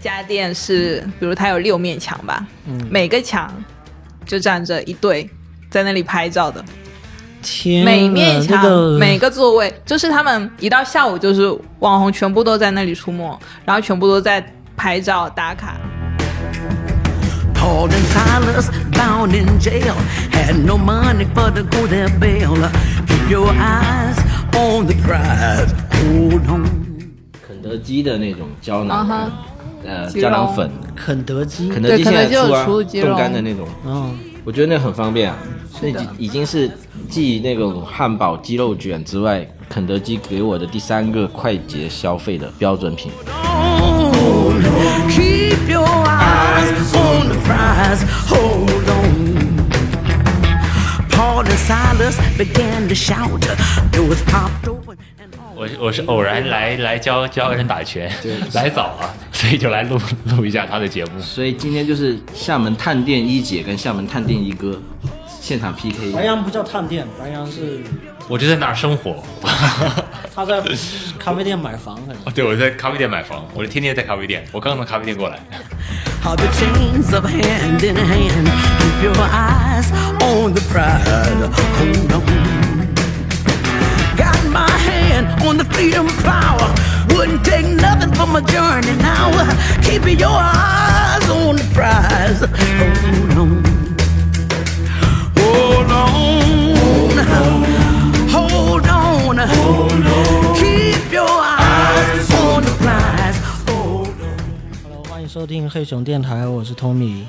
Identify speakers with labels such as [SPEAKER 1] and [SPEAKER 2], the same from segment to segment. [SPEAKER 1] 家店是，比如它有六面墙吧，
[SPEAKER 2] 嗯
[SPEAKER 1] 每个墙就站着一对在那里拍照的，
[SPEAKER 2] 天呐，
[SPEAKER 1] 每面墙、
[SPEAKER 2] 这个
[SPEAKER 1] 每啊个座位，就是他们一到下午，就是网红全部都在那里出没，然后全部都在拍照打卡。
[SPEAKER 3] Paul and Silas bound in jail. Had no money for to go their bail. Keep your eyes on the prize. Hold on.
[SPEAKER 4] 肯德基的那种胶
[SPEAKER 1] 啊
[SPEAKER 4] 囊
[SPEAKER 1] 哈
[SPEAKER 4] 呃
[SPEAKER 1] 鸡
[SPEAKER 4] 胶囊
[SPEAKER 1] 肉嗯
[SPEAKER 4] 粉，
[SPEAKER 2] 肯德基，
[SPEAKER 4] 肯德基
[SPEAKER 1] 对肯
[SPEAKER 4] 现
[SPEAKER 1] 德
[SPEAKER 4] 在
[SPEAKER 1] 基有
[SPEAKER 4] 出啊
[SPEAKER 1] 出鸡肉
[SPEAKER 4] 冻干的那种，
[SPEAKER 2] 嗯，
[SPEAKER 4] 我觉得那很方便啊，那
[SPEAKER 1] 是
[SPEAKER 4] 已
[SPEAKER 1] 的
[SPEAKER 4] 经已经是继那种汉堡、鸡肉卷之外，肯德基给我的第三个快捷消费的标准品。
[SPEAKER 3] on. Keep your eyes on the prize. Hold on. Paul and Silas began to shout. It was popped open. and all
[SPEAKER 5] 我是我是偶然来来教教人打拳，来早了， 所以就来录录一下他的节目。
[SPEAKER 4] 所以今天就是厦门探店一姐跟厦门探店一哥现场 PK。
[SPEAKER 2] 白羊不叫探店，白羊是
[SPEAKER 5] 我就在那儿生 活，
[SPEAKER 2] 他在咖啡店买房，可能。
[SPEAKER 5] 哦对，我在咖啡店买房，我就天天在咖啡店，我刚从咖啡店过来。
[SPEAKER 3] How the chains of hand in hand. Keep your eyes on the prize. Hold on. Got my hand on the freedom flower. Wouldn't take nothing for my journey now. Keep your eyes on the prize. Hold on. Hold on. Hold on. Keep your eyes on the prize. Hold on.
[SPEAKER 2] Hello，欢迎收听黑熊电台，我是 Tommy。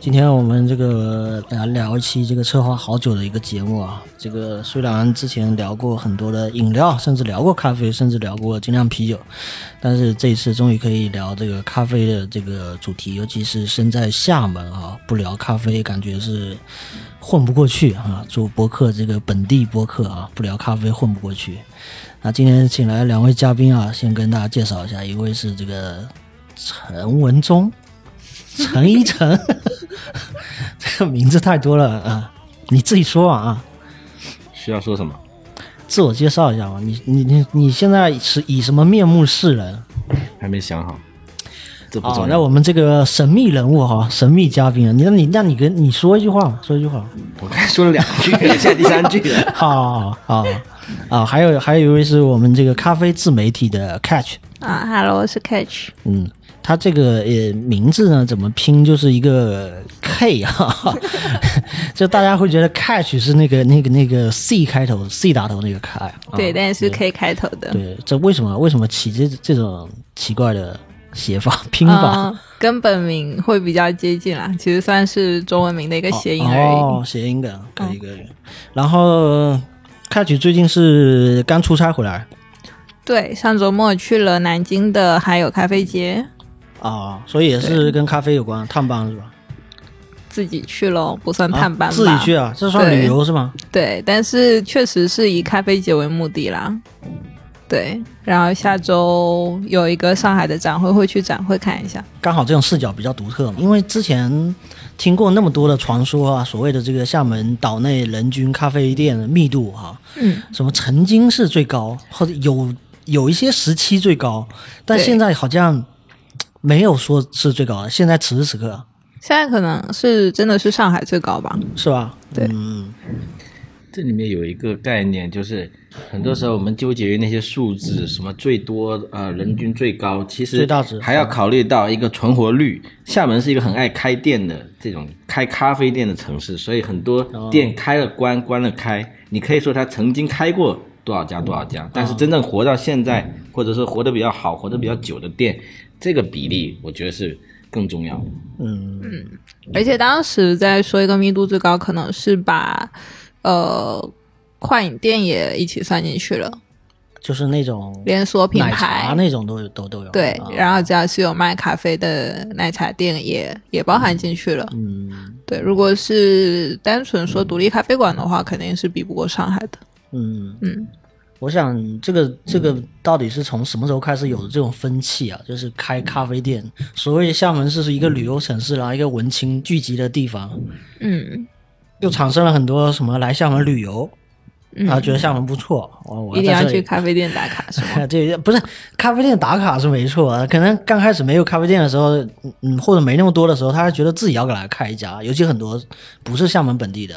[SPEAKER 2] 今天我们这个来聊一期这个策划好久的一个节目啊。这个虽然之前聊过很多的饮料，甚至聊过咖啡，甚至聊过精酿啤酒，但是这一次终于可以聊这个咖啡的这个主题，尤其是身在厦门啊，不聊咖啡感觉是混不过去啊。做播客这个本地播客啊，不聊咖啡混不过去。那今天请来两位嘉宾啊，先跟大家介绍一下，一位是这个陈文忠，陈一成， 这个名字太多了啊！你自己说啊，
[SPEAKER 4] 需要说什么？
[SPEAKER 2] 自我介绍一下吧。你你你你现在是以什么面目示人？
[SPEAKER 4] 还没想好，这不
[SPEAKER 2] 好、
[SPEAKER 4] 重
[SPEAKER 2] 那
[SPEAKER 4] 要。
[SPEAKER 2] 我们这个神秘人物哈，神秘嘉宾啊，你那你那你跟你说一句话，说一句话。
[SPEAKER 4] 我刚才说了两句， 现在第三句了。
[SPEAKER 2] 好好好啊，还有还有一位是我们这个咖啡自媒体的 Catch，
[SPEAKER 1] 啊，Hello，我是 Catch，
[SPEAKER 2] 嗯，他这个呃名字呢怎么拼就是一个 K 啊， 就大家会觉得 catch 是那个那个那个 C 开头 C 打头那个 K，、啊、
[SPEAKER 1] 对，但是 K 开头的，
[SPEAKER 2] 对，这为什么为什么起这这种奇怪的写法 拼法？
[SPEAKER 1] 嗯，跟本名会比较接近啦，其实算是中文名的一个谐音而已。啊
[SPEAKER 2] 哦，谐音梗，可以可以。然后 catch 最近是刚出差回来
[SPEAKER 1] 对，上周末去了南京的还有咖啡节，
[SPEAKER 2] 啊、所以也是跟咖啡有关，探班是吧？
[SPEAKER 1] 自己去了，不算
[SPEAKER 2] 啊
[SPEAKER 1] 探班吧、
[SPEAKER 2] 自己去啊，这算旅
[SPEAKER 1] 对
[SPEAKER 2] 游是吗？
[SPEAKER 1] 对，但是确实是以咖啡节为目的啦。对，然后下周有一个上海的展会，会去展会看一下。
[SPEAKER 2] 刚好这种视角比较独特嘛，因为之前听过那么多的传说啊，所谓的这个厦门岛内人均咖啡店的密度哈、
[SPEAKER 1] 嗯，
[SPEAKER 2] 什么曾经是最高，或者有有一些时期最高，但
[SPEAKER 1] 对
[SPEAKER 2] 现在好像没有说是最高的，现在此时此刻
[SPEAKER 1] 现在可能是真的是上海最高吧。
[SPEAKER 2] 是吧？
[SPEAKER 1] 对
[SPEAKER 2] 嗯，
[SPEAKER 4] 这里面有一个概念，就是很多时候我们纠结于那些数字，什么最多呃人均最高，其实
[SPEAKER 2] 嗯最大值
[SPEAKER 4] 还要考虑到一个存活率。厦门是一个很爱开店的这种开咖啡店的城市，所以很多
[SPEAKER 2] 哦
[SPEAKER 4] 店开了关，关了开。你可以说它曾经开过多少家多少
[SPEAKER 2] 哦
[SPEAKER 4] 家，但是真正活到现在，或者说活得比较好、活得比较久的店，这个比例我觉得是更重要的。
[SPEAKER 2] 嗯
[SPEAKER 1] 而且当时在说一个密度最高，可能是把呃快饮店也一起算进去了，
[SPEAKER 2] 就是那种
[SPEAKER 1] 连锁品
[SPEAKER 2] 奶茶
[SPEAKER 1] 牌。
[SPEAKER 2] 那种都有都都有。
[SPEAKER 1] 对
[SPEAKER 2] 啊，
[SPEAKER 1] 然后只要是有卖咖啡的奶茶店也也包含进去了。
[SPEAKER 2] 嗯
[SPEAKER 1] 对，如果是单纯说独立咖啡馆的话，肯定是比不过上海的。
[SPEAKER 2] 嗯
[SPEAKER 1] 嗯，
[SPEAKER 2] 我想这个这个到底是从什么时候开始有的这种风气啊？就是开咖啡店，所谓厦门市是一个旅游城市啦，一个文青聚集的地方，
[SPEAKER 1] 嗯，
[SPEAKER 2] 又产生了很多什么来厦门旅游，然后觉得厦门不错，我
[SPEAKER 1] 嗯
[SPEAKER 2] 我
[SPEAKER 1] 一定要
[SPEAKER 2] 在这
[SPEAKER 1] 去
[SPEAKER 2] 里
[SPEAKER 1] 咖啡店打卡是吗？
[SPEAKER 2] 对，不是咖啡店打卡是没错，啊可能刚开始没有咖啡店的时候，嗯嗯，或者没那么多的时候，他还觉得自己要给他开一家，尤其很多不是厦门本地的，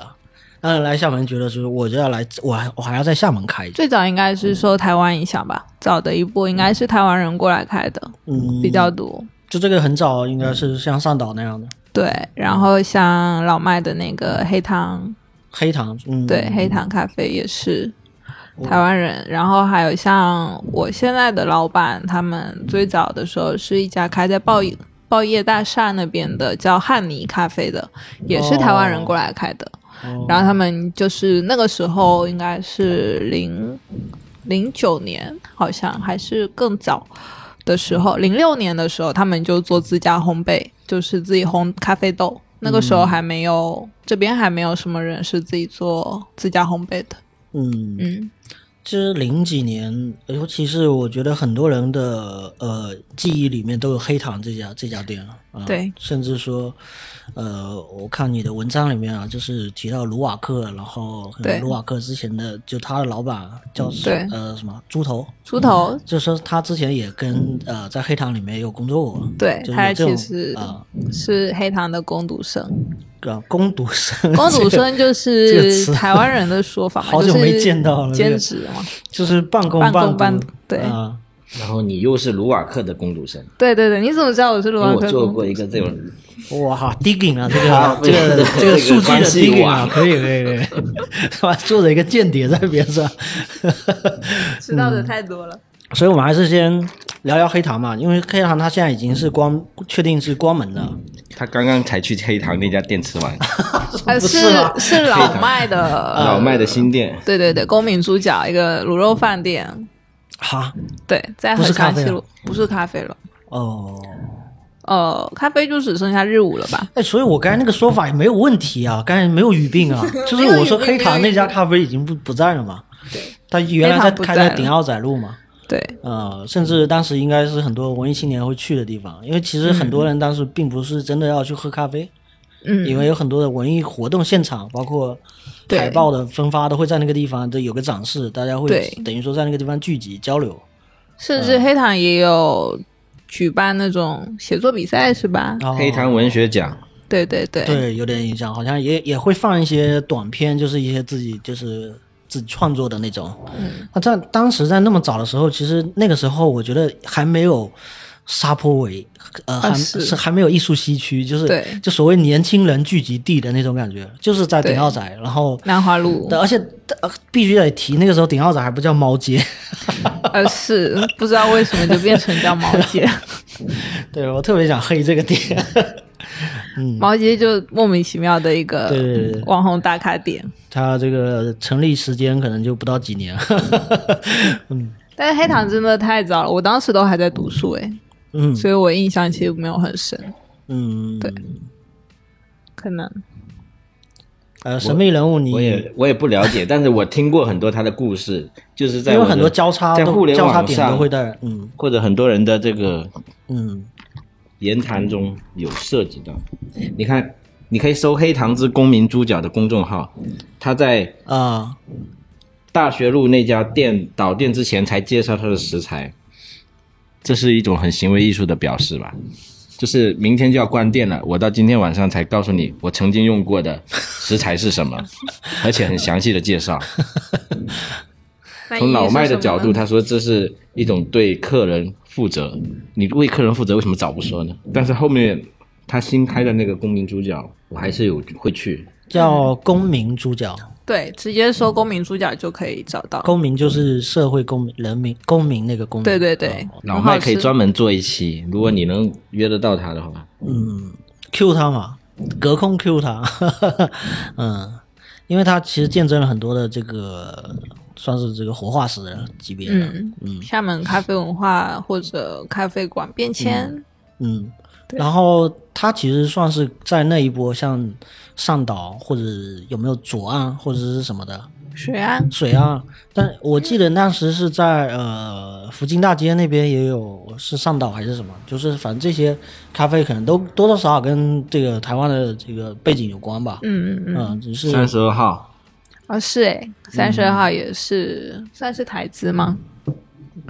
[SPEAKER 2] 嗯，来厦门觉得就是我就要来，我还我还要在厦门开一家，
[SPEAKER 1] 最早应该是受台湾影响吧，早的一波应该是台湾人过来开的，
[SPEAKER 2] 嗯，
[SPEAKER 1] 比较多。
[SPEAKER 2] 就这个很早应该是像上岛那样的
[SPEAKER 1] 对，然后像老麦的那个黑糖，
[SPEAKER 2] 黑糖，嗯，
[SPEAKER 1] 对，黑糖咖啡也是台湾人。然后还有像我现在的老板，他们最早的时候是一家开在报业报业大厦那边的，叫汉尼咖啡的，也是台湾人过来开的。
[SPEAKER 2] 哦
[SPEAKER 1] 然后他们就是那个时候应该是零零九年，好像还是更早的时候，零六年的时候，他们就做自家烘焙，就是自己烘咖啡豆。那个时候还没有，这边还没有什么人是自己做自家烘焙的。
[SPEAKER 2] 嗯，
[SPEAKER 1] 嗯，
[SPEAKER 2] 其实零几年，尤其是我觉得很多人的呃记忆里面都有黑糖这家这家店啊、
[SPEAKER 1] 对
[SPEAKER 2] 甚至说，呃，我看你的文章里面啊，就是提到卢瓦克，然后可能
[SPEAKER 1] 对嗯
[SPEAKER 2] 卢瓦克之前的就他的老板叫什
[SPEAKER 1] 对
[SPEAKER 2] 呃什么猪头，
[SPEAKER 1] 猪头，
[SPEAKER 2] 就说他之前也跟呃在黑糖里面有工作过，
[SPEAKER 1] 嗯对
[SPEAKER 2] 就是
[SPEAKER 1] 他
[SPEAKER 2] 有这
[SPEAKER 1] 其
[SPEAKER 2] 种
[SPEAKER 1] 实
[SPEAKER 2] 啊
[SPEAKER 1] 是黑糖的工读生，
[SPEAKER 2] 呃工读生，
[SPEAKER 1] 工读
[SPEAKER 2] 这个
[SPEAKER 1] 生就
[SPEAKER 2] 这个
[SPEAKER 1] 是
[SPEAKER 2] 词
[SPEAKER 1] 台湾人的说法嘛，
[SPEAKER 2] 好久
[SPEAKER 1] 就是
[SPEAKER 2] 没见到了这
[SPEAKER 1] 兼
[SPEAKER 2] 个
[SPEAKER 1] 职嘛，
[SPEAKER 2] 就是半工
[SPEAKER 1] 半工
[SPEAKER 2] 读
[SPEAKER 1] 半对
[SPEAKER 2] 啊
[SPEAKER 4] 然后你又是卢瓦克的公主生，
[SPEAKER 1] 对对对，你怎么知道我是卢
[SPEAKER 4] 因
[SPEAKER 1] 旺
[SPEAKER 4] 为
[SPEAKER 1] 克工
[SPEAKER 4] 我做
[SPEAKER 1] 读
[SPEAKER 4] 过一个这种，
[SPEAKER 2] 哇，digging 啊，这
[SPEAKER 4] 啊
[SPEAKER 2] 个这
[SPEAKER 4] 对
[SPEAKER 2] 个这
[SPEAKER 4] 这个
[SPEAKER 2] 个数据
[SPEAKER 4] 关
[SPEAKER 2] 的
[SPEAKER 4] 系
[SPEAKER 2] digging
[SPEAKER 4] 网
[SPEAKER 2] 啊，可以可以可以，是吧？做了一个间谍在边上，
[SPEAKER 1] 知道的
[SPEAKER 2] 嗯
[SPEAKER 1] 太多 了。
[SPEAKER 2] 所以我们还是先聊聊黑糖嘛，因为黑糖它现在已经是光确定是关门的，
[SPEAKER 4] 他刚刚才去黑糖那家店吃 完，
[SPEAKER 1] 呃，
[SPEAKER 2] 不
[SPEAKER 1] 是
[SPEAKER 2] 是
[SPEAKER 4] 啊
[SPEAKER 2] 吗
[SPEAKER 1] 是老麦的，
[SPEAKER 2] 呃
[SPEAKER 4] 老麦的新店，
[SPEAKER 1] 对对对，公民猪脚一个卤肉饭店，
[SPEAKER 2] 哈
[SPEAKER 1] 对，在
[SPEAKER 2] 不
[SPEAKER 1] 河
[SPEAKER 2] 是咖
[SPEAKER 1] 上
[SPEAKER 2] 啡啊
[SPEAKER 1] 西
[SPEAKER 2] 了
[SPEAKER 1] 路，不是咖啡了，
[SPEAKER 2] 哦，
[SPEAKER 1] 呃，咖啡就只剩下日午了吧？
[SPEAKER 2] 哎，所以我刚才那个说法也没有问题啊，刚才没有语病啊，就是我说黑糖那家咖啡已经不不在了嘛，它原来
[SPEAKER 1] 黑
[SPEAKER 2] 在
[SPEAKER 1] 糖不
[SPEAKER 2] 开
[SPEAKER 1] 在
[SPEAKER 2] 在
[SPEAKER 1] 了
[SPEAKER 2] 鼎奥仔路嘛，
[SPEAKER 1] 对
[SPEAKER 2] 呃，甚至当时应该是很多文艺青年会去的地方，因为其实很多人当时并不是真的要去喝咖啡，
[SPEAKER 1] 嗯
[SPEAKER 2] 因为有很多的文艺活动现场，包括
[SPEAKER 1] 对
[SPEAKER 2] 海报的分发都会在那个地方，都有个展示，大家会
[SPEAKER 1] 对
[SPEAKER 2] 等于说在那个地方聚集交流
[SPEAKER 1] 甚
[SPEAKER 2] 嗯
[SPEAKER 1] 至黑糖也有举办那种写作比赛是吧？
[SPEAKER 2] 啊。
[SPEAKER 4] 黑糖文学奖，
[SPEAKER 1] 对对对，
[SPEAKER 2] 对有点影响，好像也也会放一些短片，就是一些自己就是自己创作的那种。
[SPEAKER 1] 嗯
[SPEAKER 2] 那在当时在那么早的时候，其实那个时候我觉得还没有。沙坡尾，呃，还、
[SPEAKER 1] 啊是
[SPEAKER 2] 是还没有艺术西区，就是
[SPEAKER 1] 对
[SPEAKER 2] 就所谓年轻人聚集地的那种感觉，就是在鼎
[SPEAKER 1] 对
[SPEAKER 2] 奥仔，然后
[SPEAKER 1] 南华路
[SPEAKER 2] 对，而且、呃、必须得提，那个时候鼎奥仔还不叫猫街，
[SPEAKER 1] 呃是不知道为什么就变成叫毛 姐，
[SPEAKER 2] 对我特别想黑这个点。
[SPEAKER 1] 毛姐就莫名其妙的一个
[SPEAKER 2] 对对对对
[SPEAKER 1] 网红打卡点。
[SPEAKER 2] 他这个成立时间可能就不到几年，
[SPEAKER 1] 但是黑糖真的太早了，我当时都还在读书诶、
[SPEAKER 2] 嗯
[SPEAKER 1] 所以我印象其实没有很深，
[SPEAKER 2] 嗯，
[SPEAKER 1] 对可能
[SPEAKER 2] 呃，神秘人物你
[SPEAKER 4] 我也我也不了解，但是我听过很多他的故事，就是在
[SPEAKER 2] 因
[SPEAKER 4] 我
[SPEAKER 2] 为
[SPEAKER 4] 的
[SPEAKER 2] 很多交叉
[SPEAKER 4] 在
[SPEAKER 2] 都
[SPEAKER 4] 互联
[SPEAKER 2] 交叉
[SPEAKER 4] 网
[SPEAKER 2] 点都
[SPEAKER 4] 上
[SPEAKER 2] 会在，嗯
[SPEAKER 4] 或者很多人的这个
[SPEAKER 2] 嗯，
[SPEAKER 4] 言谈中有涉及到。你看，你可以搜“黑糖之公民猪脚”的公众号，他在
[SPEAKER 2] 啊、
[SPEAKER 4] 大学路那家店倒店之前才介绍他的食材，这是一种很行为艺术的表示吧？就是明天就要关店了，我到今天晚上才告诉你我曾经用过的食材是 什么，而且很详细的介绍。从老麦的角度，他说这是一种对客人负责。你为客人负责，为什么早不说呢？但是后面他新开的那个公民猪脚，我还是有会去。
[SPEAKER 2] 叫公民主角，
[SPEAKER 1] 对直接搜公民猪脚就可以找到。
[SPEAKER 2] 公民就是社会公民、人民、公民那个公民，
[SPEAKER 1] 对对对，
[SPEAKER 2] 哦
[SPEAKER 4] 老
[SPEAKER 1] 很好
[SPEAKER 4] 麦可以
[SPEAKER 1] 吃
[SPEAKER 4] 专门做一期，如果你能约得到他的话。
[SPEAKER 2] 嗯 Q 他嘛，隔空 Q 他， 嗯，因为他其实见证了很多的这个算是这个活化石的级别的，
[SPEAKER 1] 嗯厦门咖啡文化或者咖啡馆变迁，
[SPEAKER 2] 嗯，然后他其实算是在那一波，像上岛或者有没有左岸或者是什么的
[SPEAKER 1] 水岸
[SPEAKER 2] 水岸，但我记得当时是在呃福金大街那边也有是上岛还是什么，就是反正这些咖啡可能都多多少少跟这个台湾的这个背景有关吧。
[SPEAKER 1] 嗯嗯嗯，
[SPEAKER 2] 嗯，只是
[SPEAKER 4] 三十二号，
[SPEAKER 1] 啊、是哎，三十二号也是、算是台资吗？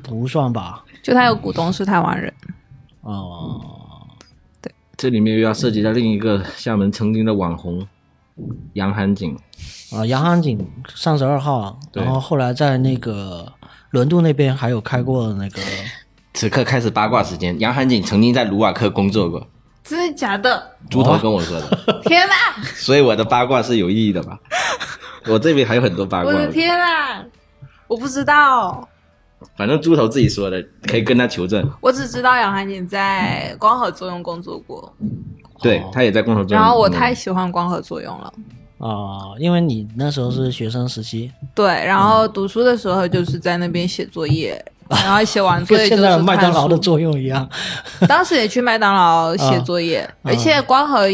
[SPEAKER 2] 不算吧？啊
[SPEAKER 1] 就他有股东是台湾人，
[SPEAKER 2] 哦，
[SPEAKER 4] 这里面又要涉及到另一个厦门曾经的网红杨涵景，
[SPEAKER 2] 啊，洋行井三十二号，
[SPEAKER 4] 对
[SPEAKER 2] 然后后来在那个轮渡那边还有开过那个，
[SPEAKER 4] 此刻开始八卦时间。杨涵景曾经在卢瓦克工作过，
[SPEAKER 1] 真的假的？
[SPEAKER 4] 猪头跟我说的，
[SPEAKER 1] 天哪！
[SPEAKER 4] 所以我的八卦是有意义的吧？我这边还有很多八
[SPEAKER 1] 我
[SPEAKER 4] 卦，
[SPEAKER 1] 的天啊！我不知道，
[SPEAKER 4] 反正猪头自己说的，可以跟他求证。
[SPEAKER 1] 我只知道杨涵景在光合作用工作过，
[SPEAKER 4] 对他也在共同作
[SPEAKER 1] 哦
[SPEAKER 4] 用嗯
[SPEAKER 1] 然后我
[SPEAKER 4] 工作
[SPEAKER 1] 太喜欢光合作用了。
[SPEAKER 2] 啊、因为你那时候是学生时期，
[SPEAKER 1] 对，然后读书的时候就是在那边写作业， 然后写完作
[SPEAKER 2] 跟
[SPEAKER 1] 业就
[SPEAKER 2] 现
[SPEAKER 1] 是
[SPEAKER 2] 在
[SPEAKER 1] 看
[SPEAKER 2] 麦当劳的
[SPEAKER 1] 书。
[SPEAKER 2] 作用一样。
[SPEAKER 1] 当时也去麦当劳写作业，
[SPEAKER 2] 啊
[SPEAKER 1] 而且光合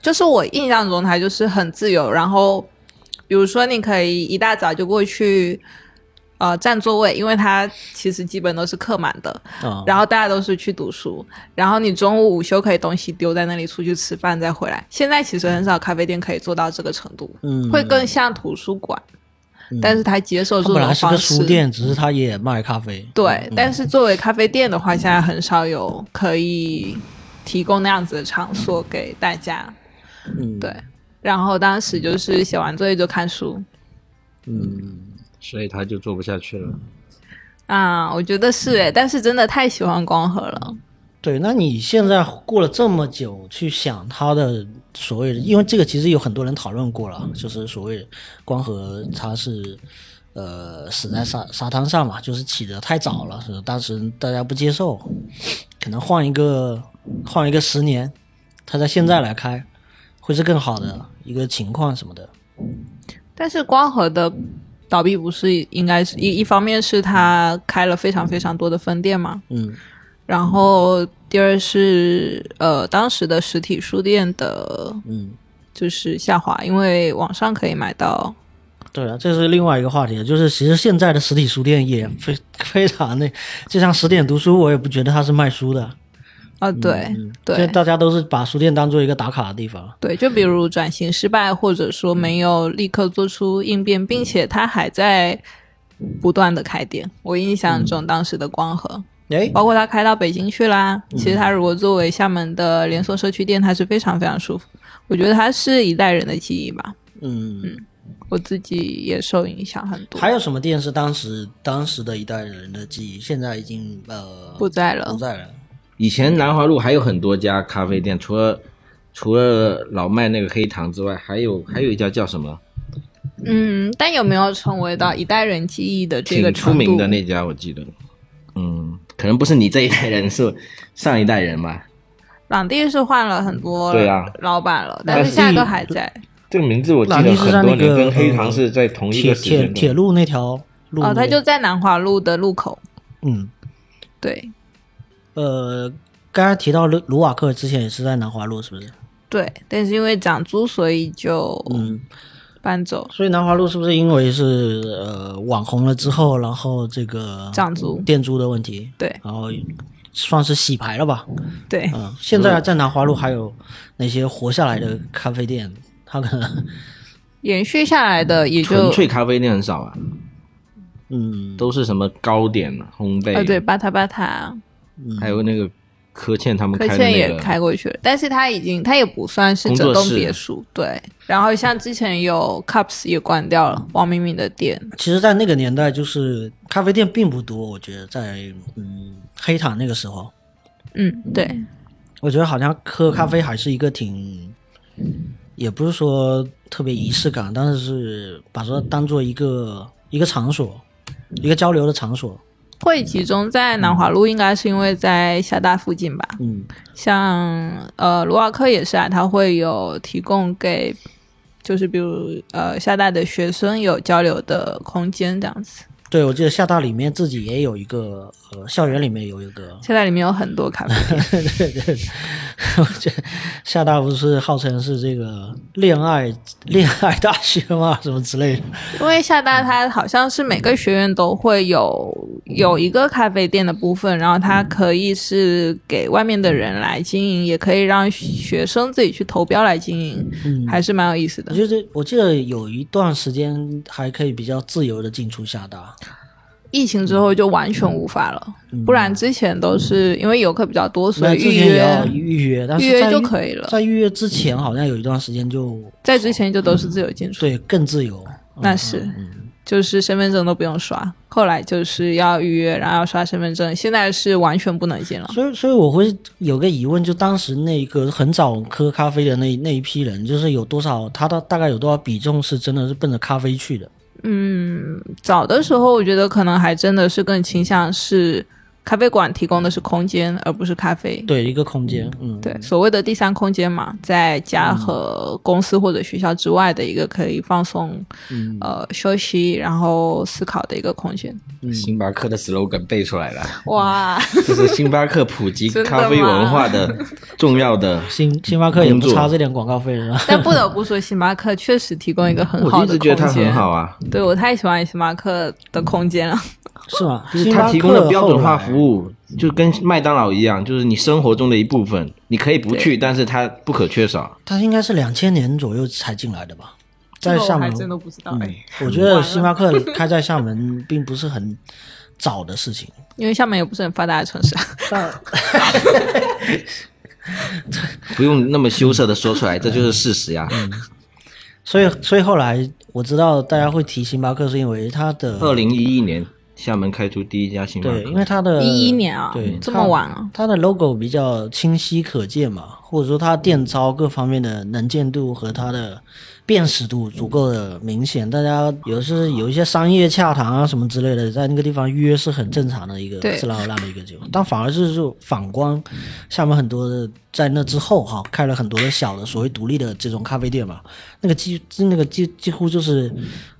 [SPEAKER 1] 就是我印象中它就是很自由，然后比如说你可以一大早就过去。呃，占座位，因为它其实基本都是客满的，
[SPEAKER 2] 啊、
[SPEAKER 1] 然后大家都是去读书，然后你中午午休可以东西丢在那里，出去吃饭再回来。现在其实很少咖啡店可以做到这个程度，
[SPEAKER 2] 嗯
[SPEAKER 1] 会更像图书馆，但是它接受
[SPEAKER 2] 它
[SPEAKER 1] 这
[SPEAKER 2] 本来
[SPEAKER 1] 种
[SPEAKER 2] 是
[SPEAKER 1] 方
[SPEAKER 2] 个
[SPEAKER 1] 式。
[SPEAKER 2] 书店，嗯只是它也卖咖啡。
[SPEAKER 1] 对，但是作为咖啡店的话，现在很少有可以提供那样子的场所给大家。
[SPEAKER 2] 嗯，
[SPEAKER 1] 对，然后当时就是写完作业就看书
[SPEAKER 4] 所以他就做不下去了。
[SPEAKER 1] 啊，我觉得是诶，但是真的太喜欢光合了。
[SPEAKER 2] 对，那你现在过了这么久去想它的所谓的，因为这个其实有很多人讨论过了，就是所谓光合它是呃死在沙沙滩上嘛，就是起得太早了，是当时大家不接受，可能换一个换一个十年，它在现在来开会是更好的一个情况什么的。
[SPEAKER 1] 但是光合的倒闭不是应该是一一方面是它开了非常非常多的分店嘛，
[SPEAKER 2] 嗯
[SPEAKER 1] 然后第二是呃当时的实体书店的
[SPEAKER 2] 嗯，
[SPEAKER 1] 就是下滑，因为网上可以买到，
[SPEAKER 2] 对啊，这是另外一个话题，就是其实现在的实体书店也非非常那，就像十点读书，我也不觉得它是卖书的。
[SPEAKER 1] 啊对
[SPEAKER 2] 嗯就
[SPEAKER 1] 对
[SPEAKER 2] 大家都是把书店当做一个打卡的地方。
[SPEAKER 1] 对，就比如转型失败，或者说没有立刻做出应变，并且它还在不断的开店。我印象中当时的光合。
[SPEAKER 2] 哎，
[SPEAKER 1] 包括它开到北京去啦。其
[SPEAKER 4] 嗯
[SPEAKER 1] 实它如果作为厦门的连锁社区店，它是非常非常舒服。我觉得它是一代人的记忆吧，
[SPEAKER 2] 嗯，
[SPEAKER 1] 我自己也受影响很多。
[SPEAKER 2] 还有什么店是当时当时的一代人的记忆，现在已经呃
[SPEAKER 1] 不在了
[SPEAKER 2] 不在了。
[SPEAKER 4] 以前南华路还有很多家咖啡店，除了除了老麦那个黑糖之外，还有还有一家叫什么，
[SPEAKER 1] 嗯，但有没有成为到一代人记忆的这个
[SPEAKER 4] 挺出
[SPEAKER 1] 程度？
[SPEAKER 4] 名的那家，我记得。嗯，可能不是你这一代人，是上一代人吧。
[SPEAKER 1] 朗地是换了很多
[SPEAKER 4] 对啊
[SPEAKER 1] 老板了，但
[SPEAKER 4] 但
[SPEAKER 1] 是
[SPEAKER 4] 是
[SPEAKER 1] 现在都还在。
[SPEAKER 4] 这个名字我记
[SPEAKER 2] 朗
[SPEAKER 4] 得
[SPEAKER 2] 尼是在
[SPEAKER 4] 很多
[SPEAKER 2] 那
[SPEAKER 4] 年
[SPEAKER 2] 个
[SPEAKER 1] 呃
[SPEAKER 4] 跟黑糖是在同一
[SPEAKER 2] 铁
[SPEAKER 4] 个时
[SPEAKER 2] 铁
[SPEAKER 4] 间
[SPEAKER 2] 铁
[SPEAKER 4] 段。
[SPEAKER 2] 路那条路
[SPEAKER 1] 哦，他
[SPEAKER 2] 那
[SPEAKER 1] 就
[SPEAKER 2] 边
[SPEAKER 1] 在南华路的路口。
[SPEAKER 2] 嗯
[SPEAKER 1] 对
[SPEAKER 2] 呃，刚才提到卢卢瓦克之前也是在南华路，是不是？
[SPEAKER 1] 对，但是因为涨租，所以就
[SPEAKER 2] 嗯，
[SPEAKER 1] 搬走。
[SPEAKER 2] 所以南华路是不是因为是呃网红了之后，然后这个
[SPEAKER 1] 涨租
[SPEAKER 4] 嗯
[SPEAKER 2] 店租的问题，
[SPEAKER 1] 对
[SPEAKER 2] 然后算是洗牌了吧？
[SPEAKER 1] 对，
[SPEAKER 2] 嗯，现在在南华路还有哪些活下来的咖啡店？它可能，
[SPEAKER 1] 延续下来的也就
[SPEAKER 4] 纯粹咖啡店很少啊，
[SPEAKER 2] 嗯，
[SPEAKER 4] 都是什么糕点、啊烘焙，
[SPEAKER 1] 呃对，巴塔巴塔。
[SPEAKER 4] 还有那个柯倩他们
[SPEAKER 1] 柯
[SPEAKER 4] 开的
[SPEAKER 1] 倩
[SPEAKER 4] 那
[SPEAKER 1] 也
[SPEAKER 4] 个，
[SPEAKER 1] 开过去了，但是他已经他也不算是整
[SPEAKER 4] 工作
[SPEAKER 1] 栋
[SPEAKER 4] 室
[SPEAKER 1] 别墅，对。然后像之前有 Cups 也关掉了，王明敏的店，
[SPEAKER 2] 其实，在那个年代，就是咖啡店并不多。我觉得在嗯黑塔那个时候，
[SPEAKER 1] 嗯，对，
[SPEAKER 2] 我觉得好像喝咖啡还是一个挺，也不是说特别仪式感，但是是把它当做一个一个场所，一个交流的场所。
[SPEAKER 1] 会集中在南华路，应该是因为在厦大附近吧。
[SPEAKER 2] 嗯，
[SPEAKER 1] 像呃卢瓦克也是啊，他会有提供给，就是比如呃厦大的学生有交流的空间这样子。
[SPEAKER 2] 对，我记得厦大里面自己也有一个，呃，校园里面有一个，
[SPEAKER 1] 厦大里面有很多咖啡店，
[SPEAKER 2] 我觉得厦大不是号称是这个恋爱恋爱大学嘛，什么之类的。
[SPEAKER 1] 因为厦大它好像是每个学院都会有
[SPEAKER 2] 嗯
[SPEAKER 1] 有一个咖啡店的部分，然后它可以是给外面的人来经营，也可以让学生自己去投标来经
[SPEAKER 2] 嗯
[SPEAKER 1] 营，还是蛮有意思
[SPEAKER 2] 我
[SPEAKER 1] 的。
[SPEAKER 2] 觉得我记得有一段时间还可以比较自由的进出厦大，
[SPEAKER 1] 疫情之后就完全无法了，不然之前都是因为游客比较多，所
[SPEAKER 2] 嗯那
[SPEAKER 1] 以
[SPEAKER 2] 之
[SPEAKER 1] 预
[SPEAKER 2] 前也
[SPEAKER 1] 约
[SPEAKER 2] 要预约，但是
[SPEAKER 1] 预约
[SPEAKER 2] 在
[SPEAKER 1] 就可以了
[SPEAKER 2] 在预约之前，好像有一段时间就
[SPEAKER 1] 在之前就都是自由进出。
[SPEAKER 2] 对更自由。
[SPEAKER 1] 那
[SPEAKER 2] 嗯
[SPEAKER 1] 是，就是身份证都不用刷，后来就是要预约，然后要刷身份证，现在是完全不能进了。
[SPEAKER 2] 所以，所以我会有个疑问，就当时那个很早喝咖啡的那那一批人，就是有多少他的大概有多少比重是真的是奔着咖啡去的？
[SPEAKER 1] 嗯早的时候，我觉得可能还真的是更倾向是咖啡馆提供的是空间，而不是咖啡。
[SPEAKER 2] 对，一个空间，嗯，
[SPEAKER 1] 对，所谓的第三空间嘛，在家和公司或者学校之外的一个可以放松、呃休息，然后思考的一个空间。
[SPEAKER 4] 星巴克的 slogan 背出来了，
[SPEAKER 1] 哇，
[SPEAKER 4] 这是星巴克普及
[SPEAKER 1] 嗯 真的吗
[SPEAKER 4] 咖啡文化的重 要的。
[SPEAKER 2] 星星巴克也
[SPEAKER 4] 工
[SPEAKER 2] 不
[SPEAKER 4] 作
[SPEAKER 2] 差这点广告费是吧？
[SPEAKER 1] 但不得不说，星巴克确实提供一个很
[SPEAKER 4] 我
[SPEAKER 1] 好
[SPEAKER 4] 一
[SPEAKER 1] 的
[SPEAKER 4] 直
[SPEAKER 1] 空
[SPEAKER 4] 觉得它
[SPEAKER 1] 间。
[SPEAKER 4] 很好啊，
[SPEAKER 1] 对我太喜欢星巴克的空间了。
[SPEAKER 2] 是吗？
[SPEAKER 4] 就是
[SPEAKER 2] 星巴
[SPEAKER 4] 它
[SPEAKER 2] 克
[SPEAKER 4] 提供的标准化
[SPEAKER 2] 后来
[SPEAKER 4] 服务，就跟麦当劳一样，就是你生活中的一部分，你可以不去，但是它不可缺少。
[SPEAKER 2] 它应该是两千年左右才进来的吧，在厦门。
[SPEAKER 1] 不知道哎
[SPEAKER 2] 嗯，我觉得星巴克开在厦门并不是很早的事情，
[SPEAKER 1] 因为厦门也不是很发达的城市。
[SPEAKER 4] 不用那么羞涩的说出来，这就是事实呀。
[SPEAKER 2] 嗯所以所以后来我知道大家会提星巴克，是因为它的
[SPEAKER 4] 二零一一年，厦门开出第一家星巴
[SPEAKER 2] 对，因
[SPEAKER 4] 克，
[SPEAKER 2] 为它的
[SPEAKER 1] 11年啊
[SPEAKER 2] 对，
[SPEAKER 1] 这
[SPEAKER 2] 它
[SPEAKER 1] 么晚啊
[SPEAKER 2] 它的 logo 比较清晰可见嘛，或者说它店招各方面的能见度和它的辨识度足够的明显，大家有是有一些商业洽谈啊什么之类的，在那个地方约是很正常的一个
[SPEAKER 1] 对
[SPEAKER 2] 自然而然的一个结果，但反而是就反观厦门很多的在那之后哈，开了很多的小的所谓独立的这种咖啡店嘛，那个几那个几几乎就是。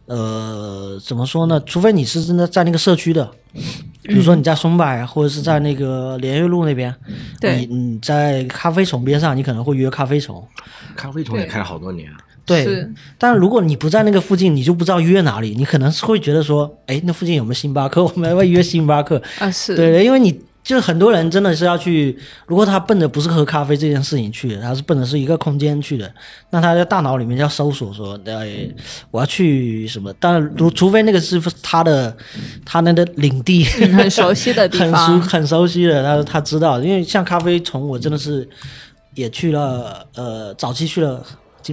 [SPEAKER 2] 呃，怎么说呢？除非你是真的在那个社区的，比如说
[SPEAKER 1] 嗯
[SPEAKER 2] 你在松柏啊或者是在那个连岳路那边，
[SPEAKER 1] 对
[SPEAKER 2] 你你在咖啡虫边上，你可能会约咖啡虫。
[SPEAKER 4] 咖啡虫也开了好多年啊。
[SPEAKER 2] 对
[SPEAKER 1] 是，
[SPEAKER 2] 但如果你不在那个附近，你就不知道约哪里，你可能是会觉得说，哎，那附近有没有星巴克？ 我们要不要约星巴克？
[SPEAKER 1] 啊，是
[SPEAKER 2] 对，因为你就是很多人真的是要去，如果他奔着不是喝咖啡这件事情去的，他是奔着是一个空间去的，那他在大脑里面就要搜索说，呃，我要去什么？当然，如除非那个是他的他那个领地，
[SPEAKER 1] 很熟悉的地
[SPEAKER 2] 很熟
[SPEAKER 1] 方
[SPEAKER 2] 很熟悉的，他他知道，因为像咖啡虫，我真的是也去了，呃，早期去了，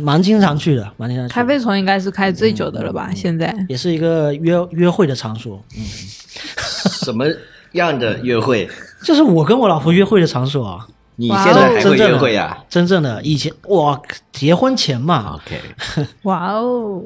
[SPEAKER 2] 蛮经常去的，蛮经常去的。
[SPEAKER 1] 咖啡虫应该是开最久的了
[SPEAKER 2] 嗯
[SPEAKER 1] 吧？现在
[SPEAKER 2] 也是一个约约会的场所，
[SPEAKER 4] 什么样的约会？
[SPEAKER 2] 就是我跟我老婆约会的场所啊，
[SPEAKER 4] 你
[SPEAKER 1] 哇哦
[SPEAKER 4] 现在还
[SPEAKER 2] 真
[SPEAKER 4] 会
[SPEAKER 2] 正
[SPEAKER 4] 约
[SPEAKER 2] 的
[SPEAKER 4] 会啊
[SPEAKER 2] 真正的以前哇，结婚前嘛，
[SPEAKER 4] ？OK，
[SPEAKER 1] 哇哦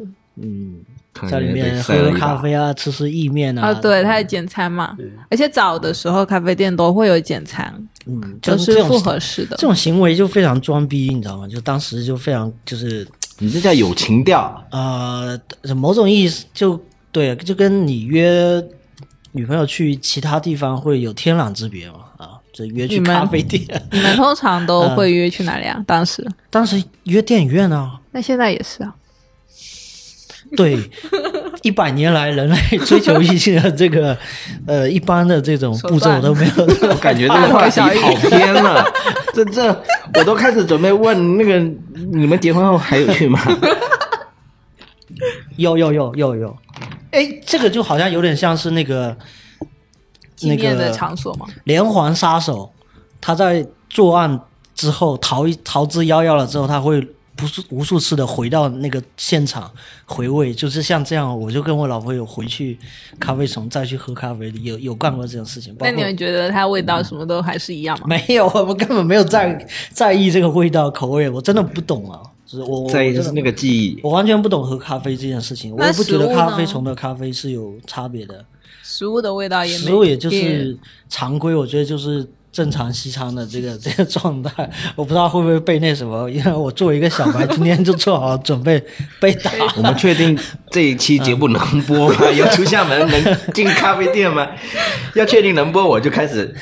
[SPEAKER 2] 在里面喝喝咖啡啊，吃吃意面啊，
[SPEAKER 1] 啊，对，它有简餐嘛，而且早的时候咖啡店都会有简餐，
[SPEAKER 2] 嗯，就
[SPEAKER 1] 都
[SPEAKER 2] 这
[SPEAKER 1] 是
[SPEAKER 2] 种
[SPEAKER 1] 复合式的
[SPEAKER 2] 这。种行为就非常装逼，你知道吗？就当时就非常就是
[SPEAKER 4] 你这叫有情调。
[SPEAKER 2] 呃，某种意思就对，就跟你约女朋友去其他地方会有天壤之别嘛啊，这约去
[SPEAKER 1] 你们
[SPEAKER 2] 咖啡店，
[SPEAKER 1] 你们通常都会约去哪里啊？当时，
[SPEAKER 2] 当时约电影院啊，
[SPEAKER 1] 那现在也是啊。
[SPEAKER 2] 对，一百年来人类追求异性的这个呃一般的这种步骤都没有。
[SPEAKER 4] 我感觉这个话题跑偏了，这这我都开始准备问那个你们结婚后还有去吗？
[SPEAKER 2] 有有有有有，哎，这个就好像有点像是那个
[SPEAKER 1] 纪念
[SPEAKER 2] 那
[SPEAKER 1] 的
[SPEAKER 2] 个
[SPEAKER 1] 场所嘛，
[SPEAKER 2] 连环杀手，他在作案之后逃一逃之夭夭了之后，他会不是无数次的回到那个现场回味，就是像这样，我就跟我老婆有回去咖啡城再去喝咖啡，有有干过这种事情。包
[SPEAKER 1] 那
[SPEAKER 2] 括
[SPEAKER 1] 你们觉得它味道什么都还是一样吗？
[SPEAKER 2] 没有，我们根本没有在在意这个味道口味，我真的不懂啊，就是我我
[SPEAKER 4] 在意就是那
[SPEAKER 2] 个。
[SPEAKER 4] 个记忆，
[SPEAKER 2] 我完全不懂喝咖啡这件事情，我
[SPEAKER 1] 那
[SPEAKER 2] 也不觉得
[SPEAKER 1] 食物呢
[SPEAKER 2] 咖啡虫的咖啡是有差别的。
[SPEAKER 1] 食物的味道也没
[SPEAKER 2] 食物也就
[SPEAKER 1] 也
[SPEAKER 2] 是常规，我觉得就是正常西餐的这个这个状态，我不知道会不会被那什么，因为我作为一个小白，今天就做好准备被打。
[SPEAKER 4] 我们确定这一期节目能播吗？要 出厦门能进咖啡店吗？要确定能播，我就开始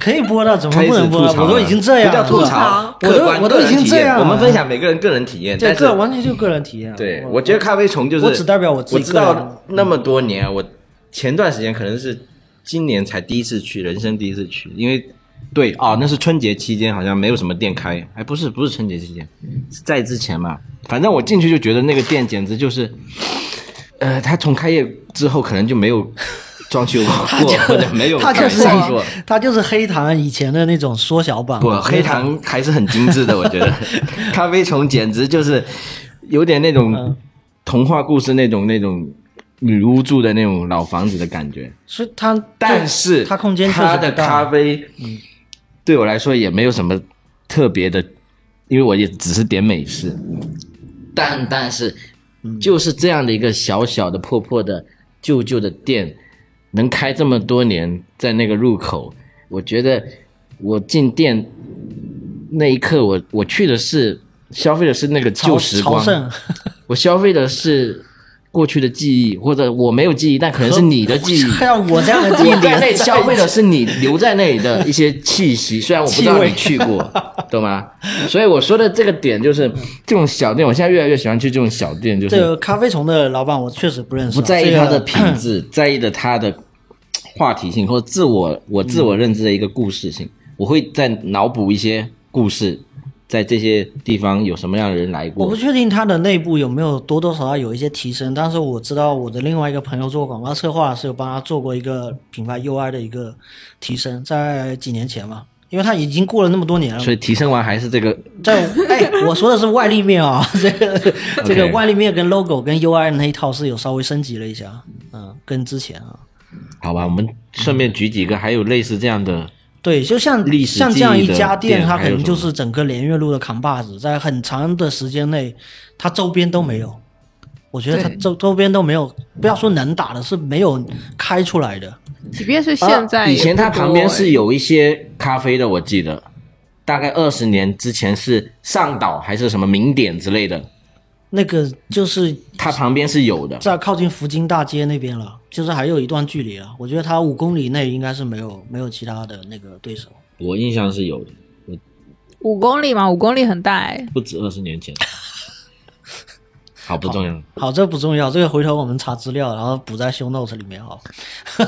[SPEAKER 2] 可以播了，怎么
[SPEAKER 4] 开
[SPEAKER 2] 不
[SPEAKER 4] 始
[SPEAKER 2] 能播
[SPEAKER 4] 吐
[SPEAKER 2] 了？
[SPEAKER 4] 槽
[SPEAKER 2] 我
[SPEAKER 4] 了，
[SPEAKER 2] 都已经这样
[SPEAKER 4] 不
[SPEAKER 2] 了，
[SPEAKER 4] 叫吐槽，
[SPEAKER 2] 我
[SPEAKER 4] 客
[SPEAKER 2] 都
[SPEAKER 4] 观
[SPEAKER 2] 我都已经这样了，
[SPEAKER 4] 我们分享每个人个人体验，
[SPEAKER 2] 这
[SPEAKER 4] 但是
[SPEAKER 2] 个完全就个人体验。
[SPEAKER 4] 对，
[SPEAKER 2] 我
[SPEAKER 4] 我觉得咖啡虫就是
[SPEAKER 2] 我只代表我
[SPEAKER 4] 我
[SPEAKER 2] 自己
[SPEAKER 4] 知
[SPEAKER 2] 个人
[SPEAKER 4] 道那么多年，我前段时间可能是今年才第一次去，人生第一次去，因为对哦，那是春节期间，好像没有什么店开，哎，不是不是春节期间，是在之前嘛。反正我进去就觉得那个店简直就是，呃，他从开业之后可能就没有装修过，或者没有
[SPEAKER 2] 他就
[SPEAKER 4] 改
[SPEAKER 2] 是
[SPEAKER 4] 善过。
[SPEAKER 2] 他就是黑糖以前的那种缩小版。
[SPEAKER 4] 不，黑糖还是很精致的，我觉得咖啡虫简直就是有点那种童话故事那种那种女巫住的那种老房子的感觉。
[SPEAKER 2] 是它，
[SPEAKER 4] 但是
[SPEAKER 2] 它空间确
[SPEAKER 4] 它
[SPEAKER 2] 实
[SPEAKER 4] 的
[SPEAKER 2] 不
[SPEAKER 4] 咖
[SPEAKER 2] 大。嗯
[SPEAKER 4] 啡，对我来说也没有什么特别的，因为我也只是点美式。但但是
[SPEAKER 2] 嗯
[SPEAKER 4] 就是这样的一个小小的破破的旧旧的店，能开这么多年，在那个入口，我觉得我进店那一刻我，我去的是消费的是那个旧
[SPEAKER 2] 朝
[SPEAKER 4] 时光嗯
[SPEAKER 2] 朝，圣，
[SPEAKER 4] 我消费的是过去的记忆，或者我没有记忆，但可能是你的记忆。
[SPEAKER 2] 像我这样的地
[SPEAKER 4] 我在
[SPEAKER 2] 点
[SPEAKER 4] 那消费的是你留在那里的一些气息，虽然我不知道你去过， 懂吗？所以我说的这个点就是这种小店，我现在越来越喜欢去这种小店，就
[SPEAKER 2] 这
[SPEAKER 4] 是
[SPEAKER 2] 个咖啡虫的老板，我确实不认识啊。
[SPEAKER 4] 不在意
[SPEAKER 2] 这
[SPEAKER 4] 它
[SPEAKER 2] 个
[SPEAKER 4] 的品质，
[SPEAKER 2] 啊
[SPEAKER 4] 在意的它的话题性或者自我我自我认知的一个故事性。我会再脑补一些故事，在这些地方有什么样的人来
[SPEAKER 2] 我不
[SPEAKER 4] 过。
[SPEAKER 2] 确定它的内部有没有多多少少有一些提升，但是我知道我的另外一个朋友做广告策划是有帮他做过一个品牌 UI 的一个提升，在几年前嘛，因为他已经过了那么多年了
[SPEAKER 4] 所。以提升完还是这个
[SPEAKER 2] 在哎，我说的是外立面啊， 这个这个
[SPEAKER 4] OK
[SPEAKER 2] 外立面跟 logo 跟 UI 那一套是有稍微升级了一下，嗯，跟之前啊，
[SPEAKER 4] 好吧？我们顺便举几个还有类似这样的。
[SPEAKER 2] 对，就像
[SPEAKER 4] 历史
[SPEAKER 2] 像
[SPEAKER 4] 记
[SPEAKER 2] 这样
[SPEAKER 4] 忆
[SPEAKER 2] 一
[SPEAKER 4] 的
[SPEAKER 2] 家
[SPEAKER 4] 店
[SPEAKER 2] 它
[SPEAKER 4] 还
[SPEAKER 2] 可
[SPEAKER 4] 有
[SPEAKER 2] 能
[SPEAKER 4] 什
[SPEAKER 2] 就
[SPEAKER 4] 么
[SPEAKER 2] 是整个连岳路的扛把子，在很长的时间内，它周边都没有。
[SPEAKER 4] 嗯
[SPEAKER 2] 我觉得它
[SPEAKER 1] 对
[SPEAKER 2] 周周边都没有，不要说能打的，是没有开出来的。
[SPEAKER 1] 即便是现在、
[SPEAKER 4] 啊以前它旁边是
[SPEAKER 1] 有。
[SPEAKER 4] 有一些咖啡的，我记得大概二十年之前是上岛还是什么名点之类的，
[SPEAKER 2] 那个就是
[SPEAKER 4] 它旁边是有的。
[SPEAKER 2] 在靠近福金大街那边了，就是还有一段距离了。我觉得它五公里内应该是没有没有其他的那个对手。
[SPEAKER 4] 我印象是有的，
[SPEAKER 1] 哎五公里嘛，五公里很大哎，
[SPEAKER 4] 不止二十年前。 好，不重要。
[SPEAKER 2] 好，这不重要，这个回头我们查资料，然后补在 show notes 里面好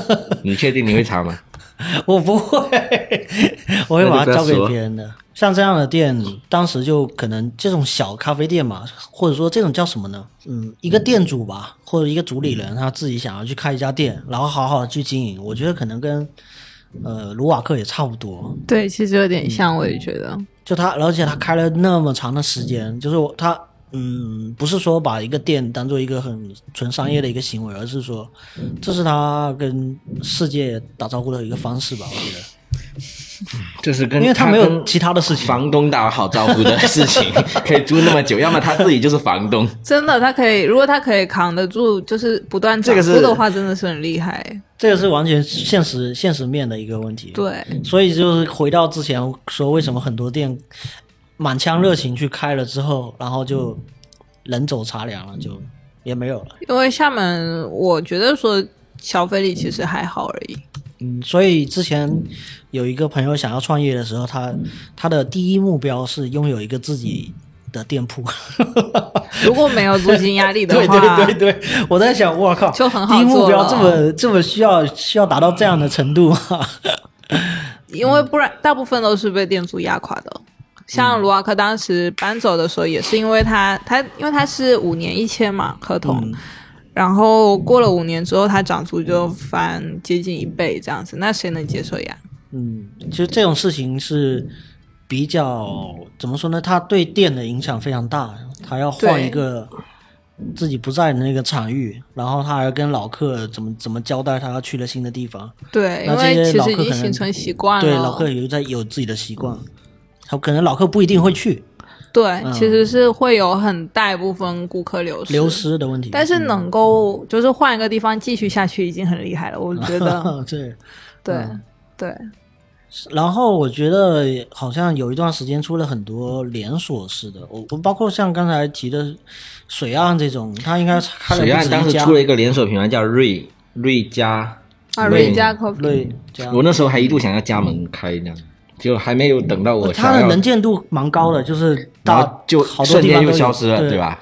[SPEAKER 2] 了。
[SPEAKER 4] 你确定你会查吗？
[SPEAKER 2] 我不会，我会把它交给别人的。像这样的店，当时就可能这种小咖啡店嘛，或者说这种叫什么呢？嗯，一个店主吧，或者一个主理人，他自己想要去开一家店，然后好好的去经营。我觉得可能跟呃卢瓦克也差不多，
[SPEAKER 1] 对，其实有点像，我也觉得。
[SPEAKER 2] 就他，而且他开了那么长的时间，就是我他嗯，不是说把一个店当做一个很纯商业的一个行为，而是说这是他跟世界打招呼的一个方式吧，我觉得。
[SPEAKER 4] 就是跟
[SPEAKER 2] 因为嗯他没
[SPEAKER 4] 跟
[SPEAKER 2] 有其他的事情。
[SPEAKER 4] 房东打好招呼的事情， 可以租那么久，要么他自己就是房 东。
[SPEAKER 1] 真的，他可以，如果他可以扛得住，就是不断
[SPEAKER 4] 这
[SPEAKER 1] 涨
[SPEAKER 4] 个是
[SPEAKER 1] 幅的话，真的是很厉害。哎
[SPEAKER 2] 这个是完全现实现实面的一个问题。，
[SPEAKER 1] 对，
[SPEAKER 2] 所以就是回到之前说，为什么很多店满腔热情去开了之后，然后就人走茶凉了，就也没有了。
[SPEAKER 1] 因为厦门，我觉得说消费力其实还好而已。
[SPEAKER 2] 嗯，所以之前有一个朋友想要创业的时候，他他的第一目标是拥有一个自己的店 铺。
[SPEAKER 1] 如果没有租金压力的
[SPEAKER 2] 对
[SPEAKER 1] 话，
[SPEAKER 2] 对对对，我在想，我靠，
[SPEAKER 1] 就很好
[SPEAKER 2] 第一目
[SPEAKER 1] 做
[SPEAKER 2] 标
[SPEAKER 1] 了
[SPEAKER 2] 这么这么需要需要达到这样的程度吗？
[SPEAKER 1] 因为不然大部分都是被店主压垮的。
[SPEAKER 2] 嗯
[SPEAKER 1] 像卢瓦克当时搬走的时候，也是因为他他因为他是五年一签嘛合同，
[SPEAKER 2] 嗯
[SPEAKER 1] 然后过了五年之后，他涨幅就翻接近一倍这样子，那谁能接受呀？
[SPEAKER 2] 嗯，其实这种事情是比较怎么说呢？它对店的影响非常大，他要换
[SPEAKER 1] 对
[SPEAKER 2] 一个自己不在的那个场域，然后他还要跟老客怎么怎么交代，他要去了新的地方，
[SPEAKER 1] 对，
[SPEAKER 2] 那
[SPEAKER 1] 因
[SPEAKER 2] 这
[SPEAKER 1] 为
[SPEAKER 2] 些
[SPEAKER 1] 其
[SPEAKER 2] 老
[SPEAKER 1] 实已
[SPEAKER 2] 客
[SPEAKER 1] 经
[SPEAKER 2] 可能
[SPEAKER 1] 形成习惯了。
[SPEAKER 2] 对老客有在有自己的习惯，他可能老客不一定会去
[SPEAKER 1] 对
[SPEAKER 2] 嗯
[SPEAKER 1] 其实是会有很大一部分顾客流失。
[SPEAKER 2] 流，失的问题，
[SPEAKER 1] 但是能够
[SPEAKER 2] 嗯
[SPEAKER 1] 就是换一个地方继续下去，已经很厉害了。我觉 得，
[SPEAKER 2] 啊对。
[SPEAKER 1] 对、
[SPEAKER 2] 嗯
[SPEAKER 1] 对，
[SPEAKER 2] 然后我觉得好像有一段时间出了很多连锁式的，我我包括像刚才提的水岸这种，他应该开了
[SPEAKER 4] 水
[SPEAKER 2] 不
[SPEAKER 4] 岸
[SPEAKER 2] 止
[SPEAKER 4] 当
[SPEAKER 2] 一
[SPEAKER 4] 时
[SPEAKER 2] 家
[SPEAKER 4] 出了一个连锁品牌叫瑞瑞家
[SPEAKER 1] 啊，
[SPEAKER 4] 瑞
[SPEAKER 1] 瑞家 coffee，
[SPEAKER 2] 对，这样
[SPEAKER 4] 我那时候还一度想要加盟开呢，就还没有等到我
[SPEAKER 2] 它
[SPEAKER 4] 想
[SPEAKER 2] 的
[SPEAKER 4] 要嗯
[SPEAKER 2] 能，见度蛮高的，就是
[SPEAKER 4] 然
[SPEAKER 2] 到
[SPEAKER 4] 后就
[SPEAKER 2] 好多
[SPEAKER 4] 瞬
[SPEAKER 2] 地方
[SPEAKER 4] 间就
[SPEAKER 2] 都有
[SPEAKER 4] 消失了，
[SPEAKER 2] 对
[SPEAKER 4] 对？吧？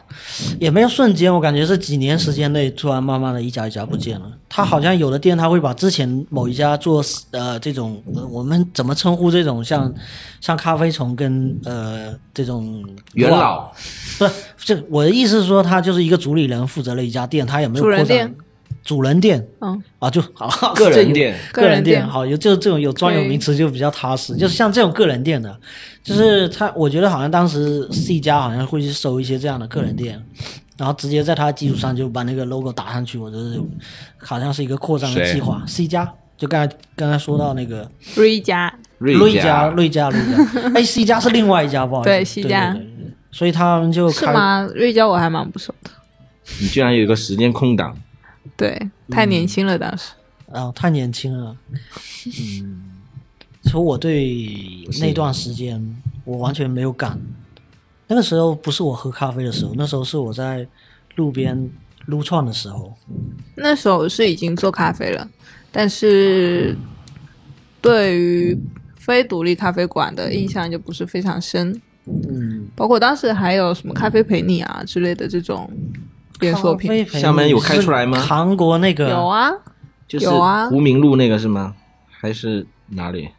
[SPEAKER 2] 也没有瞬间，我感觉是几年时间内突然慢慢的一家一家不见
[SPEAKER 4] 嗯
[SPEAKER 2] 了。它好像有的店，它会把之前某一家做呃这种、呃我们怎么称呼这种像
[SPEAKER 4] 嗯
[SPEAKER 2] 像咖啡虫跟呃这种
[SPEAKER 4] 元老
[SPEAKER 2] 不是，这我的意思是说，他就是一个主理人负责了一家店，他也没有
[SPEAKER 1] 主人
[SPEAKER 2] 扩展
[SPEAKER 1] 店，
[SPEAKER 2] 主人店
[SPEAKER 1] 嗯，
[SPEAKER 2] 啊就好，
[SPEAKER 4] 个
[SPEAKER 2] 这有
[SPEAKER 4] 人店，
[SPEAKER 2] 个人
[SPEAKER 1] 店
[SPEAKER 2] 店，好，有就这种有专有名词就比较踏实，就是像这种个人店的，就是他，我觉得好像当时 C 家好像会去收一些这样的个人店，然后直接在它的基础上就把那个 logo 打上去，我觉得好像是一个扩张的
[SPEAKER 4] 谁
[SPEAKER 2] 计划。C 家就刚才刚才说到那个
[SPEAKER 1] 瑞家，
[SPEAKER 4] 瑞
[SPEAKER 2] 家，
[SPEAKER 4] 家，
[SPEAKER 2] 瑞家，瑞家，哎，C 家是另外一家，不好意思，
[SPEAKER 1] 对
[SPEAKER 2] 对
[SPEAKER 1] C 家
[SPEAKER 2] 对对对所以他们就是开
[SPEAKER 1] 吗？瑞家我还蛮不熟的，
[SPEAKER 4] 你居然有一个时间空档，
[SPEAKER 2] 嗯
[SPEAKER 1] 对，太年轻了当时。
[SPEAKER 2] 啊，太年 轻了。嗯，其实我对那段时间我完全没有感。那个时候不是我喝咖啡的时候，那时候是我在路边撸串的时候。
[SPEAKER 1] 那时候是已经做咖啡了，但是
[SPEAKER 2] 嗯
[SPEAKER 1] 对于非独立咖啡馆的印象就不是非常深。
[SPEAKER 2] 嗯，
[SPEAKER 1] 包括当时还有什么咖啡陪你啊之类的这种连锁品，
[SPEAKER 2] 咖啡
[SPEAKER 4] 厦门有开出来吗
[SPEAKER 2] 是韩国那个
[SPEAKER 1] 有，啊，
[SPEAKER 4] 就是
[SPEAKER 1] 有啊
[SPEAKER 4] 湖明路那个是吗？还是哪里？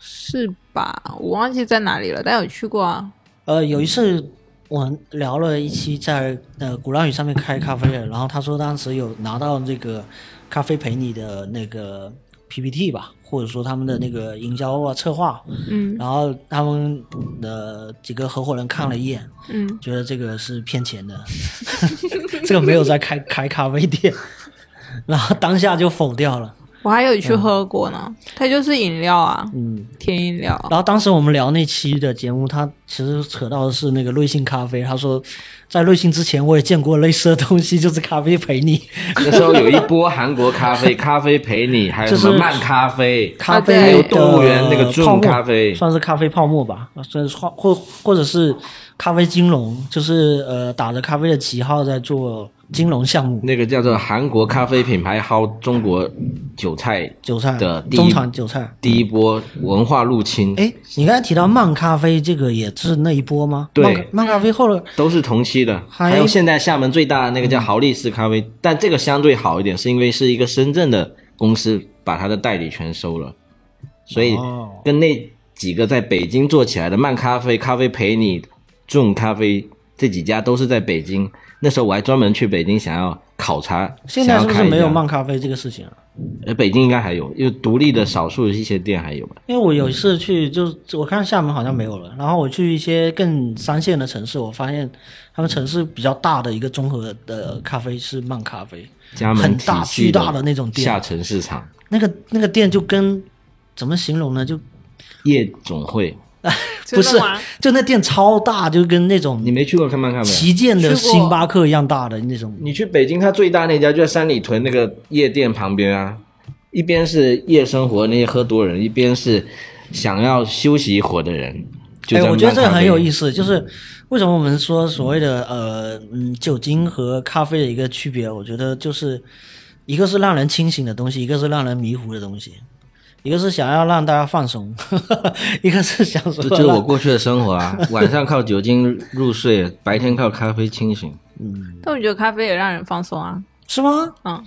[SPEAKER 1] 是吧？我忘记在哪里了，但有去过啊。
[SPEAKER 2] 呃，有一次我聊了一期在呃鼓浪屿上面开咖啡的，然后他说当时有拿到这个咖啡陪你的那个 PPT 吧，或者说他们的那个营销啊策划，
[SPEAKER 1] 嗯
[SPEAKER 2] 然后他们的几个合伙人看了一眼，
[SPEAKER 1] 嗯，
[SPEAKER 2] 觉得这个是骗钱的， 这个没有在开开咖啡店， 然后当下就否掉了。
[SPEAKER 1] 我还有去喝过呢，它就是饮料啊，
[SPEAKER 2] 嗯，
[SPEAKER 1] 甜饮料。
[SPEAKER 2] 然后当时我们聊那期的节目，他其实扯到的是那个瑞幸咖啡，他说在瑞幸之前我也见过类似的东西，就是咖啡陪你，
[SPEAKER 4] 那时候有一波韩国咖 啡，咖啡陪你，还有什
[SPEAKER 2] 就
[SPEAKER 4] 么
[SPEAKER 2] 是
[SPEAKER 4] 慢咖啡，
[SPEAKER 2] 咖啡、
[SPEAKER 1] 还有
[SPEAKER 4] 动物园那个
[SPEAKER 2] 泡
[SPEAKER 4] Zoom
[SPEAKER 2] 沫
[SPEAKER 4] 咖啡
[SPEAKER 2] 算是咖啡泡沫吧，算是或或或者是咖啡金融，就是呃打着咖啡的旗号在做金融项目。
[SPEAKER 4] 那个叫做韩国咖啡品牌薅中国韭菜
[SPEAKER 2] 韭菜
[SPEAKER 4] 的第
[SPEAKER 2] 中
[SPEAKER 4] 一嗯
[SPEAKER 2] 产韭菜。
[SPEAKER 4] 第一波文化入侵，
[SPEAKER 2] 哎，你刚才提到漫咖啡，这个也是那一波吗？
[SPEAKER 4] 对
[SPEAKER 2] 漫漫咖啡后来
[SPEAKER 4] 都是同期的。
[SPEAKER 2] 还嗯
[SPEAKER 4] 还有现在厦门最大的那个叫豪力士咖啡，但这个相对好一点，是因为是一个深圳的公司把它的代理全收了，所以
[SPEAKER 2] 哦
[SPEAKER 4] 跟那几个在北京做起来的漫咖啡、咖啡陪你、众咖啡这几家都是在北京。那时候我还专门去北京想要考察，
[SPEAKER 2] 现在是不
[SPEAKER 4] 想
[SPEAKER 2] 是
[SPEAKER 4] 要开
[SPEAKER 2] 没
[SPEAKER 4] 一
[SPEAKER 2] 有
[SPEAKER 4] 家
[SPEAKER 2] 漫咖啡这个事情啊了？
[SPEAKER 4] 呃，北京应该还有，因为独立的少数一些店还有吧。
[SPEAKER 2] 因为我有一次去，就是我看厦门好像没有
[SPEAKER 4] 嗯
[SPEAKER 2] 了，然后我去一些更三线的城市，我发现他们城市比较大的一个综合的咖啡是漫咖啡，
[SPEAKER 4] 加盟
[SPEAKER 2] 很
[SPEAKER 4] 体
[SPEAKER 2] 大
[SPEAKER 4] 系
[SPEAKER 2] 巨大的那种店
[SPEAKER 4] 下沉市场
[SPEAKER 2] 那个那个店就跟怎么形容呢？就
[SPEAKER 4] 夜总会，
[SPEAKER 2] 不是
[SPEAKER 1] 真的吗，
[SPEAKER 2] 就那店超大，就跟那种
[SPEAKER 4] 你没去过看漫咖啡啊？
[SPEAKER 2] 旗舰的
[SPEAKER 1] 去过
[SPEAKER 2] 星巴克一样大的那种。
[SPEAKER 4] 你去北京，它最大那家就在三里屯那个夜店旁边啊，一边是夜生活那些喝多人，一边是想要休息一会儿的人。就
[SPEAKER 2] 哎，我觉得这个很有意
[SPEAKER 4] 思。
[SPEAKER 2] 思，就是
[SPEAKER 4] 嗯
[SPEAKER 2] 为什么我们说所谓的呃嗯酒精和咖啡的一个区别，我觉得就是一个是让人清醒的东西，一个是让人迷糊的东西，一个是想要让大家放松， 一个是想说
[SPEAKER 4] 这就是我
[SPEAKER 2] 让
[SPEAKER 4] 过去的生活啊， 晚上靠酒精入睡，白天靠咖啡清醒。
[SPEAKER 1] 但我觉得咖啡也让人放松啊，
[SPEAKER 2] 是吗？
[SPEAKER 1] 嗯，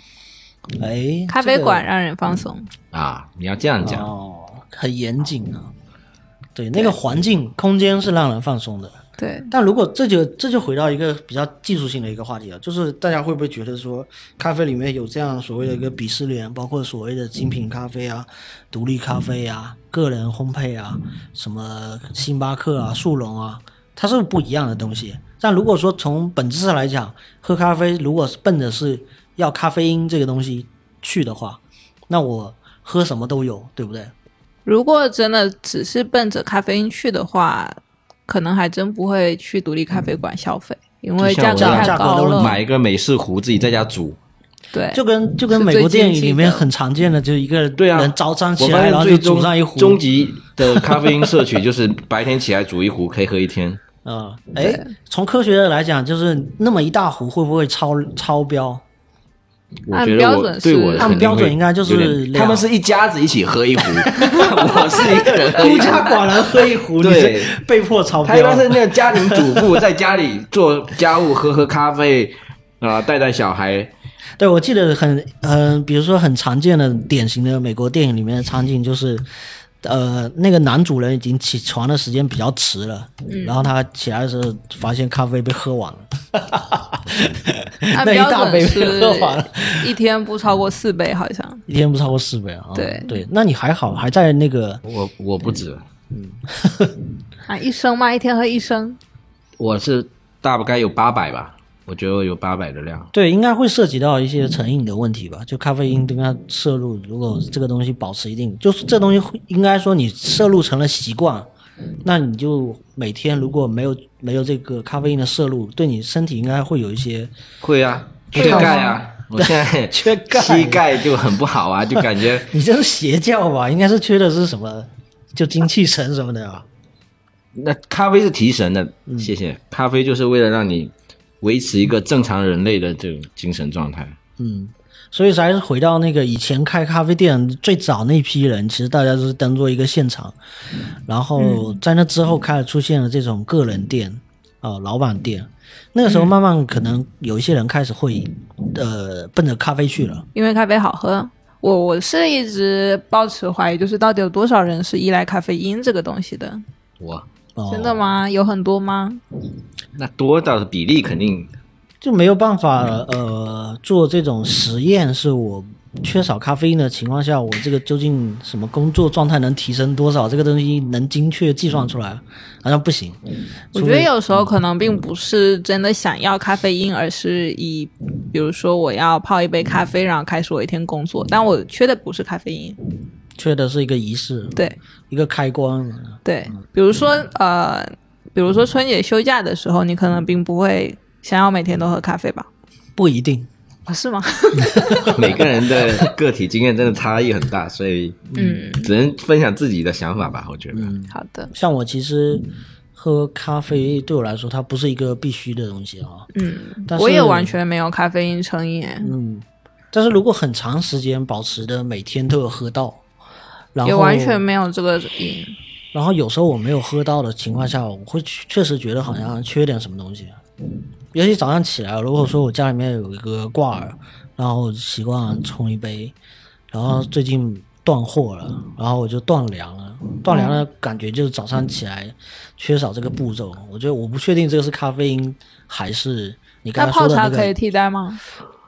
[SPEAKER 2] 哎，
[SPEAKER 1] 咖啡馆让人放松。
[SPEAKER 4] 啊，你要这样
[SPEAKER 2] 这个
[SPEAKER 4] 讲，
[SPEAKER 2] 哦，很严谨啊。对，那个环境空间是让人放松的，
[SPEAKER 1] 对，
[SPEAKER 2] 但如果这嗯就这就回到一个比较技术性的一个话题了，啊就是大家会不会觉得说，咖啡里面有这样所谓的一个鄙视链，包括所谓的精品咖啡啊、独立咖啡啊、个人烘焙啊、什么星巴克啊、速溶啊，它是不一样的东西。但如果说从本质上来讲，喝咖啡如果是奔着是要咖啡因这个东西去的话，那我喝什么都有，对不对？
[SPEAKER 1] 如果真的只是奔着咖啡因去的话，可能还真不会去独立咖啡馆消费，
[SPEAKER 2] 嗯
[SPEAKER 1] 因为
[SPEAKER 4] 就像
[SPEAKER 1] 价
[SPEAKER 4] 我
[SPEAKER 1] 格太
[SPEAKER 2] 价格
[SPEAKER 1] 高
[SPEAKER 2] 都
[SPEAKER 1] 了。
[SPEAKER 4] 买一个美式壶自己在家煮，
[SPEAKER 1] 对，
[SPEAKER 2] 就
[SPEAKER 4] 嗯
[SPEAKER 2] 跟就跟
[SPEAKER 1] 是
[SPEAKER 2] 美
[SPEAKER 1] 最
[SPEAKER 2] 国电
[SPEAKER 1] 经
[SPEAKER 2] 影
[SPEAKER 1] 济
[SPEAKER 2] 里面
[SPEAKER 1] 的
[SPEAKER 2] 很常见的，就是一个
[SPEAKER 4] 对啊，
[SPEAKER 2] 人招商
[SPEAKER 4] 我
[SPEAKER 2] 起
[SPEAKER 4] 发
[SPEAKER 2] 来，
[SPEAKER 4] 现
[SPEAKER 2] 然后
[SPEAKER 4] 最
[SPEAKER 2] 就煮
[SPEAKER 4] 终
[SPEAKER 2] 上一壶。
[SPEAKER 4] 终极的咖啡因摄取就是白天起来煮一壶，可以喝一天。
[SPEAKER 2] 啊，哎、从科学的来讲，就是那么一大壶会不会超超标？
[SPEAKER 6] 我
[SPEAKER 1] 按
[SPEAKER 6] 觉得
[SPEAKER 1] 标
[SPEAKER 6] 我
[SPEAKER 1] 准
[SPEAKER 6] 对
[SPEAKER 1] 是
[SPEAKER 6] 我的
[SPEAKER 1] 按
[SPEAKER 6] 肯定
[SPEAKER 2] 标
[SPEAKER 6] 会
[SPEAKER 2] 准应该就是
[SPEAKER 6] 有点
[SPEAKER 2] 两
[SPEAKER 4] 他们是一家子一起喝 一壶，我是一个人喝一
[SPEAKER 2] 孤
[SPEAKER 4] 壶
[SPEAKER 2] 家寡人喝一壶，你
[SPEAKER 4] 呃对
[SPEAKER 2] 是被迫超
[SPEAKER 4] 他一
[SPEAKER 2] 标
[SPEAKER 4] 般。是那个家庭主妇，在家里做家务，喝喝咖啡，啊、带带小孩。
[SPEAKER 2] 对，我记得很嗯、比如说很常见的典型的美国电影里面的场景就是，呃，那个男主人已经起床的时间比较迟了，
[SPEAKER 1] 嗯
[SPEAKER 2] 然后他起来的时候发现咖啡被喝完了，
[SPEAKER 1] 按
[SPEAKER 2] 那一
[SPEAKER 1] 啊标
[SPEAKER 2] 大杯
[SPEAKER 1] 准
[SPEAKER 2] 被
[SPEAKER 1] 是
[SPEAKER 2] 喝完了，
[SPEAKER 1] 一天不超过四杯，好像。
[SPEAKER 2] 一天不超过四杯啊。
[SPEAKER 1] 对
[SPEAKER 2] 对，那你还好，还在那个
[SPEAKER 4] 我我不止，
[SPEAKER 1] 啊，一升嘛，一天喝一升，
[SPEAKER 4] 我是大概有八百吧，我觉得我有八百的量。
[SPEAKER 2] 对，应该会涉及到一些成瘾的问题吧？就咖啡因跟它摄入，如果这个东西保持一定，就是这东西会应该说你摄入成了习惯，那你就每天如果没有没有这个咖啡因的摄入，对你身体应该会有一些
[SPEAKER 4] 会啊，缺钙啊，我现在
[SPEAKER 2] 缺钙
[SPEAKER 4] 膝盖就很不好啊，就感 觉
[SPEAKER 2] 你这是邪教吧？应该是缺的是什么？就精气神什么的啊？
[SPEAKER 4] 那咖啡是提神的，
[SPEAKER 2] 嗯
[SPEAKER 4] 谢谢。咖啡就是为了让你维持一个正常人类的这种精神状态。
[SPEAKER 2] 嗯，所以还是回到那个以前开咖啡店最早那批人，其实大家都是当做一个现场，然后呃在那之后开始出现了这种个人店啊、老板店。那个时候慢慢可能有一些人开始会，呃，奔着咖啡去了。
[SPEAKER 1] 因为咖啡好喝。我我是一直抱持怀疑，就是到底有多少人是依赖咖啡因这个东西的？
[SPEAKER 4] 哇，
[SPEAKER 2] 哦、
[SPEAKER 1] 真的？吗？有很多吗？
[SPEAKER 4] 那多到的比例肯定
[SPEAKER 2] 就没有办法呃做这种实验，是我缺少咖啡因的情况下，我这个究竟什么工作状态能提升多少？这个东西能精确计算出来，好像不行。
[SPEAKER 1] 我
[SPEAKER 2] 除
[SPEAKER 1] 觉
[SPEAKER 2] 非
[SPEAKER 1] 得有时候可能并不是真的想要咖啡因，而是以比如说我要泡一杯咖啡，然后开始我一天工作，但我缺的不是咖啡因。
[SPEAKER 2] 缺的是一个仪式，
[SPEAKER 1] 对
[SPEAKER 2] 一个开关。
[SPEAKER 1] 对，
[SPEAKER 2] 嗯
[SPEAKER 1] 比如说呃，比如说春节休假的时候，你可能并不会想要每天都喝咖啡吧？
[SPEAKER 2] 不一定，
[SPEAKER 1] 啊，是吗？
[SPEAKER 4] 每个人的个体经验真的差异很大，所以
[SPEAKER 1] 嗯，
[SPEAKER 4] 只能分享自己的想法吧。我觉得，
[SPEAKER 1] 好的，
[SPEAKER 2] 像我其实喝咖啡对我来说，它不是一个必须的东西啊。
[SPEAKER 1] 嗯，
[SPEAKER 2] 但是
[SPEAKER 1] 我也完全没有咖啡因成瘾。
[SPEAKER 2] 嗯，但是如果很长时间保持的，每天都有喝到，然后
[SPEAKER 1] 也完全没有这个嗯瘾。
[SPEAKER 2] 然后有时候我没有喝到的情况下，我会确确实觉得好像缺点什么东西。尤其早上起来，如果说我家里面有一个挂耳，然后习惯冲一杯，然后最近断货了，然后我就断粮了。断粮的感觉就是早上起来缺少这个步骤。我觉得我不确定这个是咖啡因还是你刚
[SPEAKER 1] 那
[SPEAKER 2] 才
[SPEAKER 1] 泡
[SPEAKER 2] 说的
[SPEAKER 1] 茶
[SPEAKER 2] 那
[SPEAKER 1] 可以
[SPEAKER 2] 个
[SPEAKER 1] 替代吗？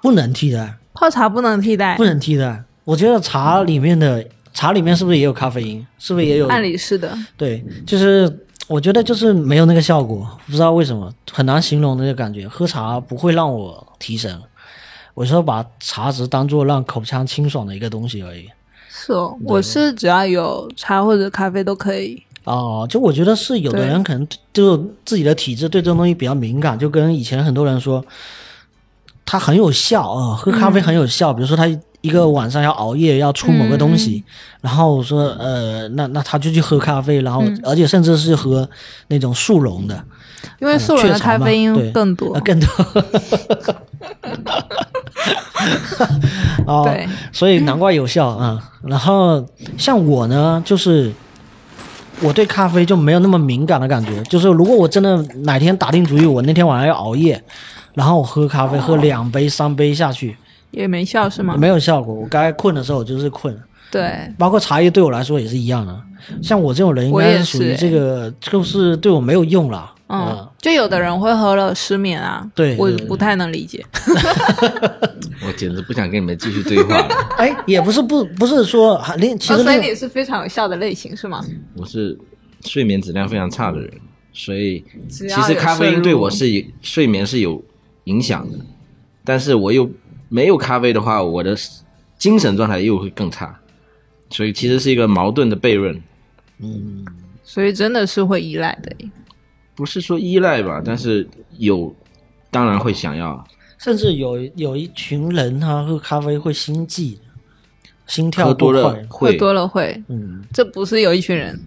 [SPEAKER 2] 不能替代，
[SPEAKER 1] 泡茶不能替代
[SPEAKER 2] 不，能替代。我觉得茶里面的茶里面是不是也有咖啡因？是不是也有？
[SPEAKER 1] 按理是的。
[SPEAKER 2] 对，就是我觉得就是没有那个效果，不知道为什么，很难形容那个感觉。喝茶不会让我提神，我说把茶只当做让口腔清爽的一个东西而已。
[SPEAKER 1] 是哦，我是只要有茶或者咖啡都可以。
[SPEAKER 2] 哦，就我觉得是有的
[SPEAKER 1] 对
[SPEAKER 2] 人可能就自己的体质对这种东西比较敏感，就跟以前很多人说，他很有效啊、喝咖啡很有效。比如说他一个晚上要熬夜要出某个东西，然后说呃，那那他就去喝咖啡，然后、而且甚至是喝那种速溶的，
[SPEAKER 1] 因为素人的
[SPEAKER 2] 雀巢
[SPEAKER 1] 咖
[SPEAKER 2] 嗯嘛
[SPEAKER 1] 啡因
[SPEAKER 2] 对
[SPEAKER 1] 更多
[SPEAKER 2] 呃，更多。哦，
[SPEAKER 1] 对，
[SPEAKER 2] 所以难怪有效啊、然后像我呢，就是我对咖啡就没有那么敏感的感觉，就是如果我真的哪天打定主意，我那天晚上要熬夜，然后我喝咖啡喝两杯三杯下去
[SPEAKER 1] 也没效是吗？
[SPEAKER 2] 没有效果，我该困的时候我就是困，
[SPEAKER 1] 对，
[SPEAKER 2] 包括茶叶对我来说也是一样的。像我这种人应
[SPEAKER 1] 我
[SPEAKER 2] 该
[SPEAKER 1] 也
[SPEAKER 2] 是属
[SPEAKER 1] 是
[SPEAKER 2] 于这个，就是对我没有用了。
[SPEAKER 1] 嗯，就有的人会喝了失眠啊，
[SPEAKER 2] 啊对
[SPEAKER 1] 我
[SPEAKER 2] 对对
[SPEAKER 1] 不太能理解。
[SPEAKER 4] 我简直不想跟你们继续对话了。
[SPEAKER 2] 哎，也不是不不是说，还另其
[SPEAKER 1] 哦，
[SPEAKER 2] 实
[SPEAKER 1] 所
[SPEAKER 2] 那
[SPEAKER 1] 以
[SPEAKER 2] 个
[SPEAKER 1] 你是非常有效的类型是吗？
[SPEAKER 4] 我是睡眠质量非常差的人，所以
[SPEAKER 1] 只
[SPEAKER 4] 其
[SPEAKER 1] 要有
[SPEAKER 4] 实咖啡
[SPEAKER 1] 摄入
[SPEAKER 4] 因对我是有睡眠是有影响的，但是我又没有咖啡的话，我的精神状态又会更差，所以其实是一个矛盾的悖论，
[SPEAKER 1] 所以真的是会依赖的。
[SPEAKER 4] 不是说依赖吧，但是有当然会想要
[SPEAKER 2] 甚至有有一群人他喝咖啡会心悸，心跳
[SPEAKER 4] 喝多
[SPEAKER 2] 过
[SPEAKER 4] 了
[SPEAKER 2] 快
[SPEAKER 1] 喝
[SPEAKER 4] 会
[SPEAKER 1] 多了会，
[SPEAKER 2] 嗯，
[SPEAKER 1] 这不是有一群人，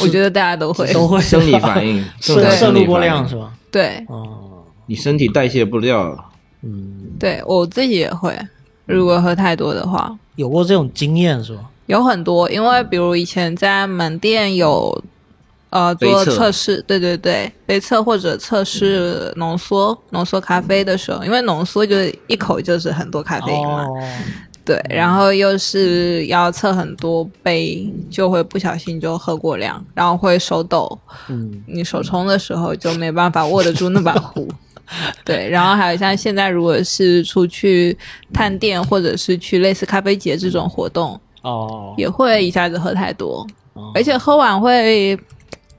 [SPEAKER 1] 我觉得大家都会。
[SPEAKER 2] 都 会
[SPEAKER 4] 生理 反应，正
[SPEAKER 2] 摄
[SPEAKER 4] 常
[SPEAKER 2] 摄
[SPEAKER 4] 生
[SPEAKER 2] 入
[SPEAKER 4] 理
[SPEAKER 2] 过
[SPEAKER 4] 反
[SPEAKER 2] 量是
[SPEAKER 4] 应，
[SPEAKER 2] 吧？
[SPEAKER 1] 对
[SPEAKER 2] 哦，
[SPEAKER 4] 你身体代谢不掉，
[SPEAKER 2] 嗯，
[SPEAKER 4] 嗯
[SPEAKER 1] 对，我自己也会。如果喝太多的话，
[SPEAKER 2] 有过这种经验是吧？
[SPEAKER 1] 有很多，因为比如以前在门店有，呃，
[SPEAKER 4] 杯
[SPEAKER 1] 做
[SPEAKER 4] 测
[SPEAKER 1] 测试，对对对，杯测或者测试
[SPEAKER 4] 嗯
[SPEAKER 1] 浓缩浓缩咖啡的时候，因为浓缩就是一口就是很多咖啡因嘛，
[SPEAKER 2] 哦，
[SPEAKER 1] 对，
[SPEAKER 4] 嗯
[SPEAKER 1] 然后又是要测很多杯，就会不小心就喝过量，然后会手抖，
[SPEAKER 2] 嗯，
[SPEAKER 1] 你手冲的时候就没办法握得住那把壶。 对，然后还有像现在，如果是出去探店，或者是去类似咖啡节这种活动，
[SPEAKER 2] 哦，
[SPEAKER 1] 也会一下子喝太多，
[SPEAKER 2] 哦
[SPEAKER 1] 而且喝完会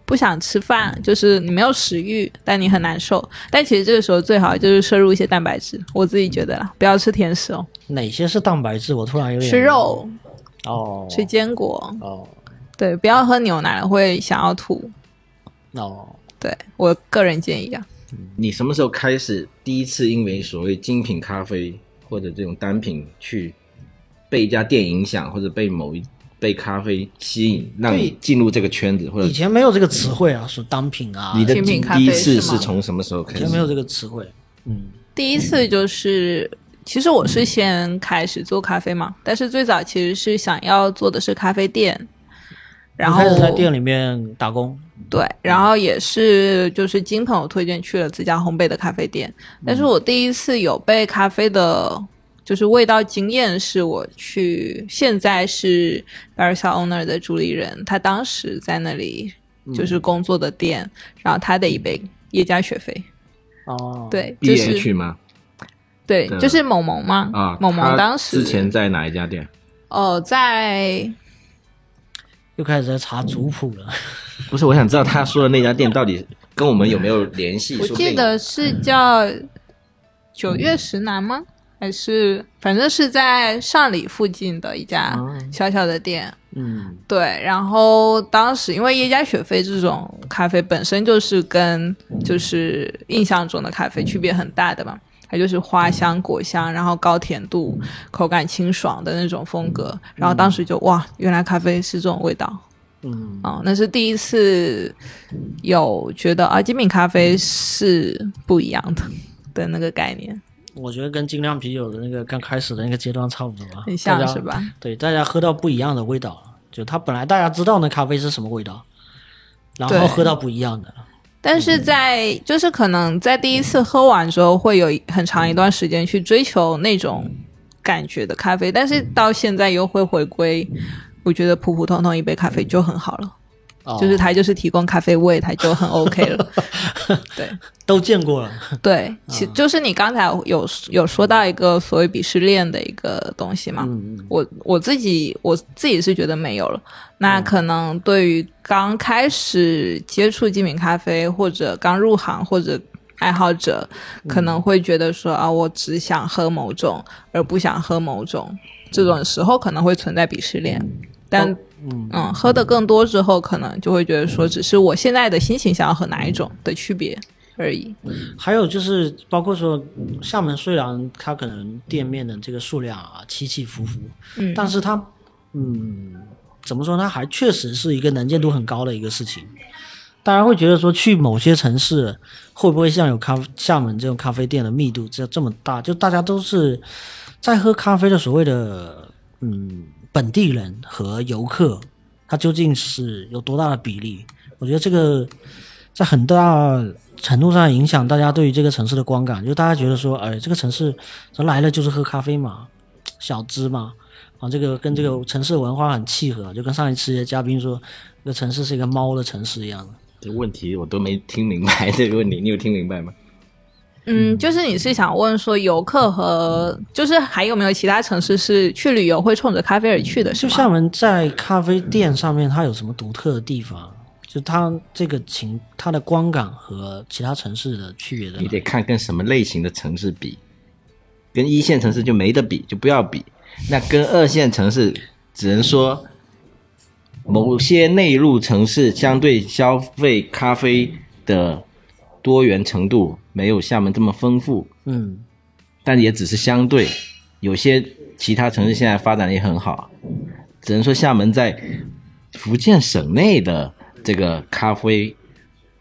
[SPEAKER 1] 不想吃饭，就是你没有食欲，但你很难受。但其实这个时候最好就是摄入一些蛋白质，我自己觉得啦，不要吃甜食哦，
[SPEAKER 2] 哪些是蛋白质？我突然有点
[SPEAKER 1] 吃肉、
[SPEAKER 2] 哦，
[SPEAKER 1] 吃坚果，
[SPEAKER 2] 哦
[SPEAKER 1] 对，不要喝牛奶会想要吐。
[SPEAKER 2] 哦，
[SPEAKER 1] 对我个人建议啊，
[SPEAKER 4] 你什么时候开始第一次因为所谓精品咖啡或者这种单品去被一家店影响，或者被某一被咖啡吸引，让你进入这个圈子，或
[SPEAKER 2] 以
[SPEAKER 4] 者
[SPEAKER 2] 前没有这个词汇啊，说单品啊，
[SPEAKER 4] 你的
[SPEAKER 1] 精品咖啡
[SPEAKER 4] 第一次
[SPEAKER 1] 是吗
[SPEAKER 4] 是从什么时候
[SPEAKER 2] 以
[SPEAKER 4] 开
[SPEAKER 2] 前没有
[SPEAKER 4] 始？
[SPEAKER 2] 这个词汇，嗯，
[SPEAKER 1] 第一次就是，其实我是先开始做咖啡嘛，但是最早其实是想要做的是咖啡店，然后
[SPEAKER 2] 一开始在店里面打工，
[SPEAKER 1] 对，然后也是就是经朋友推荐去了自家烘焙的咖啡店，
[SPEAKER 2] 嗯
[SPEAKER 1] 但是我第一次有被咖啡的，就是味道惊艳，是我去现在是 b a r i s a owner 的主理人，他当时在那里
[SPEAKER 2] 嗯
[SPEAKER 1] 就是工作的店，然后他的一杯夜加雪菲，
[SPEAKER 2] 哦，，
[SPEAKER 1] 对，
[SPEAKER 4] 毕
[SPEAKER 1] 就
[SPEAKER 4] 业
[SPEAKER 1] 是
[SPEAKER 4] 去吗？
[SPEAKER 1] 对，
[SPEAKER 4] 的
[SPEAKER 1] 就是萌萌嘛，
[SPEAKER 4] 啊，
[SPEAKER 1] 萌萌
[SPEAKER 4] 他
[SPEAKER 1] 当时
[SPEAKER 4] 之前在哪一家店？
[SPEAKER 1] 哦在
[SPEAKER 2] 又开始在查族谱了，
[SPEAKER 4] 不是，我想知道他说的那家店到底跟我们有没有联 系？
[SPEAKER 1] 我
[SPEAKER 4] 说不定啊嗯
[SPEAKER 1] 记得是叫九月石南吗？还是反正是在上里附近的一家
[SPEAKER 4] 哦
[SPEAKER 1] 小小的店。
[SPEAKER 2] 嗯，
[SPEAKER 1] 对，然后当时因为耶加雪菲这种咖啡本身就是跟
[SPEAKER 4] 嗯
[SPEAKER 1] 就是印象中的咖啡区别很大的嘛，它就是花
[SPEAKER 4] 嗯
[SPEAKER 1] 香、果香，然后高甜度、口感清爽的那种风
[SPEAKER 4] 嗯
[SPEAKER 1] 格。然后当时就哇，原来咖啡是这种味道。
[SPEAKER 2] 嗯，
[SPEAKER 1] 哦，那是第一次有觉得啊，精品咖啡
[SPEAKER 2] 嗯
[SPEAKER 1] 是不一样的的那个概念，
[SPEAKER 2] 我觉得跟精酿啤酒的那个刚开始的那个阶段差不多啊，
[SPEAKER 1] 很像
[SPEAKER 2] 大家
[SPEAKER 1] 是？吧？
[SPEAKER 2] 对，大家喝到不一样的味道了，就他本来大家知道那咖啡是什么味道，然后
[SPEAKER 1] 对
[SPEAKER 2] 喝到不一样的，
[SPEAKER 1] 但是在就是可能在第一次喝完之后，会有很长一段时间去追求那种感觉的咖啡，但是
[SPEAKER 2] 嗯
[SPEAKER 1] 到现在又会回归，我觉得普普通通一杯咖啡就很好了，
[SPEAKER 2] 哦、
[SPEAKER 1] 就是它就是提供咖啡味，它就很 OK 了。对，
[SPEAKER 2] 都见过了，
[SPEAKER 1] 对，其就是你刚才有有说到一个所谓鄙视链的一个东西嘛，我我自己我自己是觉得没有了。那可能对于刚开始接触精品咖啡或者刚入行或者爱好者，可能会觉得说啊，我只想喝某种而不想喝某种，这种时候可能会存在鄙视链，但。嗯，喝的更多之后，可能就会觉得说，只是我现在的心情想要喝哪一种的区别而已。
[SPEAKER 2] 还有就是，包括说厦门虽然它可能店面的这个数量啊起起伏伏，
[SPEAKER 1] 嗯
[SPEAKER 2] 但是它嗯怎么说呢，它还确实是一个能见度很高的一个事情。大家会觉得说去某些城市会不会像有咖厦门这种咖啡店的密度这这么大？就大家都是在喝咖啡的所谓的嗯本地人和游客，它究竟是有多大的比例？我觉得这个在很大程度上影响大家对于这个城市的观感，就大家觉得说，哎，这个城市人来了就是喝咖啡嘛，小资嘛，啊，这个跟这个城市文化很契合，就跟上一期的嘉宾说，这个城市是一个猫的城市一样的。
[SPEAKER 4] 这问题我都没听明白， 这个问题你有听明白吗？
[SPEAKER 1] 嗯，就是你是想问说游客和就是还有没有其他城市是去旅游会冲着咖啡而去的，是
[SPEAKER 2] 就
[SPEAKER 1] 吗？
[SPEAKER 2] 厦门在咖啡店上面，它有什么独特的地方？就它这个情，它的观感和其他城市的区别的
[SPEAKER 4] 你得看跟什么类型的城市比，跟一线城市就没得比，就不要比。那跟二线城市，只能说某些内陆城市相对消费咖啡的多元程度没有厦门这么丰富，
[SPEAKER 2] 嗯，
[SPEAKER 4] 但也只是相对。有些其他城市现在发展得也很好，只能说厦门在福建省内的这个咖啡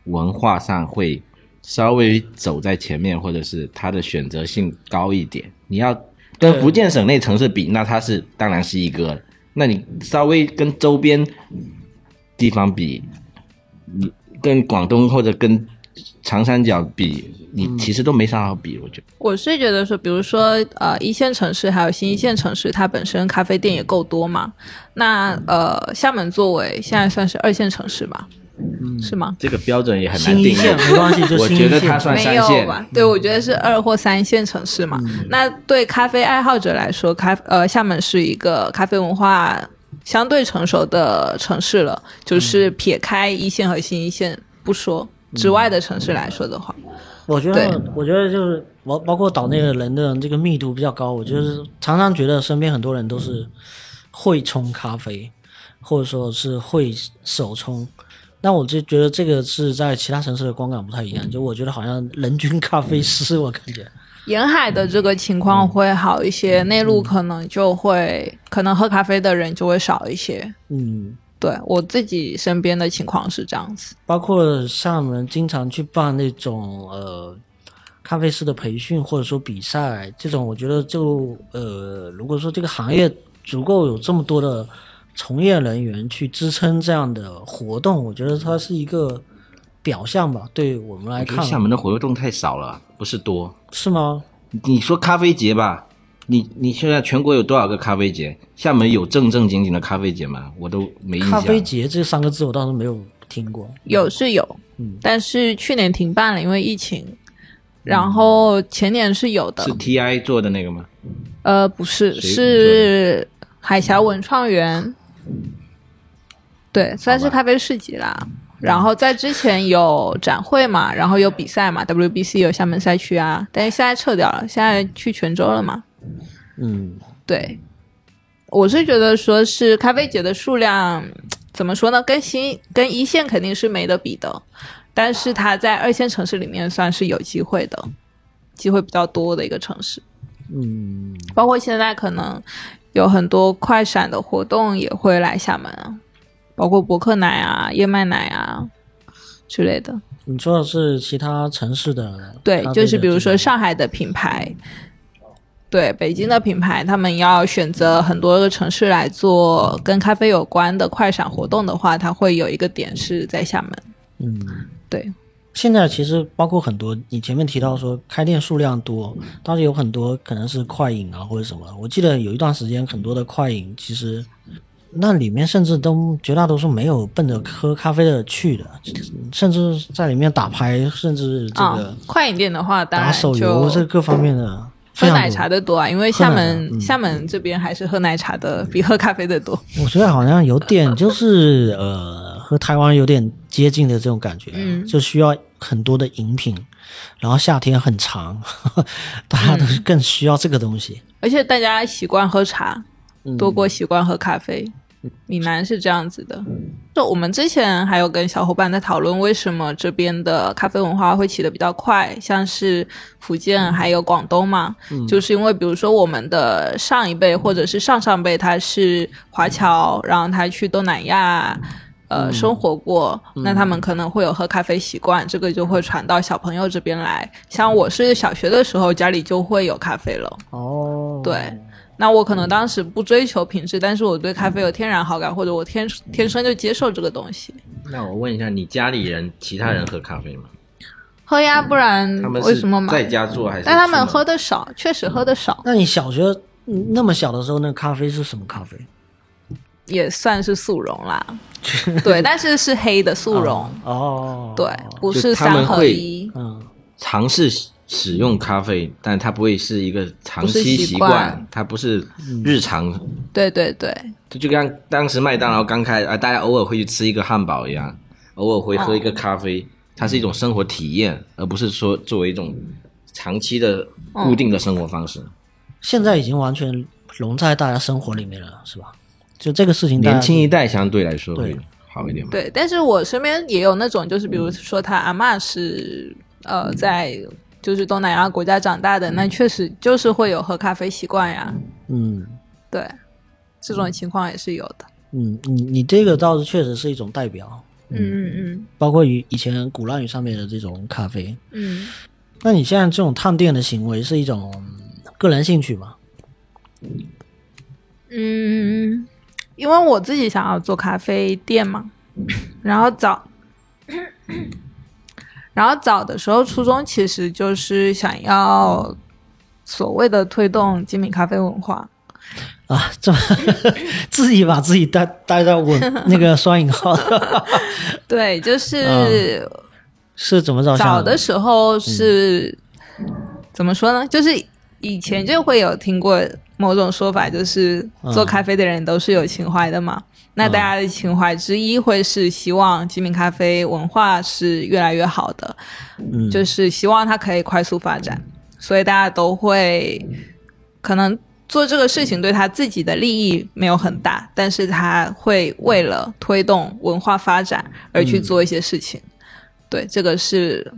[SPEAKER 4] 文化上会稍微走在前面，或者是它的选择性高一点。你要跟福建省内城市比，那它是当然是一个了。那你稍微跟周边地方比，你跟广东或者跟长三角比，你其实都没啥好比，我觉得。
[SPEAKER 1] 我是觉得说，比如说呃，一线城市还有新一线城市，它本身咖啡店也够多嘛。那呃，厦门作为现在算是二线城市吧，是吗？
[SPEAKER 4] 这个标准也很难
[SPEAKER 2] 新
[SPEAKER 4] 定
[SPEAKER 2] 一
[SPEAKER 4] 义。
[SPEAKER 2] 线没关系，就
[SPEAKER 4] 我
[SPEAKER 2] 新
[SPEAKER 4] 觉
[SPEAKER 2] 一
[SPEAKER 4] 得
[SPEAKER 2] 线
[SPEAKER 4] 它。算
[SPEAKER 1] 没
[SPEAKER 4] 三
[SPEAKER 1] 有
[SPEAKER 4] 线，嗯
[SPEAKER 1] 吧？对，我觉得是二或三线城市嘛。那对咖啡爱好者来说，咖呃，厦门是一个咖啡文化相对成熟的城市了，
[SPEAKER 4] 嗯
[SPEAKER 1] 就是撇开一线和新一线不说之外的城市来说的话，
[SPEAKER 4] 嗯
[SPEAKER 1] 嗯
[SPEAKER 2] 我觉
[SPEAKER 1] 对
[SPEAKER 2] 得，我觉得就是包包括岛内的人的这个密度比较高，我就是常常觉得身边很多人都是会冲咖啡，或者说是会手冲。但我就觉得这个是在其他城市的观感不太一样，就我觉得好像人均咖啡师，我感觉
[SPEAKER 1] 沿海的这个情
[SPEAKER 4] 嗯
[SPEAKER 1] 况会好一些，内陆可能就会可能喝咖啡的人就会少一些。
[SPEAKER 2] 嗯，
[SPEAKER 1] 对我自己身边的情况是这样子。
[SPEAKER 2] 包括厦门经常去办那种呃咖啡师的培训或者说比赛这种，我觉得就呃，如果说这个行业足够有这么多的从业人员去支撑这样的活动，我觉得它是一个表象吧，对我们来
[SPEAKER 4] 我觉得
[SPEAKER 2] 看
[SPEAKER 4] 厦门的活动太少了，不是多。
[SPEAKER 2] 是吗？
[SPEAKER 4] 你说咖啡节吧，你你现在全国有多少个咖啡节？厦门有正正经经的咖啡节吗？我都没印
[SPEAKER 2] 咖
[SPEAKER 4] 象。
[SPEAKER 2] 啡节这三个字我倒是没有听过，
[SPEAKER 1] 有是有，但是去年停办了，因为疫情。然后前年是有的
[SPEAKER 4] 是，TI 做的那个吗？
[SPEAKER 1] 呃，不是，
[SPEAKER 4] 谁
[SPEAKER 1] 是海峡文创园，对，算是咖啡市集啦。然后在之前有展会嘛，然后有比赛嘛，WBC 有厦门赛区啊，但是现在撤掉了，现在去泉州了嘛。
[SPEAKER 2] 嗯，
[SPEAKER 1] 对，我是觉得说是咖啡节的数量，怎么说呢？跟新跟一线肯定是没得比的，但是它在二线城市里面算是有机会的，机会比较多的一个城市。嗯，包括现在可能有很多快闪的活动也会来厦门啊，包括博客奶啊、燕麦奶啊之类的。
[SPEAKER 2] 你说的是其他城市的
[SPEAKER 1] 对
[SPEAKER 2] 咖，啡
[SPEAKER 1] 就是
[SPEAKER 2] 的
[SPEAKER 1] 比如
[SPEAKER 2] 这
[SPEAKER 1] 说
[SPEAKER 2] 种
[SPEAKER 1] 上海的品牌，对北京的品牌，他们要选择很多个城市来做跟咖啡有关的快闪活动的话，它会有一个点是在厦门。
[SPEAKER 2] 嗯，
[SPEAKER 1] 对，
[SPEAKER 2] 现在其实包括很多，你前面提到说开店数量多，但是有很多可能是快饮啊或者什么。我记得有一段时间很多的快饮，其实那里面甚至都绝大多数没有奔着喝咖啡的去的，甚至在里面打牌，甚至这
[SPEAKER 1] 啊、
[SPEAKER 2] 个
[SPEAKER 1] 快饮店的话，当
[SPEAKER 2] 打
[SPEAKER 1] 然
[SPEAKER 2] 手游
[SPEAKER 1] 就
[SPEAKER 2] 这各方面的。
[SPEAKER 1] 喝
[SPEAKER 2] 非常
[SPEAKER 1] 奶茶
[SPEAKER 2] 多，
[SPEAKER 1] 的多啊，因为
[SPEAKER 2] 喝
[SPEAKER 1] 厦
[SPEAKER 2] 奶茶
[SPEAKER 1] 门、
[SPEAKER 2] 嗯
[SPEAKER 1] 厦门这边还是喝奶茶的比喝咖啡的多。
[SPEAKER 2] 我觉得好像有 点就是呃和台湾有点接近的这种感觉，
[SPEAKER 1] 嗯
[SPEAKER 2] 就需要很多的饮品，然后夏天很长， 大家都是更需要这个东西。
[SPEAKER 1] 而且大家习惯喝茶，多过习惯喝咖啡。闽南是这样子的，就我们之前还有跟小伙伴在讨论，为什么这边的咖啡文化会起得比较快，像是福建还有广东嘛，就是因为比如说我们的上一辈或者是上上辈他是华侨，然后他去东南亚。呃，生活过，那他们可能会有喝咖啡习惯，这个就会传到小朋友这边来。像我是小学的时候，家里就会有咖啡了，
[SPEAKER 2] 哦，
[SPEAKER 1] 对，那我可能当时不追求品质，但是我对咖啡有天然好感，或者我天天生就接受这个东西。
[SPEAKER 4] 那我问一下，你家里人其他人喝咖啡吗？
[SPEAKER 1] 喝呀，不然
[SPEAKER 4] 他们
[SPEAKER 1] 嗯为
[SPEAKER 4] 是
[SPEAKER 1] 什么买？
[SPEAKER 4] 在家做还是？
[SPEAKER 1] 但他们喝的少，确实喝的少，
[SPEAKER 2] 那你小学嗯那么小的时候，那咖啡是什么咖啡？
[SPEAKER 1] 也算是速溶 啦。对，但是是黑的速溶，
[SPEAKER 2] 哦，
[SPEAKER 1] 对，不
[SPEAKER 4] 就是他们
[SPEAKER 1] 三合
[SPEAKER 4] 会
[SPEAKER 1] 一。
[SPEAKER 2] 嗯，
[SPEAKER 4] 尝试使用咖啡，但它不会是一个长
[SPEAKER 1] 不是
[SPEAKER 4] 期
[SPEAKER 1] 习
[SPEAKER 4] 习
[SPEAKER 1] 惯
[SPEAKER 4] 惯，它不是日常。
[SPEAKER 1] 对对对，
[SPEAKER 4] 这就像当时麦当劳刚开啊，大家偶尔会去吃一个汉堡一样，偶尔会喝一个咖啡，它是一种生活体验，而不是说作为一种长期的固定的生活方式。
[SPEAKER 2] 现在已经完全融在大家生活里面了，是吧？就这个事情，
[SPEAKER 4] 年轻一代相对来说会
[SPEAKER 2] 对
[SPEAKER 4] 好一点吧。
[SPEAKER 1] 对，但是我身边也有那种，就是
[SPEAKER 4] 嗯
[SPEAKER 1] 比如说他阿嬷是呃在就是东南亚国家长大的，
[SPEAKER 4] 嗯
[SPEAKER 1] 那确实就是会有喝咖啡习惯呀。
[SPEAKER 2] 嗯
[SPEAKER 1] 对，这种情况也是有的。
[SPEAKER 2] 嗯，你你这个倒是确实是一种代表，
[SPEAKER 1] 嗯嗯
[SPEAKER 2] 包括于以前鼓浪屿上面的这种咖啡。
[SPEAKER 1] 嗯嗯，
[SPEAKER 2] 嗯那你现在这种探店的行为是一种个人兴趣吗？
[SPEAKER 1] 嗯，因为我自己想要做咖啡店嘛，然后早，然后早的时候，初衷其实就是想要所谓的推动精品咖啡文化。
[SPEAKER 2] 啊，这么 自己把自己带带到我那个双引号
[SPEAKER 1] 对，就是
[SPEAKER 2] 是怎么着想
[SPEAKER 1] 早的时候是、怎么说呢？就是以前就会有听过某种说法，就是做
[SPEAKER 2] 嗯
[SPEAKER 1] 咖啡的人都是有情怀的嘛。那大家的情怀之一会是希望精品咖啡文化是越来越好的，
[SPEAKER 2] 嗯
[SPEAKER 1] 就是希望它可以快速发展，所以大家都会可能做这个事情对他自己的利益没有很大，但是他会为了推动文化发展而
[SPEAKER 2] 嗯
[SPEAKER 1] 去做一些事情。对，这个是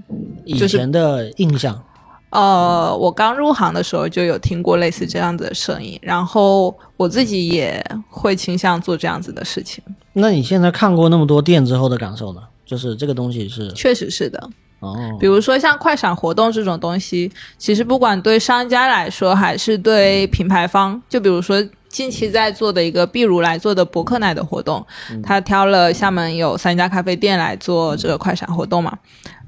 [SPEAKER 2] 以
[SPEAKER 1] 就是
[SPEAKER 2] 前的印象，
[SPEAKER 1] 呃，我刚入行的时候就有听过类似这样子的声音，然后我自己也会倾向做这样子的事情，
[SPEAKER 2] 那你现在看过那么多店之后的感受呢？就是这个东西是
[SPEAKER 1] 确实是的。
[SPEAKER 2] 哦，
[SPEAKER 1] 比如说像快闪活动这种东西，其实不管对商家来说，还是对品牌方，就比如说近期在做的一个壁如来做的博客奶的活动，他挑了厦门有三家咖啡店来做这个快闪活动嘛。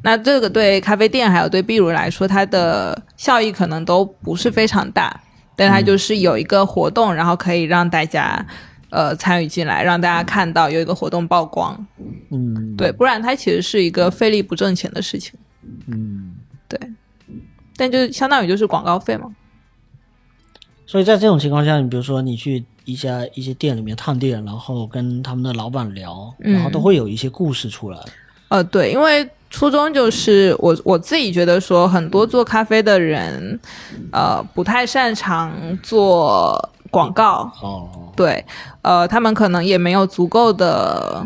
[SPEAKER 1] 那这个对咖啡店还有对壁如来说，它的效益可能都不是非常大，但它就是有一个活动，然后可以让大家呃参与进来，让大家看到有一个活动曝光，
[SPEAKER 2] 嗯，
[SPEAKER 1] 对，不然它其实是一个费力不挣钱的事情。
[SPEAKER 2] 嗯，
[SPEAKER 1] 对，但就相当于就是广告费嘛。
[SPEAKER 2] 所以在这种情况下，你比如说你去一家一些店里面探店，然后跟他们的老板聊，
[SPEAKER 1] 嗯
[SPEAKER 2] 然后都会有一些故事出来。
[SPEAKER 1] 呃，对，因为初衷就是我我自己觉得说，很多做咖啡的人，呃，不太擅长做广告，
[SPEAKER 2] 哦，
[SPEAKER 1] 对，呃，他们可能也没有足够的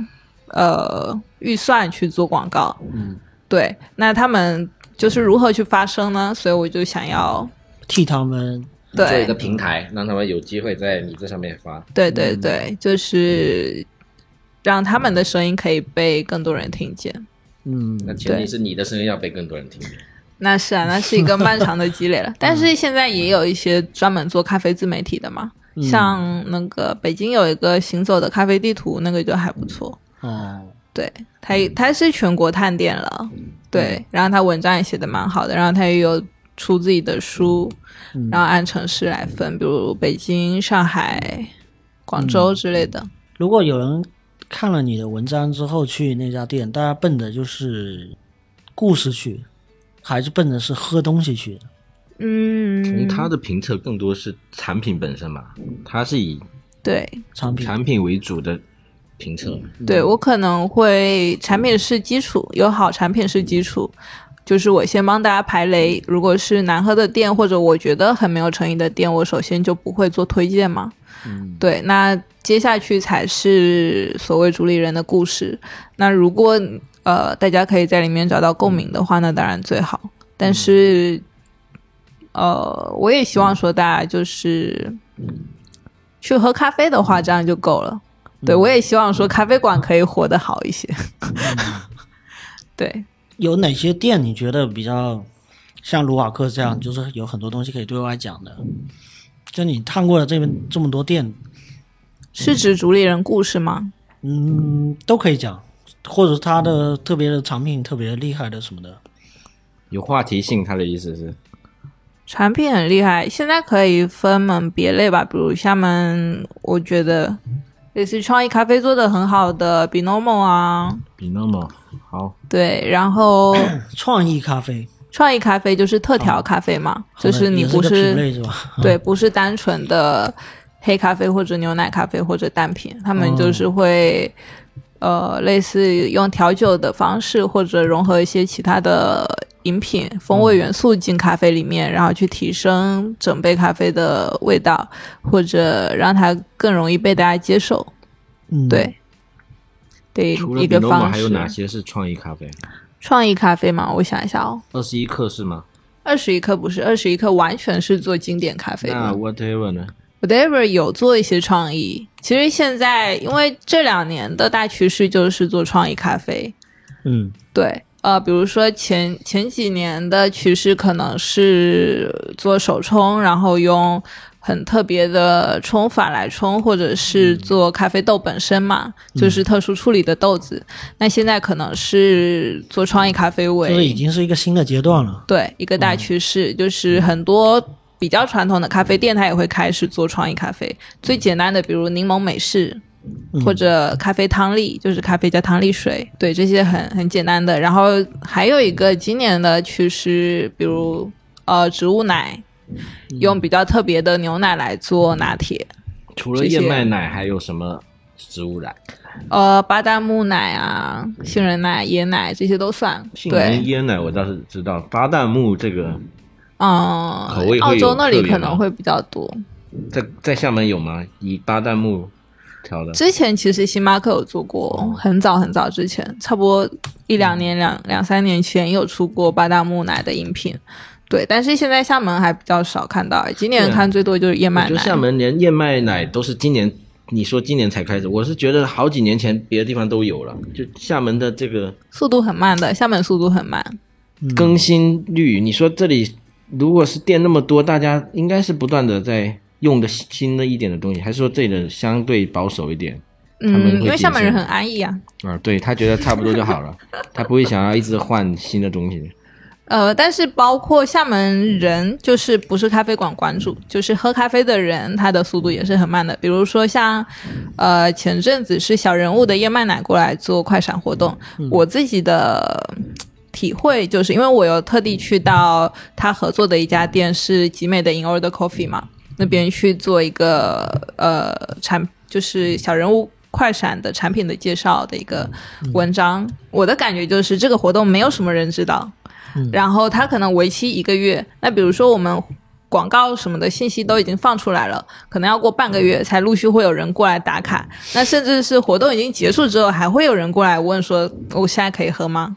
[SPEAKER 1] 呃预算去做广告，
[SPEAKER 2] 嗯，
[SPEAKER 1] 对，那他们就是如何去发声呢？所以我就想要。
[SPEAKER 2] 替他们
[SPEAKER 4] 做一个
[SPEAKER 1] 对
[SPEAKER 4] 平台，让他们有机会在你这上面发。
[SPEAKER 1] 对对对，就是让他们的声音可以被更多人听见。
[SPEAKER 2] 嗯
[SPEAKER 4] 那前提
[SPEAKER 1] 对
[SPEAKER 4] 是你的声音要被更多人听见。
[SPEAKER 1] 那是啊，那是一个漫长的积累了。但是现在也有一些专门做咖啡自媒体的嘛，像那个北京有一个行走的咖啡地图，那个就还不错。
[SPEAKER 2] 哦，
[SPEAKER 1] 对，他他是全国探店了，对，然后他文章也写的蛮好的，然后他也有出自己的书，然后按城市来分，比如北京、上海、广州之类的。
[SPEAKER 2] 如果有人看了你的文章之后去那家店，大家奔的就是故事去，还是奔的是喝东西去？
[SPEAKER 1] 嗯
[SPEAKER 4] 从，他的评测更多是产品本身嘛，他是以
[SPEAKER 1] 对
[SPEAKER 2] 产
[SPEAKER 1] 嗯
[SPEAKER 2] 品
[SPEAKER 4] 产品为主的评测。
[SPEAKER 1] 对，我可能会产品是基础，有好产品是基础，就是我先帮大家排雷。如果是难喝的店或者我觉得很没有诚意的店，我首先就不会做推荐嘛。嗯，对，那接下去才是所谓主理人的故事。那如果呃大家可以在里面找到共鸣的话，那当然最好。但是，呃，我也希望说大家就是去喝咖啡的话，这样就够了。
[SPEAKER 2] 嗯
[SPEAKER 1] 对，我也希望说咖啡馆可以活得好一些。 对，
[SPEAKER 2] 有哪些店你觉得比较像卢瓦克这
[SPEAKER 1] 嗯
[SPEAKER 2] 样，就是有很多东西可以对外讲的？就你探过了这边这么多店，
[SPEAKER 1] 是指主理人故事吗？
[SPEAKER 2] 嗯，都可以讲，或者它的特别的产品特别厉害的什么的，
[SPEAKER 4] 有话题性，他的意思是，
[SPEAKER 1] 产品很厉害，现在可以分门别类吧，比如厦门，我觉得类似创意咖啡做的很好的 Binomo 啊，
[SPEAKER 4] 比那么好，
[SPEAKER 1] 对，然后
[SPEAKER 2] 创意咖啡，
[SPEAKER 1] 创意咖啡就是特调咖啡嘛，就
[SPEAKER 2] 好的
[SPEAKER 1] 你
[SPEAKER 2] 也
[SPEAKER 1] 不
[SPEAKER 2] 是个品
[SPEAKER 1] 是
[SPEAKER 2] 类是
[SPEAKER 4] 嗯
[SPEAKER 2] 吧？
[SPEAKER 1] 对，不是单纯的黑咖啡或者牛奶咖啡或者单品，他们
[SPEAKER 4] 嗯
[SPEAKER 1] 就是会、呃类似用调酒的方式，或者融合一些其他的饮品风
[SPEAKER 4] 嗯
[SPEAKER 1] 味元素进咖啡里面，然后去提升整杯咖啡的味道，或者让它更容易被大家接受。
[SPEAKER 2] 嗯，
[SPEAKER 1] 对，对
[SPEAKER 4] 除了
[SPEAKER 1] 嗯一
[SPEAKER 4] 比
[SPEAKER 1] 个
[SPEAKER 4] 诺
[SPEAKER 1] 方
[SPEAKER 4] 玛
[SPEAKER 1] 式。
[SPEAKER 4] 还有哪些是创意咖啡？
[SPEAKER 1] 创意咖啡嘛，我想一下哦。
[SPEAKER 4] 二十一克是吗？
[SPEAKER 1] 二十一克不是，二十一克完全是做经典咖啡的。
[SPEAKER 4] 那 whatever 呢？
[SPEAKER 1] whatever 有做一些创意。其实现在，因为这两年的大趋势就是做创意咖啡，
[SPEAKER 2] 嗯，
[SPEAKER 1] 对，呃，比如说前前几年的趋势可能是做手冲，然后用很特别的冲法来冲，或者是做咖啡豆本身嘛，
[SPEAKER 2] 嗯
[SPEAKER 1] 就是特殊处理的豆子。那现在可能是做创意咖啡
[SPEAKER 2] 就是已
[SPEAKER 1] 为
[SPEAKER 2] 经是一个新的阶段了。
[SPEAKER 1] 对一个
[SPEAKER 7] 嗯
[SPEAKER 1] 大趋势，就是很多比较传统的咖啡店，它也会开始做创意咖啡。
[SPEAKER 7] 嗯
[SPEAKER 1] 最简单的，比如柠檬美式。或者咖啡汤力，就是咖啡加汤力水，对这些很很简单的。然后还有一个今年的趋势，比如呃植物奶，
[SPEAKER 7] 嗯
[SPEAKER 1] 用比较特别的牛奶来做拿铁，
[SPEAKER 7] 除了
[SPEAKER 1] 这些
[SPEAKER 7] 燕麦奶，还有什么植物奶？
[SPEAKER 1] 呃巴旦木奶啊、杏仁奶、椰奶这些都算。
[SPEAKER 7] 杏仁
[SPEAKER 1] 对，
[SPEAKER 7] 椰奶我倒是知道，巴旦木这个
[SPEAKER 1] 嗯
[SPEAKER 7] 口味，会
[SPEAKER 1] 澳洲
[SPEAKER 7] 有
[SPEAKER 1] 那
[SPEAKER 7] 特
[SPEAKER 1] 里
[SPEAKER 7] 别
[SPEAKER 1] 可
[SPEAKER 7] 吗
[SPEAKER 1] 能会比较多。嗯
[SPEAKER 7] 在在厦门有吗？以巴旦木调的，
[SPEAKER 1] 之前其实星巴克有做过，
[SPEAKER 7] 哦
[SPEAKER 1] 很早很早之前，差不多一两年、
[SPEAKER 7] 嗯
[SPEAKER 1] 两两三年前有出过八大木奶的饮品，对。但是现在厦门还比较少看到，今年
[SPEAKER 7] 对啊
[SPEAKER 1] 看最多就是燕
[SPEAKER 7] 我
[SPEAKER 1] 麦
[SPEAKER 7] 觉得
[SPEAKER 1] 奶。
[SPEAKER 7] 厦门连燕麦奶都是今年，你说今年才开始，我是觉得好几年前别的地方都有了，就厦门的这个
[SPEAKER 1] 速度很慢的，厦门速度很慢。
[SPEAKER 2] 嗯
[SPEAKER 7] 更新率，你说这里如果是店那么多，大家应该是不断的在用的新的一点的东西，还是说这里的相对保守一点？他们
[SPEAKER 1] 嗯，
[SPEAKER 7] 会
[SPEAKER 1] 因为厦门人
[SPEAKER 7] 谨慎
[SPEAKER 1] 很安逸啊。
[SPEAKER 7] 啊，对他觉得差不多就好 了，他不会想要一直换新的东西。
[SPEAKER 1] 呃，但是包括厦门人，就是不是咖啡馆馆主，就是喝咖啡的人，他的速度也是很慢的。比如说像，呃，前阵子是小人物的燕麦奶过来做快闪活动，我自己的嗯体会就是，因为我有特地去到他合作的一家店是集美的 In Order Coffee 嘛，那边去做一个呃产，就是小人物快闪的产品的介绍的一个文章。我的感觉就是这个活动没有什么人知道，然后它可能为期一个月。那比如说我们广告什么的信息都已经放出来了，可能要过半个月才陆续会有人过来打卡。那甚至是活动已经结束之后，还会有人过来问说：“我现在可以喝吗？”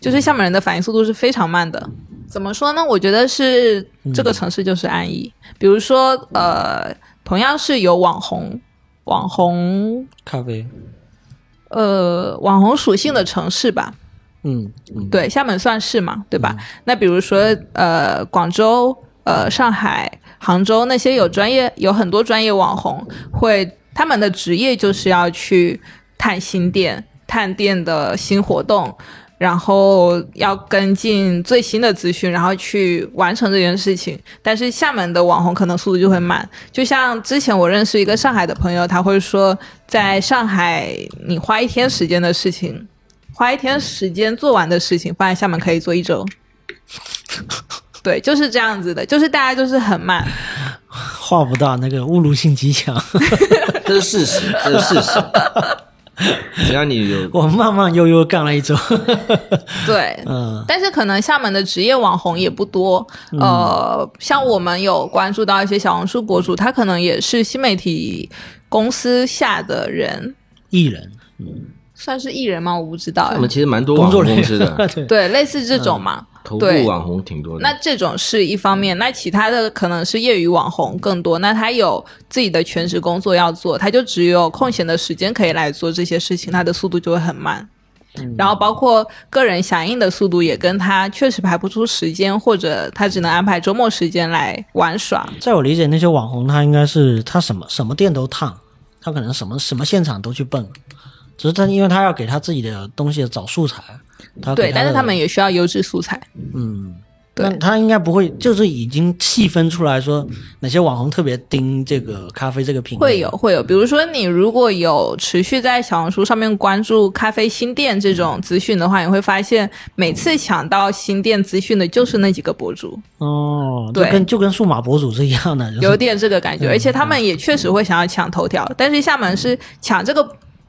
[SPEAKER 1] 就是厦门人的反应速度是非常慢的。怎么说呢？我觉得是这个城市就是安逸。比如说，呃，同样是有网红，网红
[SPEAKER 2] 咖啡，
[SPEAKER 1] 呃网红属性的城市吧，
[SPEAKER 2] 嗯，
[SPEAKER 1] 对，厦门算是嘛，对吧？那比如说呃，广州、呃，上海、杭州那些有专业有很多专业网红会，他们的职业就是要去探新店、探店的新活动。然后要跟进最新的资讯，然后去完成这件事情。但是厦门的网红可能速度就会慢，就像之前我认识一个上海的朋友，他会说，在上海你花一天时间的事情，花一天时间做完的事情，放在厦门可以做一周。对，就是这样子的，就是大家就是很慢，
[SPEAKER 2] 话不大，那个侮辱性极强。
[SPEAKER 7] 这是事实，这是事实。只要你有
[SPEAKER 2] 我慢慢悠悠干了一周，
[SPEAKER 1] 对，
[SPEAKER 2] 嗯
[SPEAKER 1] 但是可能厦门的职业网红也不多，呃，像我们有关注到一些小红书博主，他可能也是新媒体公司下的人，
[SPEAKER 2] 艺人
[SPEAKER 1] 算是艺人吗？我不知道哎
[SPEAKER 7] 我，们其实蛮多
[SPEAKER 2] 工
[SPEAKER 7] 网
[SPEAKER 2] 作
[SPEAKER 7] 红
[SPEAKER 2] 人
[SPEAKER 7] 公
[SPEAKER 2] 员
[SPEAKER 7] 司的，
[SPEAKER 2] 对，
[SPEAKER 1] 对，类似这种嘛，
[SPEAKER 7] 头
[SPEAKER 4] 啊
[SPEAKER 1] 对
[SPEAKER 7] 部网红挺多的。
[SPEAKER 1] 那这种是一方面，那其他的可能是业余网红更多。那他有自己的全职工作要做，他就只有空闲的时间可以来做这些事情，他的速度就会很慢。然后包括个人响应的速度也跟他确实排不出时间，或者他只能安排周末时间来玩耍。
[SPEAKER 2] 在我理解，那些网红他应该是他什么什么店都烫，他可能什么什么现场都去蹦，只是他因为他要给他自己的东西找素材，他给
[SPEAKER 1] 对，但是
[SPEAKER 2] 的
[SPEAKER 1] 他们也需要优质素材。
[SPEAKER 2] 嗯。
[SPEAKER 1] 对
[SPEAKER 2] 但他应该不会，就是已经细分出来说哪些网红特别盯这个咖啡这个品类。
[SPEAKER 1] 会有会有，比如说你如果有持续在小红书上面关注咖啡新店这种资讯的话，你会发现每次抢到新店资讯的就是那几个博主，
[SPEAKER 2] 哦，就
[SPEAKER 1] 对
[SPEAKER 2] 跟就跟数码博主是一样的，就是
[SPEAKER 1] 有点这个感觉。而且他们也确实会想要抢头条，但是厦门是抢这个。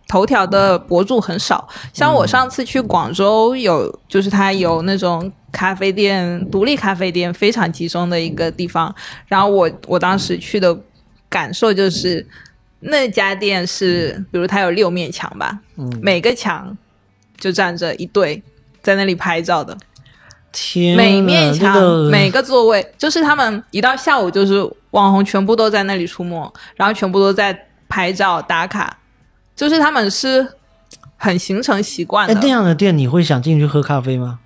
[SPEAKER 1] 头条的博主很少，像我上次去广州有，就是它有那种咖啡店，独立咖啡店非常集中的一个地方。然后我我当时去的感受就是，那家店是，比如它有六面墙吧，每个墙就站着一对在那里拍照的，
[SPEAKER 2] 天呐，
[SPEAKER 1] 每面墙、
[SPEAKER 2] 这个
[SPEAKER 1] 每个座位，就是他们一到下午，就是网红全部都在那里出没，然后全部都在拍照打卡，就是他们是很形成习惯
[SPEAKER 2] 哎那
[SPEAKER 1] 的。
[SPEAKER 2] 样的店，你会想进去喝咖啡吗？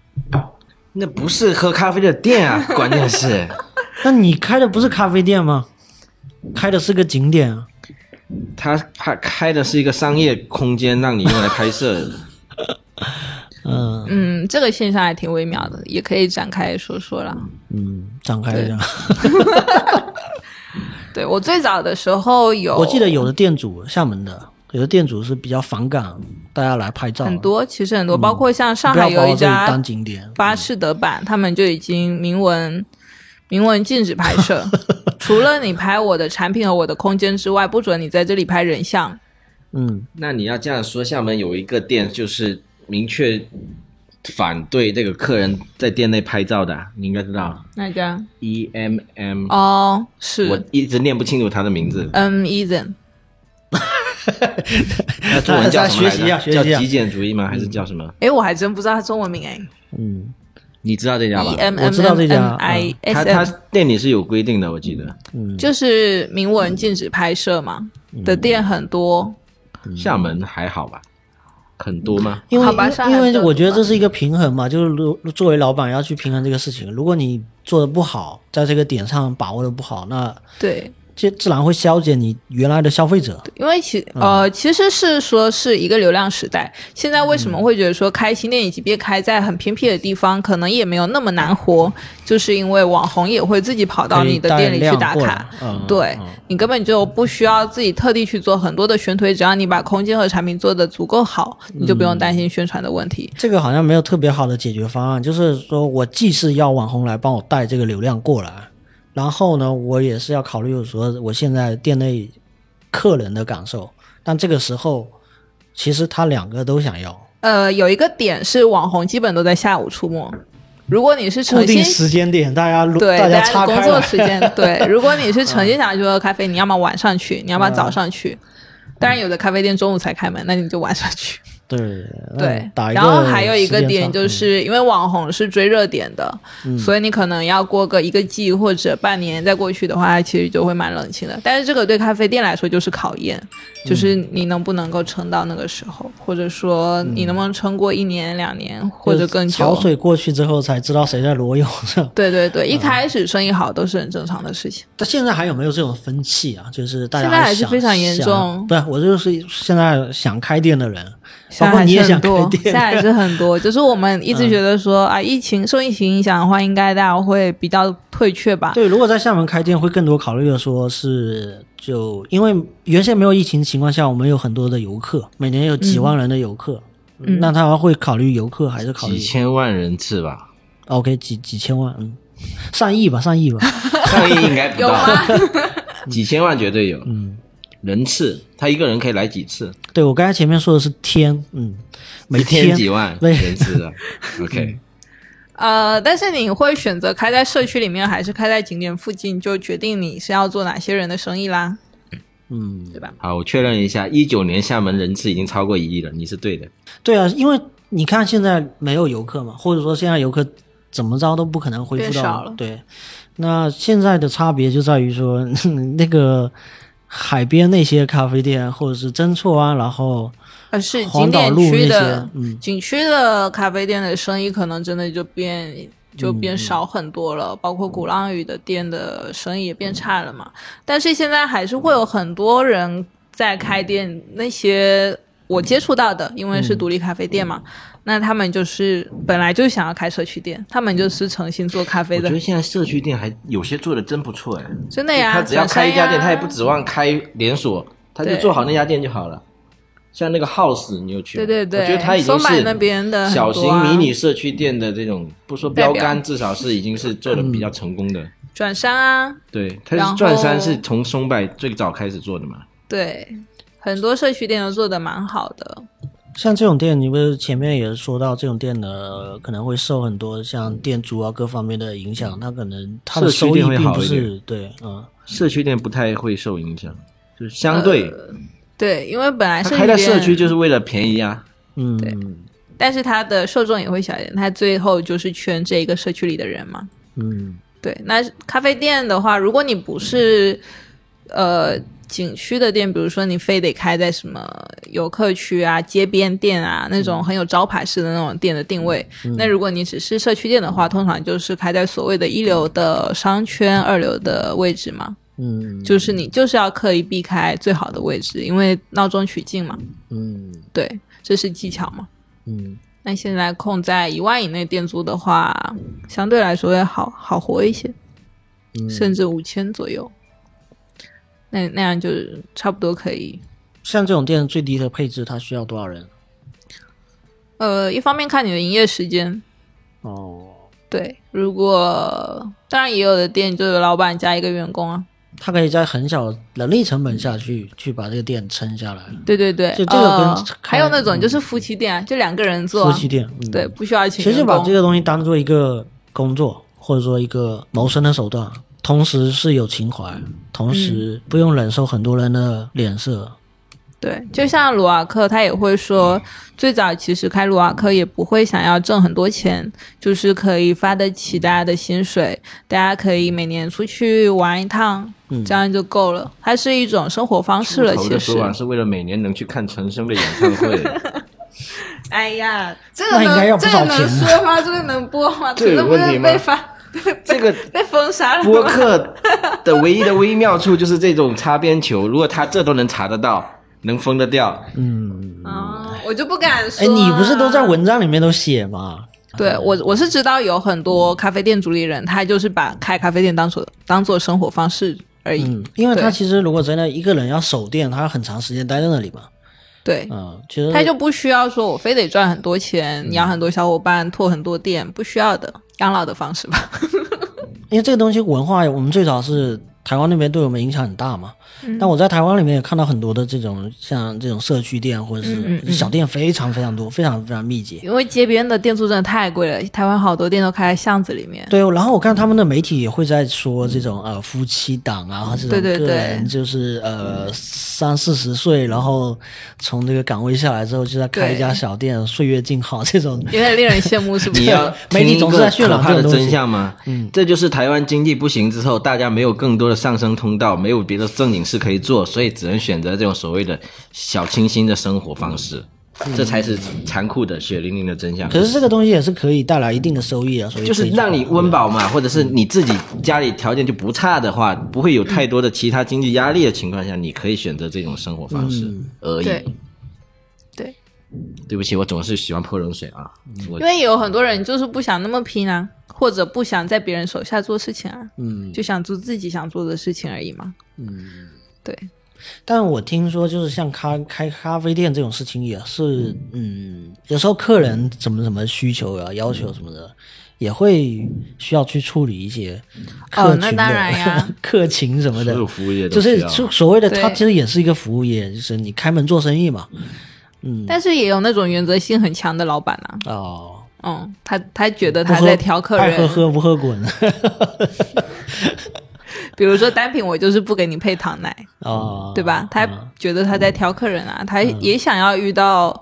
[SPEAKER 7] 那不是喝咖啡的店啊，关键是
[SPEAKER 2] 那你开的不是咖啡店吗？开的是个景点啊，
[SPEAKER 4] 它它开的是一个商业空间，让你用来拍摄的。
[SPEAKER 2] 嗯
[SPEAKER 1] 嗯，这个现象还挺微妙的，也可以展开说说啦。
[SPEAKER 2] 嗯，展开一下。
[SPEAKER 1] 对我最早的时候有，
[SPEAKER 2] 我记得有的店主，厦门的有的店主是比较反感大家来拍照，啊
[SPEAKER 1] 很多，其实很多，包括像上
[SPEAKER 2] 嗯不
[SPEAKER 1] 海
[SPEAKER 2] 要把
[SPEAKER 1] 有一
[SPEAKER 2] 我这里
[SPEAKER 1] 家
[SPEAKER 2] 当景点。
[SPEAKER 1] 巴士德版，他们就已经明文明文禁止拍 摄，除了你拍我的产品和我的空间之外，不准你在这里拍人像。
[SPEAKER 2] 嗯，
[SPEAKER 4] 那你要这样说，厦门有一个店就是明确反对这个客人在店内拍照的，啊你应该知道
[SPEAKER 1] 那家
[SPEAKER 4] E M M，、
[SPEAKER 1] 哦，
[SPEAKER 4] 我
[SPEAKER 1] 是
[SPEAKER 4] 一直念不清楚他的名字，
[SPEAKER 1] 嗯 e a s o n
[SPEAKER 4] 那中文叫什么
[SPEAKER 2] 大家学习一
[SPEAKER 4] 来
[SPEAKER 2] 下
[SPEAKER 4] 着？
[SPEAKER 2] 学习一
[SPEAKER 4] 叫
[SPEAKER 2] 下
[SPEAKER 4] 极简主义吗？还是叫什么？
[SPEAKER 1] 哎，我还真不知道他中文名哎
[SPEAKER 4] 你知道这家吧
[SPEAKER 1] ，E？M
[SPEAKER 2] 我
[SPEAKER 1] M
[SPEAKER 2] 知道
[SPEAKER 1] M
[SPEAKER 2] 这
[SPEAKER 1] N
[SPEAKER 2] 家
[SPEAKER 1] I
[SPEAKER 4] 他
[SPEAKER 1] S
[SPEAKER 4] 他
[SPEAKER 1] M，
[SPEAKER 4] 店里是有规定的，我记得。
[SPEAKER 1] 就是明文禁止拍摄嘛
[SPEAKER 4] 嗯
[SPEAKER 1] 的店很多，
[SPEAKER 4] 厦门还好吧？很多吗？
[SPEAKER 2] 因为
[SPEAKER 1] 好吧上海
[SPEAKER 2] 因为
[SPEAKER 1] 比较
[SPEAKER 2] 我觉得
[SPEAKER 1] 多吧
[SPEAKER 2] 这是一个平衡嘛，就是如作为老板要去平衡这个事情。如果你做的不好，在这个点上把握的不好，那
[SPEAKER 1] 对，
[SPEAKER 2] 这自然会消减你原来的消费者。
[SPEAKER 1] 因为其
[SPEAKER 2] 嗯
[SPEAKER 1] 呃，其实是说是一个流量时代。现在为什
[SPEAKER 2] 嗯
[SPEAKER 1] 么会觉得说开新店，以及别开在很偏僻的地方，可能也没有那么难活，就是因为网红也会自己跑到
[SPEAKER 2] 可以
[SPEAKER 1] 你的
[SPEAKER 2] 带
[SPEAKER 1] 店里去
[SPEAKER 2] 量
[SPEAKER 1] 打
[SPEAKER 2] 过来
[SPEAKER 1] 卡。
[SPEAKER 2] 嗯
[SPEAKER 1] 对你根本就不需要自己特地去做很多的宣推，只要你把空间和产品做得足够好，你就不用担心宣传的问题。
[SPEAKER 2] 这个好像没有特别好的解决方案，就是说我既是要网红来帮我带这个流量过来，然后呢，我也是要考虑说我现在店内客人的感受。但这个时候，其实他两个都想要，
[SPEAKER 1] 呃，有一个点是网红基本都在下午出没，如果你是
[SPEAKER 2] 固
[SPEAKER 1] 诚
[SPEAKER 2] 定
[SPEAKER 1] 心
[SPEAKER 2] 时间点，大家
[SPEAKER 1] 对
[SPEAKER 2] 大
[SPEAKER 1] 家
[SPEAKER 2] 岔
[SPEAKER 1] 的工
[SPEAKER 2] 开
[SPEAKER 1] 作
[SPEAKER 2] 了。嗯
[SPEAKER 1] 时间， 对，如果你是诚心想要去喝咖啡，你要么晚上去，你要么早上去。当然，有的咖啡店中午才开门，那你就晚上去。
[SPEAKER 2] 对
[SPEAKER 1] 对
[SPEAKER 2] 嗯，打一个
[SPEAKER 1] 然后还有一个
[SPEAKER 2] 时间嗯
[SPEAKER 1] 点
[SPEAKER 2] 差
[SPEAKER 1] 就、是，因为网红是追热点的，所以你可能要过个一个季或者半年再过去的话，其实就会蛮冷清的。但是这个对咖啡店来说就是考验，就是
[SPEAKER 2] 嗯
[SPEAKER 1] 你能不能够撑到那个时候，或者说你能不能撑过一年、两年或者
[SPEAKER 2] 就是
[SPEAKER 1] 更久
[SPEAKER 2] 潮。水过去之后才知道谁在裸泳，是吧？
[SPEAKER 1] 对对
[SPEAKER 2] 嗯
[SPEAKER 1] 对，一开始生意好都是很正常的事情。
[SPEAKER 2] 但现在还有没有这种风气啊？就是大家
[SPEAKER 1] 现在还是
[SPEAKER 2] 想
[SPEAKER 1] 非常严
[SPEAKER 2] 想
[SPEAKER 1] 重
[SPEAKER 2] 不是，我就是现在想开店的人，
[SPEAKER 1] 现
[SPEAKER 2] 包
[SPEAKER 1] 在
[SPEAKER 2] 括
[SPEAKER 1] 还
[SPEAKER 2] 你
[SPEAKER 1] 是
[SPEAKER 2] 也
[SPEAKER 1] 很
[SPEAKER 2] 想开
[SPEAKER 1] 多，
[SPEAKER 2] 店，嗯
[SPEAKER 1] 现在还是很 多。就是我们一直觉得说、啊，疫情受疫情影响的话，应该大家会比较退却吧。
[SPEAKER 2] 对，如果在厦门开店，会更多考虑的说是就因为原先没有疫情情况下，我们有很多的游客，每年有几万人的游客，
[SPEAKER 1] 嗯
[SPEAKER 2] 那他会考虑游客还是考虑
[SPEAKER 4] 几千万人次吧，
[SPEAKER 2] OK 几几千万，嗯，上亿吧，上亿吧，
[SPEAKER 4] 上亿应该 不
[SPEAKER 1] 有
[SPEAKER 4] 到，
[SPEAKER 1] 吗？
[SPEAKER 4] 几千万绝对有。嗯，人次，他一个人可以来几次？
[SPEAKER 2] 对我刚才前面说的是天，嗯，每
[SPEAKER 4] 一天
[SPEAKER 2] 天
[SPEAKER 4] 几万
[SPEAKER 2] 对
[SPEAKER 4] 人次啊。OK，
[SPEAKER 1] 呃，但是你会选择开在社区里面，还是开在景点附近，就决定你是要做哪些人的生意啦。
[SPEAKER 2] 嗯，
[SPEAKER 4] 好，我确认一下，一九年厦门人次已经超过一亿了，你是对的。
[SPEAKER 2] 对啊，因为你看现在没有游客嘛，或者说现在游客怎么着都不可能恢
[SPEAKER 1] 变
[SPEAKER 2] 复
[SPEAKER 1] 少
[SPEAKER 2] 到
[SPEAKER 1] 了
[SPEAKER 2] 对。那现在的差别就在于说， 那个海边那些咖啡店，或者是真错湾，然后
[SPEAKER 1] 而是景
[SPEAKER 2] 黄岛
[SPEAKER 1] 点
[SPEAKER 2] 路
[SPEAKER 1] 区
[SPEAKER 2] 那
[SPEAKER 1] 的
[SPEAKER 2] 些、，嗯，
[SPEAKER 1] 景区的咖啡店的生意，可能真的就变就
[SPEAKER 4] 嗯
[SPEAKER 1] 变少很多了，包括鼓浪屿的店的生意也变差了嘛。但是现在还是会有很多人在开店，那些我接触到的，因
[SPEAKER 4] 嗯
[SPEAKER 1] 为是独立咖啡店嘛，那他们就是本来就想要开社区店，他们就是诚心做咖啡
[SPEAKER 4] 我觉
[SPEAKER 1] 的
[SPEAKER 4] 得，现在社区店还有些做的真不错哎。
[SPEAKER 1] 真的呀。
[SPEAKER 4] 他只要开一家
[SPEAKER 1] 转
[SPEAKER 4] 店，
[SPEAKER 1] 山呀
[SPEAKER 4] 他也不指望开连锁，他就
[SPEAKER 1] 对
[SPEAKER 4] 做好那家店就好了。像那个 House，你有去吗？
[SPEAKER 1] 对对对
[SPEAKER 4] 我觉得他已
[SPEAKER 1] 松
[SPEAKER 4] 经
[SPEAKER 1] 柏
[SPEAKER 4] 是
[SPEAKER 1] 那边的很多
[SPEAKER 4] 小
[SPEAKER 1] 啊
[SPEAKER 4] 型迷你社区店的这种，不说标
[SPEAKER 1] 代表嗯
[SPEAKER 4] 杆，至少是已经是做的比较成功的。
[SPEAKER 1] 转山啊，
[SPEAKER 4] 对，他
[SPEAKER 1] 然后
[SPEAKER 4] 是钻山是从松柏最早开始做的嘛。
[SPEAKER 1] 对，很多社区店都做的蛮好的。
[SPEAKER 2] 像这种店，你不是前面也说到，这种店的可能会受很多像店租啊各方面的影响，它可能它的
[SPEAKER 4] 社区
[SPEAKER 2] 收益
[SPEAKER 4] 店会
[SPEAKER 2] 并
[SPEAKER 4] 好
[SPEAKER 2] 不
[SPEAKER 4] 一点
[SPEAKER 2] 是对，嗯，
[SPEAKER 4] 社区店不太会受影响，就是
[SPEAKER 1] 呃
[SPEAKER 4] 相对、
[SPEAKER 1] 对，因为本来
[SPEAKER 4] 他
[SPEAKER 1] 社
[SPEAKER 4] 开在
[SPEAKER 1] 店
[SPEAKER 4] 社区就是为了便宜啊。
[SPEAKER 2] 嗯
[SPEAKER 1] 但是它的受众也会小一点，它最后就是圈这一个社区里的人嘛。
[SPEAKER 2] 嗯，
[SPEAKER 1] 对，那咖啡店的话，如果你不是呃景区的店，比如说你非得开在什么游客区啊、街边店啊那种很有招牌式的那种店的定位，那如果你只是社区店的话，通常就是开在所谓的一流的商圈、二流的位置嘛。
[SPEAKER 2] 嗯
[SPEAKER 1] 就是你就是要刻意避开最好的位置，因为闹中取静嘛。
[SPEAKER 2] 嗯
[SPEAKER 1] 对，这是技巧嘛。
[SPEAKER 2] 嗯
[SPEAKER 1] 那现在控在一万以内店租的话，相对来说要好好活一些，
[SPEAKER 2] 嗯，
[SPEAKER 1] 甚至五千左右。那那样就是差不多可以。
[SPEAKER 2] 像这种店最低的配置，它需要多少人？
[SPEAKER 1] 呃，一方面看你的营业时间，
[SPEAKER 2] 哦，
[SPEAKER 1] 对，如果当然也有的店就是老板加一个员工啊，
[SPEAKER 2] 它可以在很小人力成本下
[SPEAKER 1] 嗯
[SPEAKER 2] 去去把这个店撑下来。
[SPEAKER 1] 对对对，
[SPEAKER 2] 就这个跟嗯
[SPEAKER 1] 呃、还有那种就是夫妻店啊，就两个人做、
[SPEAKER 2] 夫
[SPEAKER 1] 啊，
[SPEAKER 2] 妻店，嗯、
[SPEAKER 1] 对，，不需要请
[SPEAKER 2] 其实
[SPEAKER 1] 员
[SPEAKER 2] 把
[SPEAKER 1] 工
[SPEAKER 2] 这。个东西当做一个工作，或者说一个谋生的手段，同时是有情怀，
[SPEAKER 1] 嗯
[SPEAKER 2] 同时不用忍受很多人的脸
[SPEAKER 1] 啊
[SPEAKER 2] 色。
[SPEAKER 1] 对，就像卢瓦克，他也会说，最早其实开卢瓦克也不会想要挣很多钱，就是可以发得起大家的薪水，大家可以每年出去玩一趟，
[SPEAKER 4] 嗯
[SPEAKER 1] 这样就够了。它是一种生活方式了，
[SPEAKER 4] 头
[SPEAKER 1] 其
[SPEAKER 4] 的说
[SPEAKER 1] 实。
[SPEAKER 4] 完是为了每年能去看陈升的演唱会，
[SPEAKER 1] 哎呀，这
[SPEAKER 2] 那
[SPEAKER 1] 个
[SPEAKER 2] 应该要
[SPEAKER 1] 能
[SPEAKER 2] 不
[SPEAKER 1] 这
[SPEAKER 2] 少
[SPEAKER 1] 个
[SPEAKER 2] 钱
[SPEAKER 1] 能说吗？这个能播吗？
[SPEAKER 4] 这有
[SPEAKER 1] 个不
[SPEAKER 4] 问
[SPEAKER 1] 是
[SPEAKER 4] 题吗
[SPEAKER 1] 被发
[SPEAKER 4] 这个
[SPEAKER 1] 被封杀了吗
[SPEAKER 4] 播客的唯一的微妙处就是这种擦边球，如果他这都能查得到，能封得掉，
[SPEAKER 2] 嗯
[SPEAKER 1] 哦，我就不敢说、
[SPEAKER 2] 哎，你不是都在？文章里面都写吗？
[SPEAKER 1] 对我，我是知道有很多咖啡店主理人，他就是把开咖啡店当做当做生活方式而已。
[SPEAKER 2] 嗯，因为他
[SPEAKER 1] 对
[SPEAKER 2] 其实如果真的一个人要守店，他很长时间待在那里嘛。
[SPEAKER 1] 对，
[SPEAKER 2] 嗯，其实
[SPEAKER 1] 他就不需要说我非得赚很多钱，养很多小伙伴，拓很多店，不需要的养老的方式吧。
[SPEAKER 2] 因为这个东西文化，我们最早是台湾那边对我们影响很大嘛。但我在台湾里面也看到很多的这种像这种社区店或者是小店，非常非常多，非常非常密集。
[SPEAKER 1] 因为街边的店租真的太贵了，台湾好多店都开在巷子里面。
[SPEAKER 2] 对，然后我看他们的媒体也会在说这种呃夫妻档啊，这种
[SPEAKER 1] 对对
[SPEAKER 2] 个
[SPEAKER 1] 对
[SPEAKER 2] 人就是呃三四十岁，然后从这个岗位下来之后，就在开一家
[SPEAKER 1] 对
[SPEAKER 2] 小店，岁月静好这种。
[SPEAKER 1] 有点令人羡慕，是不
[SPEAKER 4] 你
[SPEAKER 1] 是？
[SPEAKER 4] 要
[SPEAKER 2] 媒体
[SPEAKER 4] 听
[SPEAKER 2] 总
[SPEAKER 4] 一
[SPEAKER 2] 是
[SPEAKER 4] 个
[SPEAKER 2] 在渲染
[SPEAKER 4] 可怕
[SPEAKER 2] 这种
[SPEAKER 4] 的
[SPEAKER 2] 东西
[SPEAKER 4] 真相吗？嗯，这就是台湾经济不行之后，大家没有更多的上升通道，没有别的正经事可以做，所以只能选择这种所谓的小清新的生活方式，
[SPEAKER 2] 嗯
[SPEAKER 4] 这才是残酷的、血淋淋的真相。
[SPEAKER 2] 可是这个东西也是可以带来一定的收益啊，所以
[SPEAKER 4] 就是
[SPEAKER 2] 可以
[SPEAKER 4] 让你温饱嘛，或者是你自己家里条件就不差的话，不会有太多的其他经济压力的情况下，你可以选择这种生活方式
[SPEAKER 2] 嗯
[SPEAKER 4] 而已。
[SPEAKER 1] 对，对，
[SPEAKER 4] 对不起，我总是喜欢泼冷水啊。
[SPEAKER 2] 嗯
[SPEAKER 4] 我
[SPEAKER 1] 因为有很多人就是不想那么拼啊，或者不想在别人手下做事情啊，嗯，就想做自己想做的事情而已嘛，嗯，对，
[SPEAKER 2] 但我听说，就是像咖开咖啡店这种事情，也是，嗯，有时候客人怎么怎么需求啊、要求什么
[SPEAKER 1] 嗯
[SPEAKER 2] 的，也会需要去处理一些客
[SPEAKER 1] 哦
[SPEAKER 2] 群的、
[SPEAKER 1] 那当然呀
[SPEAKER 2] 客情什么的
[SPEAKER 4] 所有。服务业都
[SPEAKER 2] 就
[SPEAKER 4] 需
[SPEAKER 2] 是
[SPEAKER 4] 要
[SPEAKER 2] 所所谓的，它
[SPEAKER 1] 对
[SPEAKER 2] 其实也是一个服务业，就是你开门做生意嘛。
[SPEAKER 1] 嗯
[SPEAKER 2] 嗯
[SPEAKER 1] 但是也有那种原则性很强的老板啊，
[SPEAKER 2] 哦，
[SPEAKER 1] 嗯，他他觉得
[SPEAKER 2] 不
[SPEAKER 1] 他
[SPEAKER 2] 喝
[SPEAKER 1] 在挑客
[SPEAKER 2] 爱喝
[SPEAKER 1] 人，
[SPEAKER 2] 喝不喝 滚。
[SPEAKER 1] 比如说单品我就是不给你配糖奶，
[SPEAKER 2] 哦，
[SPEAKER 1] 对吧？他觉得他在挑客人啊，他
[SPEAKER 2] 嗯
[SPEAKER 1] 也想要遇到。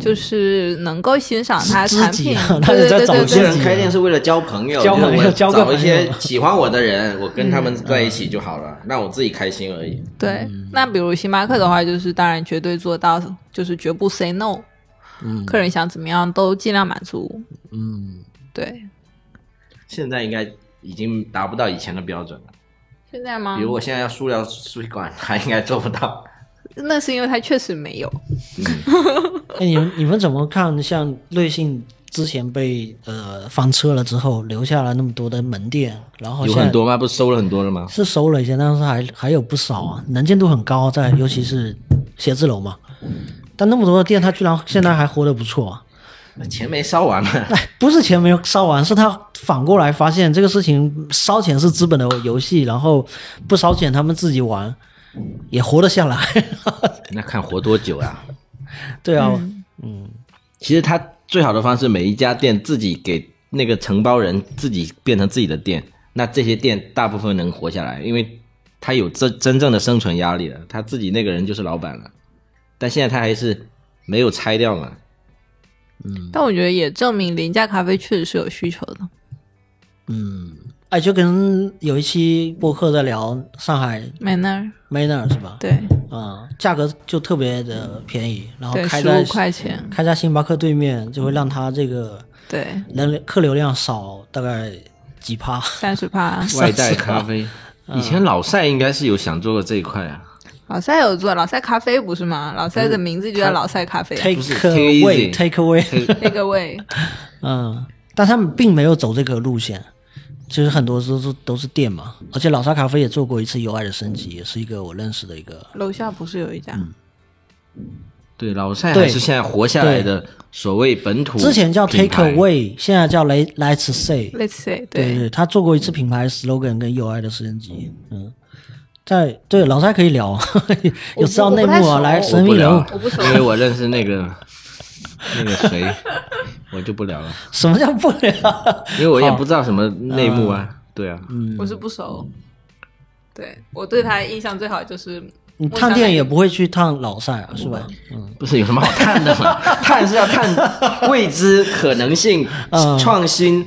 [SPEAKER 1] 就是能够欣赏他
[SPEAKER 2] 知
[SPEAKER 1] 产
[SPEAKER 2] 知己
[SPEAKER 1] 品
[SPEAKER 2] 啊， 他
[SPEAKER 1] 对对
[SPEAKER 2] 是在
[SPEAKER 1] 对
[SPEAKER 2] 找
[SPEAKER 1] 对
[SPEAKER 4] 有些
[SPEAKER 1] 对，
[SPEAKER 4] 人开店是为了交朋友，
[SPEAKER 2] 交朋友
[SPEAKER 4] 就是我
[SPEAKER 2] 交个
[SPEAKER 4] 找
[SPEAKER 2] 朋友嗯
[SPEAKER 4] 一些喜欢我的人，我跟他们在一起就好了，让我自己开心而已。
[SPEAKER 1] 对，那比如星巴克的话，就是当然绝对做到，就是绝不 say no，、客人想怎么样都尽量满足。
[SPEAKER 2] 嗯，
[SPEAKER 1] 对，
[SPEAKER 4] 现在应该已经达不到以前的标准了。
[SPEAKER 1] 现在吗
[SPEAKER 4] 比？如我现在要塑料输水管，他应该做不到。
[SPEAKER 1] 那是因为他确实没有。
[SPEAKER 2] 哎，你们你们怎么看？像瑞幸之前被呃翻车了之后，留下了那么多的门店，然
[SPEAKER 4] 有
[SPEAKER 2] 后哦现在
[SPEAKER 4] 很多吗？不是收了很多了吗？
[SPEAKER 2] 是收了一些，但是还还有不少啊，能见度很高，在尤其是写字楼嘛。但那么多的店，它居然现在还活得不错、啊。
[SPEAKER 4] 钱没烧完嘛。
[SPEAKER 2] 哎，不是钱没有烧完，是他反过来发现这个事情烧钱是资本的游戏，然后不烧钱他们自己玩也活得下来。
[SPEAKER 4] 那看活多久啊？
[SPEAKER 2] 对啊，
[SPEAKER 1] 嗯
[SPEAKER 4] 其实他最好的方式，每一家店自己给那个承包人自己变成自己的店，那这些店大部分能活下来，因为他有真真正的生存压力了，他自己那个人就是老板了。但现在他还是没有拆掉嘛，
[SPEAKER 2] 嗯
[SPEAKER 1] 但我觉得也证明廉价咖啡确实是有需求的。
[SPEAKER 2] 哎，就跟有一期播客在聊上海
[SPEAKER 1] 没那
[SPEAKER 2] 嗯
[SPEAKER 1] 儿，
[SPEAKER 2] Manner 是吧？
[SPEAKER 1] 对
[SPEAKER 2] 啊、价格就特别的便宜，然后
[SPEAKER 1] 对，
[SPEAKER 2] 哦开
[SPEAKER 1] 十
[SPEAKER 2] 在
[SPEAKER 1] 五块钱，
[SPEAKER 2] 开在星巴克对面，就会让它这个
[SPEAKER 1] 对，
[SPEAKER 2] 人流客流量少大概几趴。
[SPEAKER 1] 三十趴。
[SPEAKER 4] 外带咖啡，以前老赛应该是有想做过这一块啊，
[SPEAKER 1] 老赛有做老赛咖啡不是吗？老赛的名字就叫老赛咖啡
[SPEAKER 2] 嗯
[SPEAKER 1] 啊
[SPEAKER 2] ，take
[SPEAKER 4] 是 take it easy
[SPEAKER 2] away，take away，
[SPEAKER 1] 那个味。
[SPEAKER 2] 嗯，但他们并没有走这个路线，其实很多都是都是店嘛，而且老沙咖啡也做过一次 UI 的升级，也是一个我认识的一个，
[SPEAKER 1] 楼下不是有一
[SPEAKER 2] 嗯
[SPEAKER 1] 家？
[SPEAKER 4] 对，老赛
[SPEAKER 2] 对
[SPEAKER 4] 还是现在活下来的所谓本土
[SPEAKER 2] 之前叫
[SPEAKER 4] 品
[SPEAKER 2] take
[SPEAKER 4] 牌
[SPEAKER 2] away，现在叫 let let's say，
[SPEAKER 1] Let's say
[SPEAKER 2] 对
[SPEAKER 1] 对，
[SPEAKER 2] 对，他做过一次品牌 slogan 跟 UI 的升级，嗯，在对老沙可以聊 啊，有知道内幕啊，
[SPEAKER 1] 我不太熟
[SPEAKER 2] 来
[SPEAKER 1] 我
[SPEAKER 2] 神
[SPEAKER 4] 不
[SPEAKER 2] 秘人物
[SPEAKER 4] 聊，，因为我认识那个那个谁，我就不聊了，
[SPEAKER 2] 什么叫不聊？
[SPEAKER 4] 因为我也不知道什么内幕啊。对啊，
[SPEAKER 2] 嗯
[SPEAKER 1] 我是不熟。对我对他印象最好就是
[SPEAKER 2] 你探店也不会去烫老晒啊，是吧？
[SPEAKER 4] 不是有什么好探的 吗？探是要探未知、可能性、
[SPEAKER 2] 嗯
[SPEAKER 4] 创新、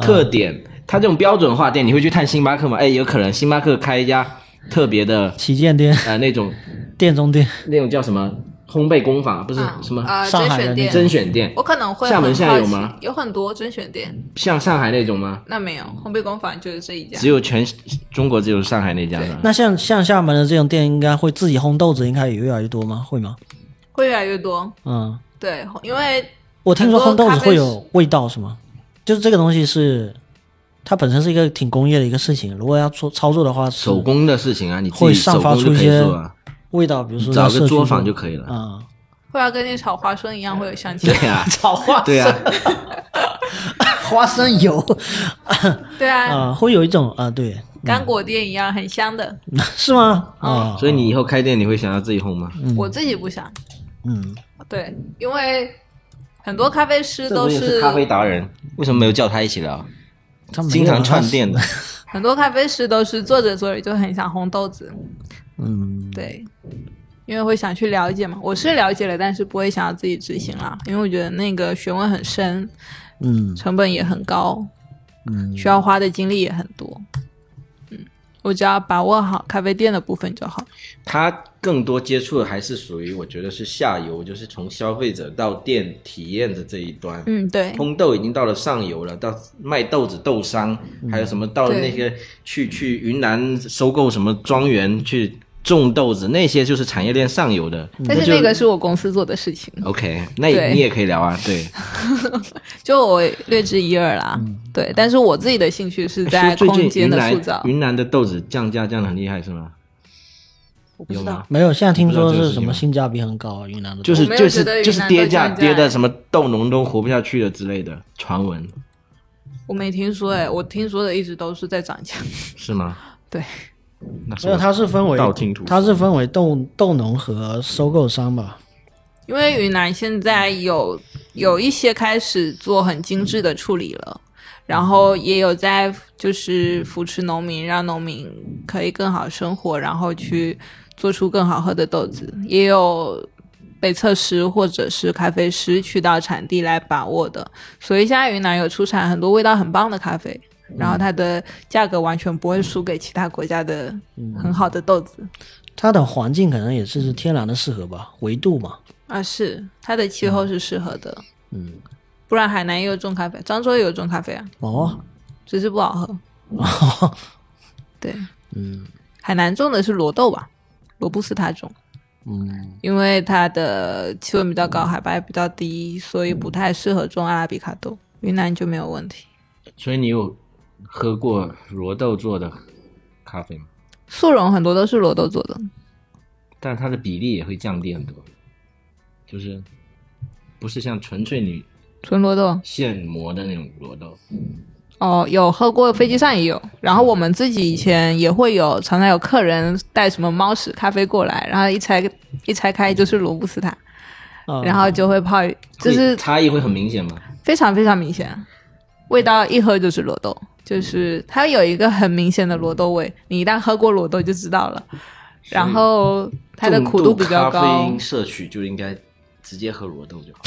[SPEAKER 4] 特点。他这种标准化店，你会去探星巴克吗？哎，有可能星巴克开一家特别的
[SPEAKER 2] 旗舰店、
[SPEAKER 4] 呃那种
[SPEAKER 2] 店中店，
[SPEAKER 4] 那种叫什么烘焙工坊，不是
[SPEAKER 1] 啊
[SPEAKER 4] 什么
[SPEAKER 1] 啊
[SPEAKER 2] 上
[SPEAKER 1] 甄
[SPEAKER 2] 海的
[SPEAKER 1] 选
[SPEAKER 2] 那
[SPEAKER 1] 店
[SPEAKER 4] 甄选店，
[SPEAKER 1] 我可能会
[SPEAKER 4] 厦门
[SPEAKER 1] 很
[SPEAKER 4] 现在有
[SPEAKER 1] 好奇
[SPEAKER 4] 吗？
[SPEAKER 1] 有很多甄选店，
[SPEAKER 4] 像上海那种吗？
[SPEAKER 1] 那没有烘焙工坊就是这一家
[SPEAKER 4] 只。有全中国只有上海那家是
[SPEAKER 1] 啊
[SPEAKER 4] 吧？
[SPEAKER 2] 那像像厦门的这种店，应该会自己烘豆子，应该也越来越多吗？会吗？
[SPEAKER 1] 会越来越多。
[SPEAKER 2] 嗯，
[SPEAKER 1] 对，因为
[SPEAKER 2] 我听说烘
[SPEAKER 1] 很多
[SPEAKER 2] 豆子
[SPEAKER 1] 咖啡
[SPEAKER 2] 会有味道是吗？就是这个东西是，它本身是一个挺工业的一个事情，如果要做操作的话，
[SPEAKER 4] 手工的事情啊，你自
[SPEAKER 2] 会
[SPEAKER 4] 己
[SPEAKER 2] 散
[SPEAKER 4] 手
[SPEAKER 2] 发
[SPEAKER 4] 工
[SPEAKER 2] 出
[SPEAKER 4] 就
[SPEAKER 2] 一
[SPEAKER 4] 可以
[SPEAKER 2] 些
[SPEAKER 4] 做啊，
[SPEAKER 2] 味道，比如说
[SPEAKER 4] 找
[SPEAKER 2] 在
[SPEAKER 4] 个
[SPEAKER 2] 社区
[SPEAKER 4] 作坊
[SPEAKER 2] 中
[SPEAKER 4] 就可以了。
[SPEAKER 2] 啊，
[SPEAKER 1] 会要跟那炒花生一样会有香气
[SPEAKER 4] 对。 啊，
[SPEAKER 2] 炒花
[SPEAKER 4] 对啊，
[SPEAKER 2] 花生油
[SPEAKER 1] 对啊，
[SPEAKER 2] 啊，会有一种啊，对，
[SPEAKER 4] 嗯
[SPEAKER 1] 干果店一样很香的。
[SPEAKER 2] 是吗？啊，
[SPEAKER 4] 所以你以后开店你会想要自己烘吗？
[SPEAKER 1] 我自己不想，
[SPEAKER 2] 嗯，
[SPEAKER 1] 对，因为很多咖啡师都
[SPEAKER 4] 这不是咖啡达人，为什么没有叫他一起聊？
[SPEAKER 1] 啊
[SPEAKER 2] 他没有啊
[SPEAKER 4] 经常串，店的，
[SPEAKER 1] 很多咖啡师都是做着做着就很想烘豆子，
[SPEAKER 2] 它嗯，
[SPEAKER 1] 对，因为会想去了解嘛。我是了解了，但是不会想要自己执行啦，因为我觉得那个学问很深，
[SPEAKER 2] 嗯
[SPEAKER 1] 成本也很高，
[SPEAKER 2] 嗯，
[SPEAKER 1] 需要花的精力也很多。嗯，我只要把握好咖啡店的部分就好。
[SPEAKER 4] 他更多接触的还是属于我觉得是下游，就是从消费者到店体验的这一端。
[SPEAKER 1] 嗯，对，
[SPEAKER 4] 烘豆已经到了上游了，到卖豆子豆商，还有什么到
[SPEAKER 1] 嗯对
[SPEAKER 4] 那些去去云南收购什么庄园去种豆子，那些就是产业链上游的。
[SPEAKER 1] 嗯但是
[SPEAKER 4] 就
[SPEAKER 1] 那个是我公司做的事情，
[SPEAKER 4] OK，那
[SPEAKER 1] 对
[SPEAKER 4] 你也可以聊啊， 对。
[SPEAKER 1] 就我略知一二啦。对，但是我自己的兴趣是在
[SPEAKER 4] 嗯是最
[SPEAKER 1] 空
[SPEAKER 4] 近
[SPEAKER 1] 间
[SPEAKER 4] 云
[SPEAKER 1] 的
[SPEAKER 4] 南
[SPEAKER 1] 塑造。
[SPEAKER 4] 云南的豆子降价降的很厉害是吗？
[SPEAKER 1] 我不
[SPEAKER 4] 有
[SPEAKER 1] 知道
[SPEAKER 4] 吗？
[SPEAKER 2] 没有，现在听说
[SPEAKER 4] 不知道这个
[SPEAKER 2] 是
[SPEAKER 4] 事
[SPEAKER 2] 什
[SPEAKER 4] 情吗
[SPEAKER 2] 么性价比很高啊，云南的，
[SPEAKER 4] 就是
[SPEAKER 1] 我没有
[SPEAKER 4] 就
[SPEAKER 1] 觉得
[SPEAKER 4] 是
[SPEAKER 1] 云
[SPEAKER 4] 就是
[SPEAKER 1] 南
[SPEAKER 4] 跌
[SPEAKER 1] 豆
[SPEAKER 4] 价
[SPEAKER 1] 降价哎
[SPEAKER 4] 跌的什么豆农都活不下去了之类的传闻
[SPEAKER 1] 我没听说哎、我听说的一直都是在涨价。
[SPEAKER 4] 是吗？
[SPEAKER 1] 对，
[SPEAKER 4] 那是
[SPEAKER 2] 没有，
[SPEAKER 4] 我
[SPEAKER 2] 它是分为
[SPEAKER 4] 道听途说
[SPEAKER 2] 它是分为豆豆农和收购商吧？
[SPEAKER 1] 因为云南现在有有一些开始做很精致的处理了，然后也有在就是扶持农民，让农民可以更好生活，然后去做出更好喝的豆子，也有。被测师或者是咖啡师去到产地来把握的，所以现在云南有出产很多味道很棒的咖啡，然后它的价格完全不会输给其他国家的很好的豆子。
[SPEAKER 2] 它的环境可能也是天然的适合吧，维度嘛，
[SPEAKER 1] 啊，是它的气候是适合的，嗯，不然海南也有种咖啡，漳州也有种咖啡啊，
[SPEAKER 2] 哦，
[SPEAKER 1] 只是不好 喝。对，嗯，海南种的是罗豆吧，罗布斯塔种，嗯，因为它的气温比较高，海拔也比较低，所以不太适合种阿拉比卡豆。云南就没有问题，
[SPEAKER 4] 所以你有喝过罗豆做的咖啡吗？
[SPEAKER 1] 速溶很多都是罗豆做的，
[SPEAKER 4] 但它的比例也会降低很多，就是不是像纯粹你
[SPEAKER 1] 纯罗豆。
[SPEAKER 4] 现磨的那种罗豆，
[SPEAKER 1] 哦，有喝过，飞机上也有。然后我们自己以前也会有，常常有客人带什么猫屎咖啡过来，然后一拆一拆开就是罗布斯塔，
[SPEAKER 2] 啊
[SPEAKER 4] 嗯
[SPEAKER 1] 然后就会泡，就
[SPEAKER 4] 会
[SPEAKER 1] 是
[SPEAKER 4] 差异会很明显吗？
[SPEAKER 1] 非常非常明显，味道一喝就是罗豆，就是它有一个很明显的罗豆味，你一旦喝过罗豆就知道了。然后它的
[SPEAKER 4] 重
[SPEAKER 1] 苦
[SPEAKER 4] 度
[SPEAKER 1] 比较
[SPEAKER 4] 咖啡
[SPEAKER 1] 高
[SPEAKER 4] 因，摄取就应该直接喝罗豆就好。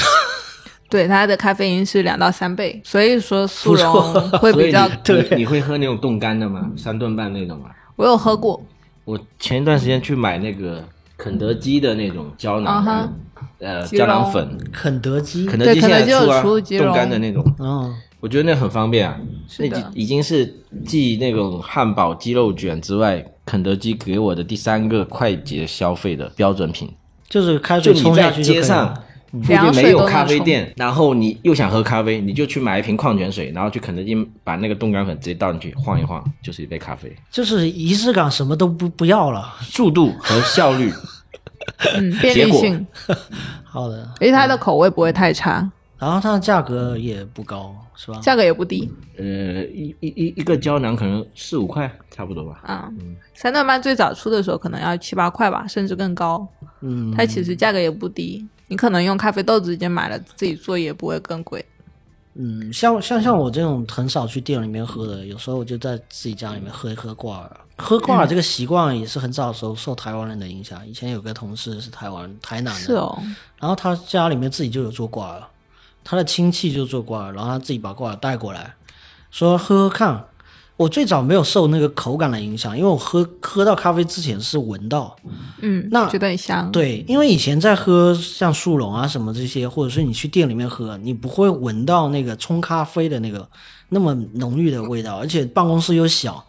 [SPEAKER 1] 对它的咖啡因是两到三倍，所以说速溶会
[SPEAKER 4] 所以
[SPEAKER 1] 比较。
[SPEAKER 4] 你你你会喝那种冻干的吗？三顿半那种吗？
[SPEAKER 1] 我有喝过，
[SPEAKER 4] 我前一段时间去买那个肯德基的那种胶囊
[SPEAKER 1] 啊哈
[SPEAKER 4] 呃
[SPEAKER 1] 鸡肉
[SPEAKER 4] 胶囊粉，
[SPEAKER 2] 肯德基，
[SPEAKER 4] 肯德基现在
[SPEAKER 1] 肯德基有
[SPEAKER 4] 出啊
[SPEAKER 1] 出鸡肉
[SPEAKER 4] 冻干的那种，
[SPEAKER 2] 嗯，
[SPEAKER 4] 我觉得那很方便啊，
[SPEAKER 1] 是的
[SPEAKER 4] 那已已经是继那种汉堡、鸡肉卷之外，肯德基给我的第三个快捷消费的标准品。
[SPEAKER 2] 就是开
[SPEAKER 4] 就
[SPEAKER 2] 水
[SPEAKER 4] 你
[SPEAKER 2] 冲下
[SPEAKER 4] 在
[SPEAKER 2] 去就可
[SPEAKER 4] 街
[SPEAKER 2] 以了
[SPEAKER 4] 上附近
[SPEAKER 1] 凉水
[SPEAKER 4] 没有
[SPEAKER 1] 都能
[SPEAKER 4] 咖啡
[SPEAKER 1] 冲
[SPEAKER 4] 店，然后你又想喝咖啡，你就去买一瓶矿泉水，然后去肯德基把那个冻干粉直接倒进去晃一晃，就是一杯咖啡。
[SPEAKER 2] 就是仪式感什么都不不要了。
[SPEAKER 4] 速度和效率
[SPEAKER 1] 嗯，便利性，
[SPEAKER 2] 好的，
[SPEAKER 1] 而且它的口味不会太差，
[SPEAKER 2] 然后它的价格也不高，是吧？
[SPEAKER 1] 价格也不低
[SPEAKER 4] 呃，一一一一个胶囊可能四五块，差不多吧。
[SPEAKER 2] 嗯
[SPEAKER 1] 啊。三顿半最早出的时候可能要七八块吧，甚至更高。
[SPEAKER 2] 嗯，
[SPEAKER 1] 它其实价格也不低，你可能用咖啡豆直接买了自己做也不会更贵。
[SPEAKER 2] 嗯，像像像我这种很少去店里面喝的，有时候我就在自己家里面喝一喝挂耳。喝挂耳
[SPEAKER 1] 嗯
[SPEAKER 2] 这个习惯也是很早的时候受台湾人的影响。以前有个同事是台湾台南的，
[SPEAKER 1] 是哦，
[SPEAKER 2] 然后他家里面自己就有做挂耳，他的亲戚就做挂耳，然后他自己把挂耳带过来，说喝喝看。我最早没有受那个口感的影响，因为我喝喝到咖啡之前是闻到，
[SPEAKER 1] 嗯，
[SPEAKER 2] 那
[SPEAKER 1] 觉得很香。
[SPEAKER 2] 对，因为以前在喝像速溶啊什么这些，或者是你去店里面喝，你不会闻到那个冲咖啡的那个那么浓郁的味道，而且办公室又小，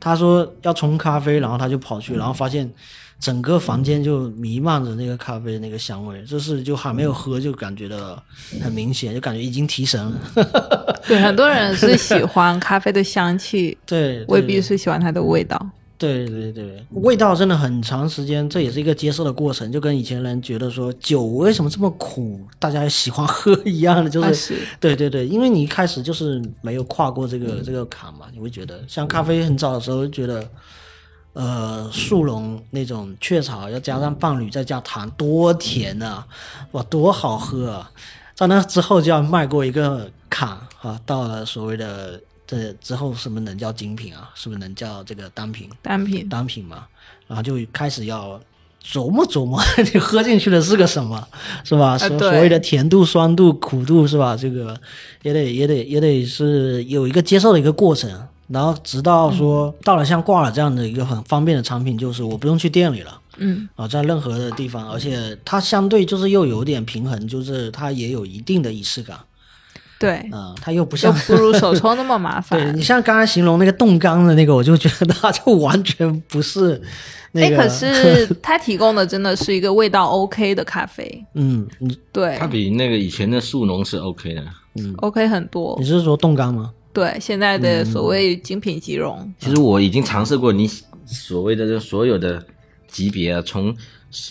[SPEAKER 2] 他说要冲咖啡，然后他就跑去，然
[SPEAKER 1] 嗯
[SPEAKER 2] 后发现整个房间就弥漫着那个咖啡的那个香味，就是就还没
[SPEAKER 1] 嗯
[SPEAKER 2] 有喝就感觉的很明显，就感觉已经提神了。，
[SPEAKER 1] 对，很多人是喜欢咖啡的香气
[SPEAKER 2] 对，
[SPEAKER 1] 未
[SPEAKER 2] 对
[SPEAKER 1] 必是喜欢它的味道。
[SPEAKER 2] 对对对，味道真的很长时间，这也是一个接受的过程，就跟以前人觉得说酒为什么这么苦，大家喜欢喝一样的，就是
[SPEAKER 1] 啊是
[SPEAKER 2] 对对对，因为你一开始就是没有跨过这个、这个坎嘛，你会觉得像咖啡很早的时候就觉得，呃，速溶那种雀巢要加上伴侣再加糖，多甜啊，哇，多好喝啊！在那之后就要迈过一个坎啊，到了所谓的这之后，是不是能叫精品啊？是不是能叫这个单品？
[SPEAKER 1] 单品
[SPEAKER 2] 单品嘛，然后就开始要琢磨琢磨 你喝进去的是个什么，是吧？所、
[SPEAKER 1] 啊对
[SPEAKER 2] 所谓的甜度、酸度、苦度是吧？这个也得也得也得是有一个接受的一个过程。然后直到
[SPEAKER 1] 嗯
[SPEAKER 2] 说、到了像挂耳这样的一个很方便的产品，就是我不用去店里了，
[SPEAKER 1] 嗯
[SPEAKER 2] 啊，在任何的地方，而且它相对就是又有点平衡，就是它也有一定的仪式感，
[SPEAKER 1] 对，
[SPEAKER 2] 嗯，它又不
[SPEAKER 1] 就
[SPEAKER 2] 像
[SPEAKER 1] 不如手冲那么麻
[SPEAKER 2] 对
[SPEAKER 1] 烦
[SPEAKER 2] 你。像刚才形容那个冻干的那个，我就觉得它就完全不是那
[SPEAKER 1] 哎，
[SPEAKER 2] 个。
[SPEAKER 1] 可 是它提供的真的是一个味道 OK 的咖啡，
[SPEAKER 2] 嗯，你
[SPEAKER 1] 对
[SPEAKER 4] 它比那个以前的速溶是 OK 的。
[SPEAKER 1] ，OK 很多
[SPEAKER 2] 你。是嗯说冻干吗？
[SPEAKER 1] 对，现在的所谓精品即溶，
[SPEAKER 4] 其实我已经尝试过你所谓的这所有的级别啊，从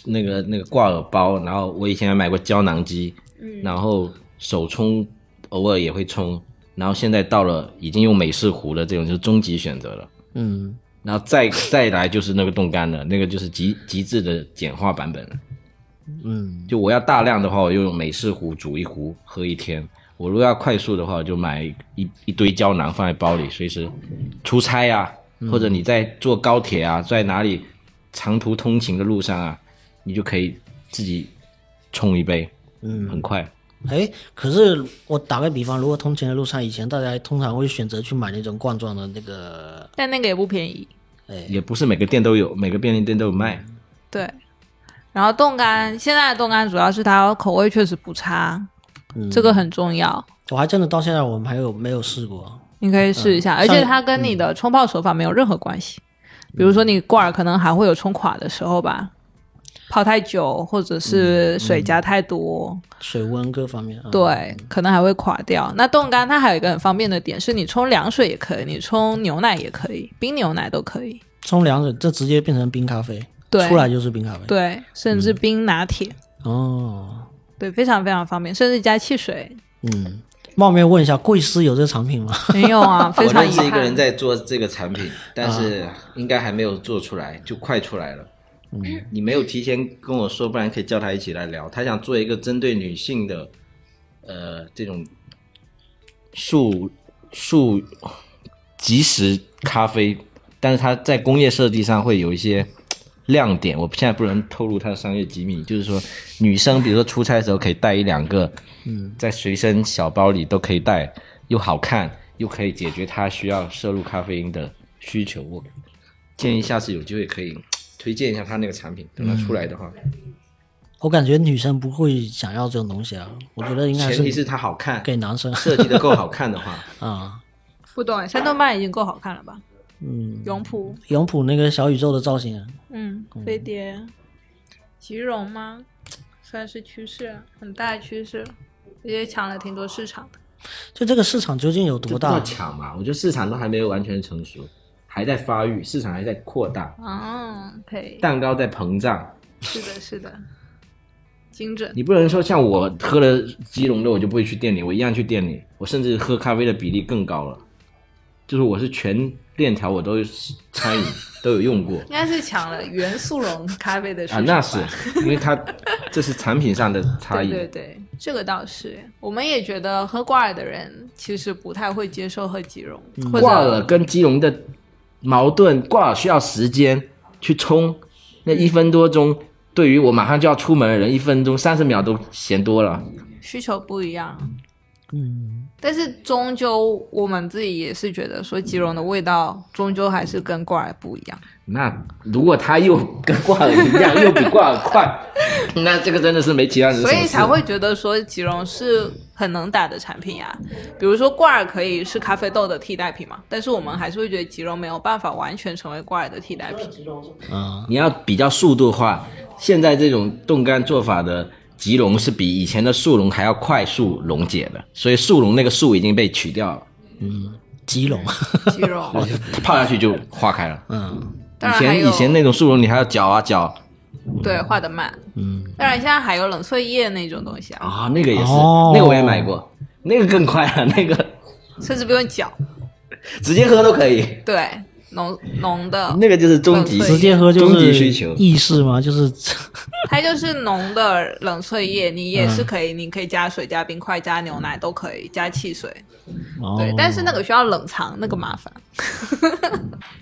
[SPEAKER 4] 那个那个挂耳包，然后我以前还买过胶囊机，然后手冲偶尔也会冲，然后现在到了已经用美式壶的这种就是终极选择了。
[SPEAKER 2] 嗯，
[SPEAKER 4] 然后再再来就是那个冻干的，那个就是极极致的简化版本了。
[SPEAKER 2] 嗯，
[SPEAKER 4] 就我要大量的话，我就用美式壶煮一壶喝一天；我如果要快速的话，我就买一一堆胶囊放在包里，随时出差啊，或者你在坐高铁啊，在哪里长途通勤的路上啊，你就可以自己冲一杯，嗯，很快。
[SPEAKER 2] 哎，可是我打个比方，如果通勤的路上，以前大家通常会选择去买那种罐装的那个，
[SPEAKER 1] 但那个也不便宜。
[SPEAKER 2] 哎，
[SPEAKER 4] 也不是每个店都有，每个便利店都有卖。
[SPEAKER 1] 对，然后冻干现在的冻干主要是它口味确实不差，这个很重要，
[SPEAKER 2] 我还真的到现在我们还有没有试过。
[SPEAKER 1] 你可以试一下。而且它跟你的冲泡手法没有任何关系，比如说你挂耳可能还会有冲垮的时候吧，泡太久或者是水加太多，
[SPEAKER 2] 水温各方面，啊、，
[SPEAKER 1] 对，可能还会垮掉。那冻干它还有一个很方便的点是，你冲凉水也可以，你冲牛奶也可以，冰牛奶都可以。
[SPEAKER 2] 冲凉水这直接变成冰咖啡，
[SPEAKER 1] 对
[SPEAKER 2] 出来就是冰咖啡。，
[SPEAKER 1] 对，甚至冰拿铁，
[SPEAKER 2] 哦，
[SPEAKER 1] 对，非常非常方便，甚至加汽水。
[SPEAKER 2] 嗯，冒昧问一下，贵司有这产品吗？
[SPEAKER 1] 没有啊，非
[SPEAKER 4] 我
[SPEAKER 1] 常
[SPEAKER 4] 认
[SPEAKER 1] 遗
[SPEAKER 4] 识一个
[SPEAKER 1] 憾啊
[SPEAKER 4] 人。在做这个产品，但是应该还没有做出来，就快出来了。
[SPEAKER 1] 嗯
[SPEAKER 4] 你没有提前跟我说，不然可以叫他一起来聊。他想做一个针对女性的，呃，这种速速即时咖啡，但是他在工业设计上会有一些亮点。我现在不能透露他的商业机密，就是说女生比如说出差的时候可以带一两个，嗯，在随身小包里都可以带，又好看，又可以解决她需要摄入咖啡因的需求。我建议下次有机会可以推荐一下他那个产品，等他出来的话，
[SPEAKER 2] 我感觉女生不会想要这种东西啊，我觉得应该
[SPEAKER 4] 前提
[SPEAKER 2] 是
[SPEAKER 4] 是它好看，
[SPEAKER 2] 给男生
[SPEAKER 4] 设计的够好看的话，
[SPEAKER 2] 啊。
[SPEAKER 1] 不懂哎，山东漫已经够好看了吧？
[SPEAKER 2] 嗯，
[SPEAKER 1] 永璞，
[SPEAKER 2] 永璞那个小宇宙的造型啊，
[SPEAKER 1] 嗯，飞碟，吉荣吗？算是趋势，很大的趋势，而且抢了挺多市场的。
[SPEAKER 2] 就这个市场究竟有
[SPEAKER 4] 不
[SPEAKER 2] 多
[SPEAKER 4] 大
[SPEAKER 2] 大？
[SPEAKER 4] 抢嘛。我觉得市场都还没有完全成熟，还在发育，市场还在扩大，
[SPEAKER 1] 嗯，可以，
[SPEAKER 4] 蛋糕在膨胀。
[SPEAKER 1] 是的，是的，精准。
[SPEAKER 4] 你不能说像我喝了鸡茸肉，我就不会去店里，我一样去店里，我甚至喝咖啡的比例更高了，就是我是全链条我都参与，都有用过
[SPEAKER 1] 应该是抢了原速溶咖啡的市
[SPEAKER 4] 啊，
[SPEAKER 1] 场吧
[SPEAKER 4] 那是因为它这是产品上的差
[SPEAKER 1] 对
[SPEAKER 4] 异。
[SPEAKER 1] 对对，这个倒是，我们也觉得喝挂耳的人其实不太会接受喝吉溶，或者
[SPEAKER 4] 嗯挂耳跟基隆的矛盾，挂耳需要时间去冲，那一分多钟，对于我马上就要出门的人，一分钟三十秒都嫌多了。
[SPEAKER 1] 需求不一样。
[SPEAKER 2] 嗯，
[SPEAKER 1] 但是终究我们自己也是觉得说吉溶的味道终究还是跟挂耳不一样。
[SPEAKER 4] 那如果他又跟挂耳一样，又比挂耳快，那这个真的是没其他人什么
[SPEAKER 1] 所
[SPEAKER 4] 事。
[SPEAKER 1] 以才会觉得说吉溶是很能打的产品呀、啊比如说挂耳可以是咖啡豆的替代品嘛，但是我们还是会觉得吉溶没有办法完全成为挂耳的替代品。
[SPEAKER 4] 你要比较速度化，现在这种冻干做法的吉隆是比以前的速溶还要快速溶解的，所以速溶那个速已经被取掉了，
[SPEAKER 2] 吉隆，
[SPEAKER 1] 吉溶，
[SPEAKER 4] 它泡下去就化开了。
[SPEAKER 2] 嗯
[SPEAKER 1] 当然
[SPEAKER 4] 以
[SPEAKER 1] 还
[SPEAKER 4] 前
[SPEAKER 1] 有
[SPEAKER 4] 以前那种速溶你还要搅啊搅
[SPEAKER 1] 对化的慢，
[SPEAKER 2] 嗯，
[SPEAKER 1] 当然现在还有冷萃液那种东西啊，
[SPEAKER 4] 啊，那个也是，
[SPEAKER 2] 哦
[SPEAKER 4] 那个我也买过，那个更快了，那个
[SPEAKER 1] 甚至不用搅，
[SPEAKER 4] 直接喝都可以，
[SPEAKER 1] 对浓浓的，
[SPEAKER 4] 那个就是终极
[SPEAKER 1] 冷萃
[SPEAKER 2] 哦直接喝就
[SPEAKER 4] 终极
[SPEAKER 2] 是
[SPEAKER 4] 需求
[SPEAKER 2] 意式 嘛，就是
[SPEAKER 1] 它就是浓的冷萃液，你也是可以，
[SPEAKER 2] 嗯
[SPEAKER 1] 你可以加水、加冰块、加牛奶都可以，加汽水，
[SPEAKER 2] 哦
[SPEAKER 1] 对，，但是那个需要冷藏，那个麻烦。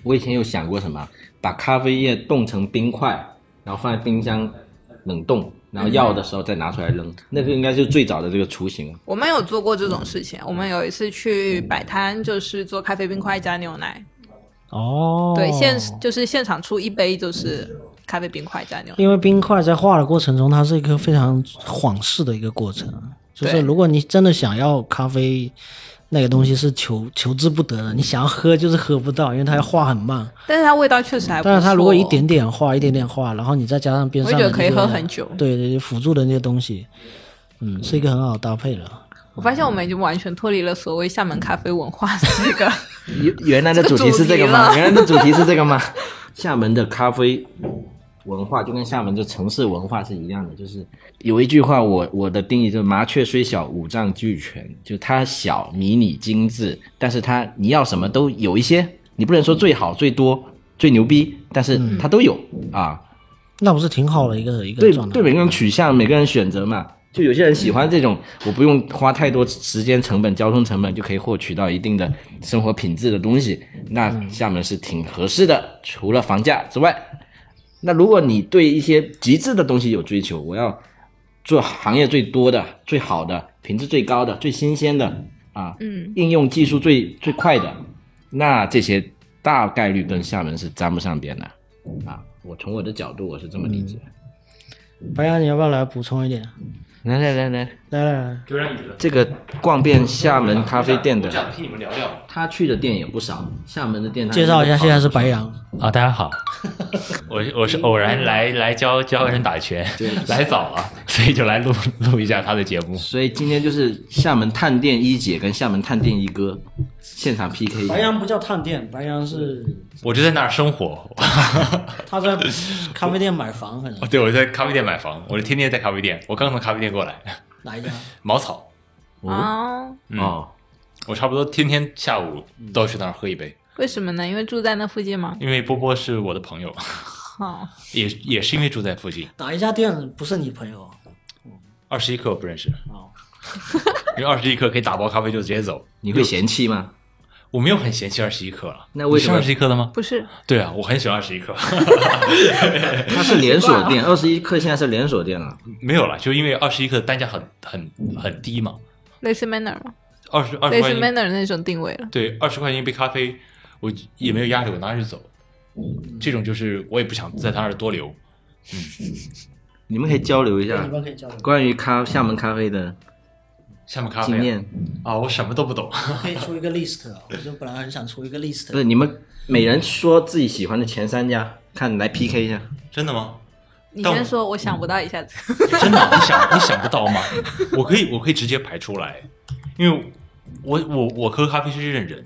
[SPEAKER 4] 我以前有想过什么，把咖啡液冻成冰块，然后放在冰箱冷冻，然
[SPEAKER 2] 嗯
[SPEAKER 4] 后要的时候再拿出来扔，那个应该就是最早的这个雏形了。
[SPEAKER 1] 我们有做过这种事情，
[SPEAKER 2] 嗯
[SPEAKER 1] 我们有一次去摆摊，就是做咖啡冰块加牛奶，
[SPEAKER 2] 哦，
[SPEAKER 1] 对，现就是现场出一杯就是咖啡冰块加牛奶，
[SPEAKER 2] 因为冰块在化的过程中，它是一个非常缓释的一个过程。啊就是
[SPEAKER 1] 对
[SPEAKER 2] 如果你真的想要咖啡，那个东西是求求之不得的，你想要喝就是喝不到，因为它要化很慢。
[SPEAKER 1] 但是它味道确实还不错。
[SPEAKER 2] 但是它如果一点点化，一点点化，然后你再加上边上的
[SPEAKER 1] 我也觉得可以
[SPEAKER 2] 那个
[SPEAKER 1] 喝很久
[SPEAKER 2] 对对对，辅助的那些东西，嗯，是一个很好的搭配了。
[SPEAKER 1] 我发现我们已经完全脱离了所谓厦门咖啡文化的这 个
[SPEAKER 4] 原原来的主题是这
[SPEAKER 1] 这个
[SPEAKER 4] 个
[SPEAKER 1] 主
[SPEAKER 4] 吗？
[SPEAKER 1] 题了
[SPEAKER 4] 原来的主题是这个吗？ 厦门的咖啡文化就跟厦门的城市文化是一样的，就是有一句话我我的定义就是麻雀虽小，五脏俱全，就它小、迷你、精致，但是它你要什么都有一些，你不能说最好、最多、最牛逼，但是
[SPEAKER 1] 嗯
[SPEAKER 4] 它都有、啊。
[SPEAKER 2] 那不是挺好的一个一个
[SPEAKER 4] 对
[SPEAKER 2] 状态嗯
[SPEAKER 4] 对，每个人取向，每个人选择嘛。就有些人喜欢这种，我不用花太多时间成本、交通成本就可以获取到一定的生活品质的东西，那
[SPEAKER 2] 嗯
[SPEAKER 4] 厦门是挺合适的。除了房价之外，那如果你对一些极致的东西有追求，我要做行业最多的、最好的、品质最高的、最新鲜的啊，
[SPEAKER 1] 嗯，
[SPEAKER 4] 应用技术最最快的，那这些大概率跟厦门是沾不上边的啊。我从我的角度，我是这么理解。
[SPEAKER 2] 白羊，你要不要来补充一点？
[SPEAKER 4] 来来来来，
[SPEAKER 2] 来来来，
[SPEAKER 5] 就让你们
[SPEAKER 4] 这个逛遍厦门咖啡店
[SPEAKER 5] 我想
[SPEAKER 4] 的，
[SPEAKER 5] 替你们聊聊
[SPEAKER 4] 他去的店也不少，厦门的店他
[SPEAKER 2] 介绍一下，
[SPEAKER 4] 跑
[SPEAKER 2] 现在是白羊，
[SPEAKER 5] 啊！大家好， 我是我是偶然来来教教人打拳，来早了，所以就来录录一下他的节目。
[SPEAKER 4] 所以今天就是厦门探店一姐跟厦门探店一哥现场 PK。
[SPEAKER 5] 哎
[SPEAKER 2] 白羊不叫探店，白羊是
[SPEAKER 5] 我就在那儿生活，哦
[SPEAKER 2] 他在咖啡店买房，可能
[SPEAKER 5] 对，我在咖啡店买房，我就天天在咖啡店，我刚从咖啡店过来，
[SPEAKER 2] 哪一家？
[SPEAKER 5] 茅草，
[SPEAKER 1] 哦。
[SPEAKER 5] 嗯
[SPEAKER 4] 哦，
[SPEAKER 5] 我差不多天天下午
[SPEAKER 4] 嗯
[SPEAKER 5] 都去那儿喝一杯，
[SPEAKER 1] 为什么呢？因为住在那附近哦吗？
[SPEAKER 5] 因为波波是我的 朋友，
[SPEAKER 1] 好，
[SPEAKER 5] 也也是因为住在附近。
[SPEAKER 2] 哪一家店不是你朋友？
[SPEAKER 5] 二十一克我不认识，
[SPEAKER 2] 哦
[SPEAKER 5] 因为二十一克可以打包咖啡就直接走。
[SPEAKER 4] 你会嫌弃吗？
[SPEAKER 5] 我没有很嫌弃二十一克了，
[SPEAKER 4] 那为什么
[SPEAKER 5] 二十一克的吗？
[SPEAKER 1] 不是，
[SPEAKER 5] 对啊，我很喜欢二十一克，
[SPEAKER 4] 它是连锁店，二十一克现在是连锁店了。
[SPEAKER 5] 没有了，就因为二十一克的单价很很很低嘛，
[SPEAKER 1] 类似 Manner 吗？
[SPEAKER 5] 二十二十
[SPEAKER 1] 类似
[SPEAKER 5] 块钱，
[SPEAKER 1] Manner 那种定位了。
[SPEAKER 5] 对，二十块钱一杯咖啡，我也没有压力，
[SPEAKER 4] 嗯
[SPEAKER 5] 我拿着就走。这种就是我也不想在他那儿多留，
[SPEAKER 7] 你们可以交流一
[SPEAKER 2] 对
[SPEAKER 5] 哎
[SPEAKER 7] 下
[SPEAKER 2] 你们可以交流，
[SPEAKER 7] 关于咖厦门咖啡的
[SPEAKER 5] 厦门咖
[SPEAKER 7] 经
[SPEAKER 5] 啡
[SPEAKER 7] 验。
[SPEAKER 5] 啊，我什么都不懂。
[SPEAKER 2] 我可以出一个 list，啊我就本来很想出一个 list，
[SPEAKER 7] 不是你们每人说自己喜欢的前三家，看来 PK 一下。
[SPEAKER 5] 真的吗？
[SPEAKER 1] 你
[SPEAKER 5] 但嗯
[SPEAKER 1] 先说，我想不到一下子。
[SPEAKER 5] 真的，你想你想不到吗？ 我可以我可以直接排出来，因为我我我喝咖啡是认人，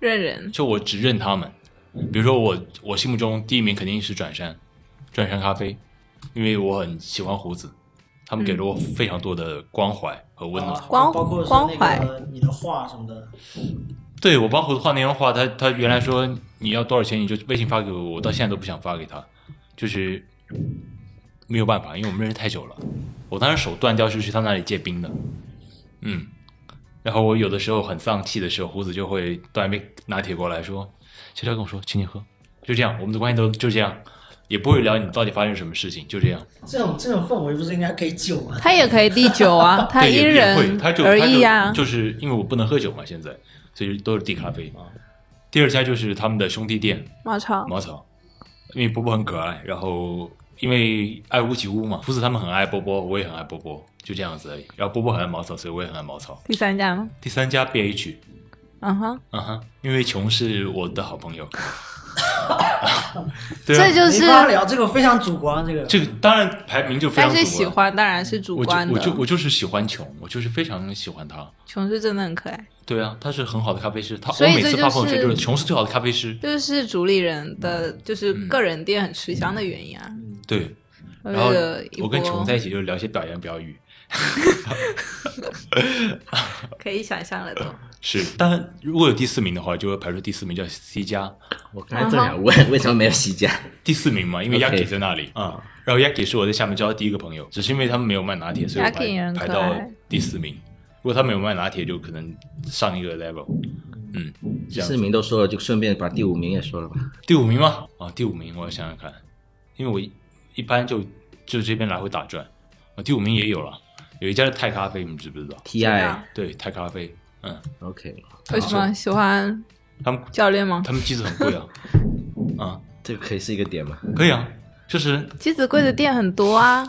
[SPEAKER 1] 认人，
[SPEAKER 5] 就我只认他们。比如说我我心目中第一名肯定是转山，转山咖啡，因为我很喜欢胡子，他们给了我非常多的关怀和温暖。
[SPEAKER 1] 光
[SPEAKER 2] 啊包括是
[SPEAKER 1] 光
[SPEAKER 2] 那
[SPEAKER 1] 环
[SPEAKER 2] 个你的画什么的，
[SPEAKER 5] 对我帮胡子画那张画，他他原来说你要多少钱你就微信发给我，我到现在都不想发给他，就是没有办法，因为我们认识太久了。我当时手断掉是去他那里借冰的，嗯，然后我有的时候很丧气的时候，胡子就会端一杯拿铁过来说：“悄悄跟我说，请你喝。”就这样，我们的关系都就这样，也不会聊你到底发生什么事情，就这样。
[SPEAKER 2] 这种这种氛围不是应该给酒吗？
[SPEAKER 1] 他也可以第九 啊，他
[SPEAKER 5] 对
[SPEAKER 1] 因
[SPEAKER 5] 也也会
[SPEAKER 1] 人
[SPEAKER 5] 他就
[SPEAKER 1] 而
[SPEAKER 5] 他就
[SPEAKER 1] 异啊。
[SPEAKER 5] 就是因为我不能喝酒嘛，现在所以都是地咖啡。第二家就是他们的兄弟店，
[SPEAKER 1] 毛超，
[SPEAKER 5] 茅草，因为波波很可爱，然后因为爱屋及乌嘛，胡子他们很爱波波，我也很爱波波，就这样子而已。然后波波很爱茅草，所以我也很爱茅草。
[SPEAKER 1] 第三家吗？
[SPEAKER 5] 第三家 B H，
[SPEAKER 1] 嗯哼，
[SPEAKER 5] 嗯哼，因为琼是我的好 朋友，对
[SPEAKER 1] 这
[SPEAKER 5] 啊，
[SPEAKER 1] 就
[SPEAKER 2] 没
[SPEAKER 1] 是，
[SPEAKER 2] 法聊这个非常主观，这个
[SPEAKER 5] 这个当然排名就非常
[SPEAKER 1] 但
[SPEAKER 5] 主观
[SPEAKER 1] 是喜欢当然是主
[SPEAKER 5] 我就
[SPEAKER 1] 观
[SPEAKER 5] 我
[SPEAKER 1] 的。
[SPEAKER 5] 就我就是喜欢琼，我就是非常喜欢他。
[SPEAKER 1] 琼是真的很可爱，
[SPEAKER 5] 对啊，他是很好的咖啡师，他
[SPEAKER 1] 所以
[SPEAKER 5] 我每次
[SPEAKER 1] 这就
[SPEAKER 5] 发朋友圈就是是琼是最好的咖啡师，
[SPEAKER 1] 就是主理人的，
[SPEAKER 5] 嗯
[SPEAKER 1] 就是个人店很吃香的原因啊。
[SPEAKER 5] 对。
[SPEAKER 1] 我
[SPEAKER 5] 嗯然后
[SPEAKER 1] 觉得一
[SPEAKER 5] 我跟
[SPEAKER 1] 波
[SPEAKER 5] 琼在一起就聊一些表扬表语，
[SPEAKER 1] 可以想象了都，
[SPEAKER 5] 是，但如果有第四名的话，就会排出第四名叫 C 加，
[SPEAKER 7] 我刚才正想
[SPEAKER 5] 啊
[SPEAKER 7] 问，为什么没有西加？
[SPEAKER 5] 第四名嘛，因为
[SPEAKER 7] OK
[SPEAKER 5] Yaki 在那里啊、嗯然后 Yaki 是我在厦门交的第一个朋友，只是因为他们没有卖拿铁，所以我
[SPEAKER 1] Yaki 也
[SPEAKER 5] 排
[SPEAKER 1] 很
[SPEAKER 5] 排
[SPEAKER 1] 可爱
[SPEAKER 5] 到第四名。如果他们有卖拿铁，就可能上一个 level。嗯，这样
[SPEAKER 7] 四
[SPEAKER 5] 子
[SPEAKER 7] 名都说了，就顺便把第五名也说了吧。
[SPEAKER 5] 第五名吗？啊，第五名，我想想看，因为我一一般就就这边来回打转啊。第五名也有了，有一家是泰咖啡，你们知不知道？
[SPEAKER 7] T I
[SPEAKER 5] 对，泰咖啡，嗯，
[SPEAKER 7] OK，
[SPEAKER 1] 为什么喜欢
[SPEAKER 5] 他们
[SPEAKER 1] 教练吗？
[SPEAKER 5] 他们机子很贵啊，啊、
[SPEAKER 7] 这个可以是一个点吗？
[SPEAKER 5] 可以啊，就是
[SPEAKER 1] 鸡子贵的店很多啊，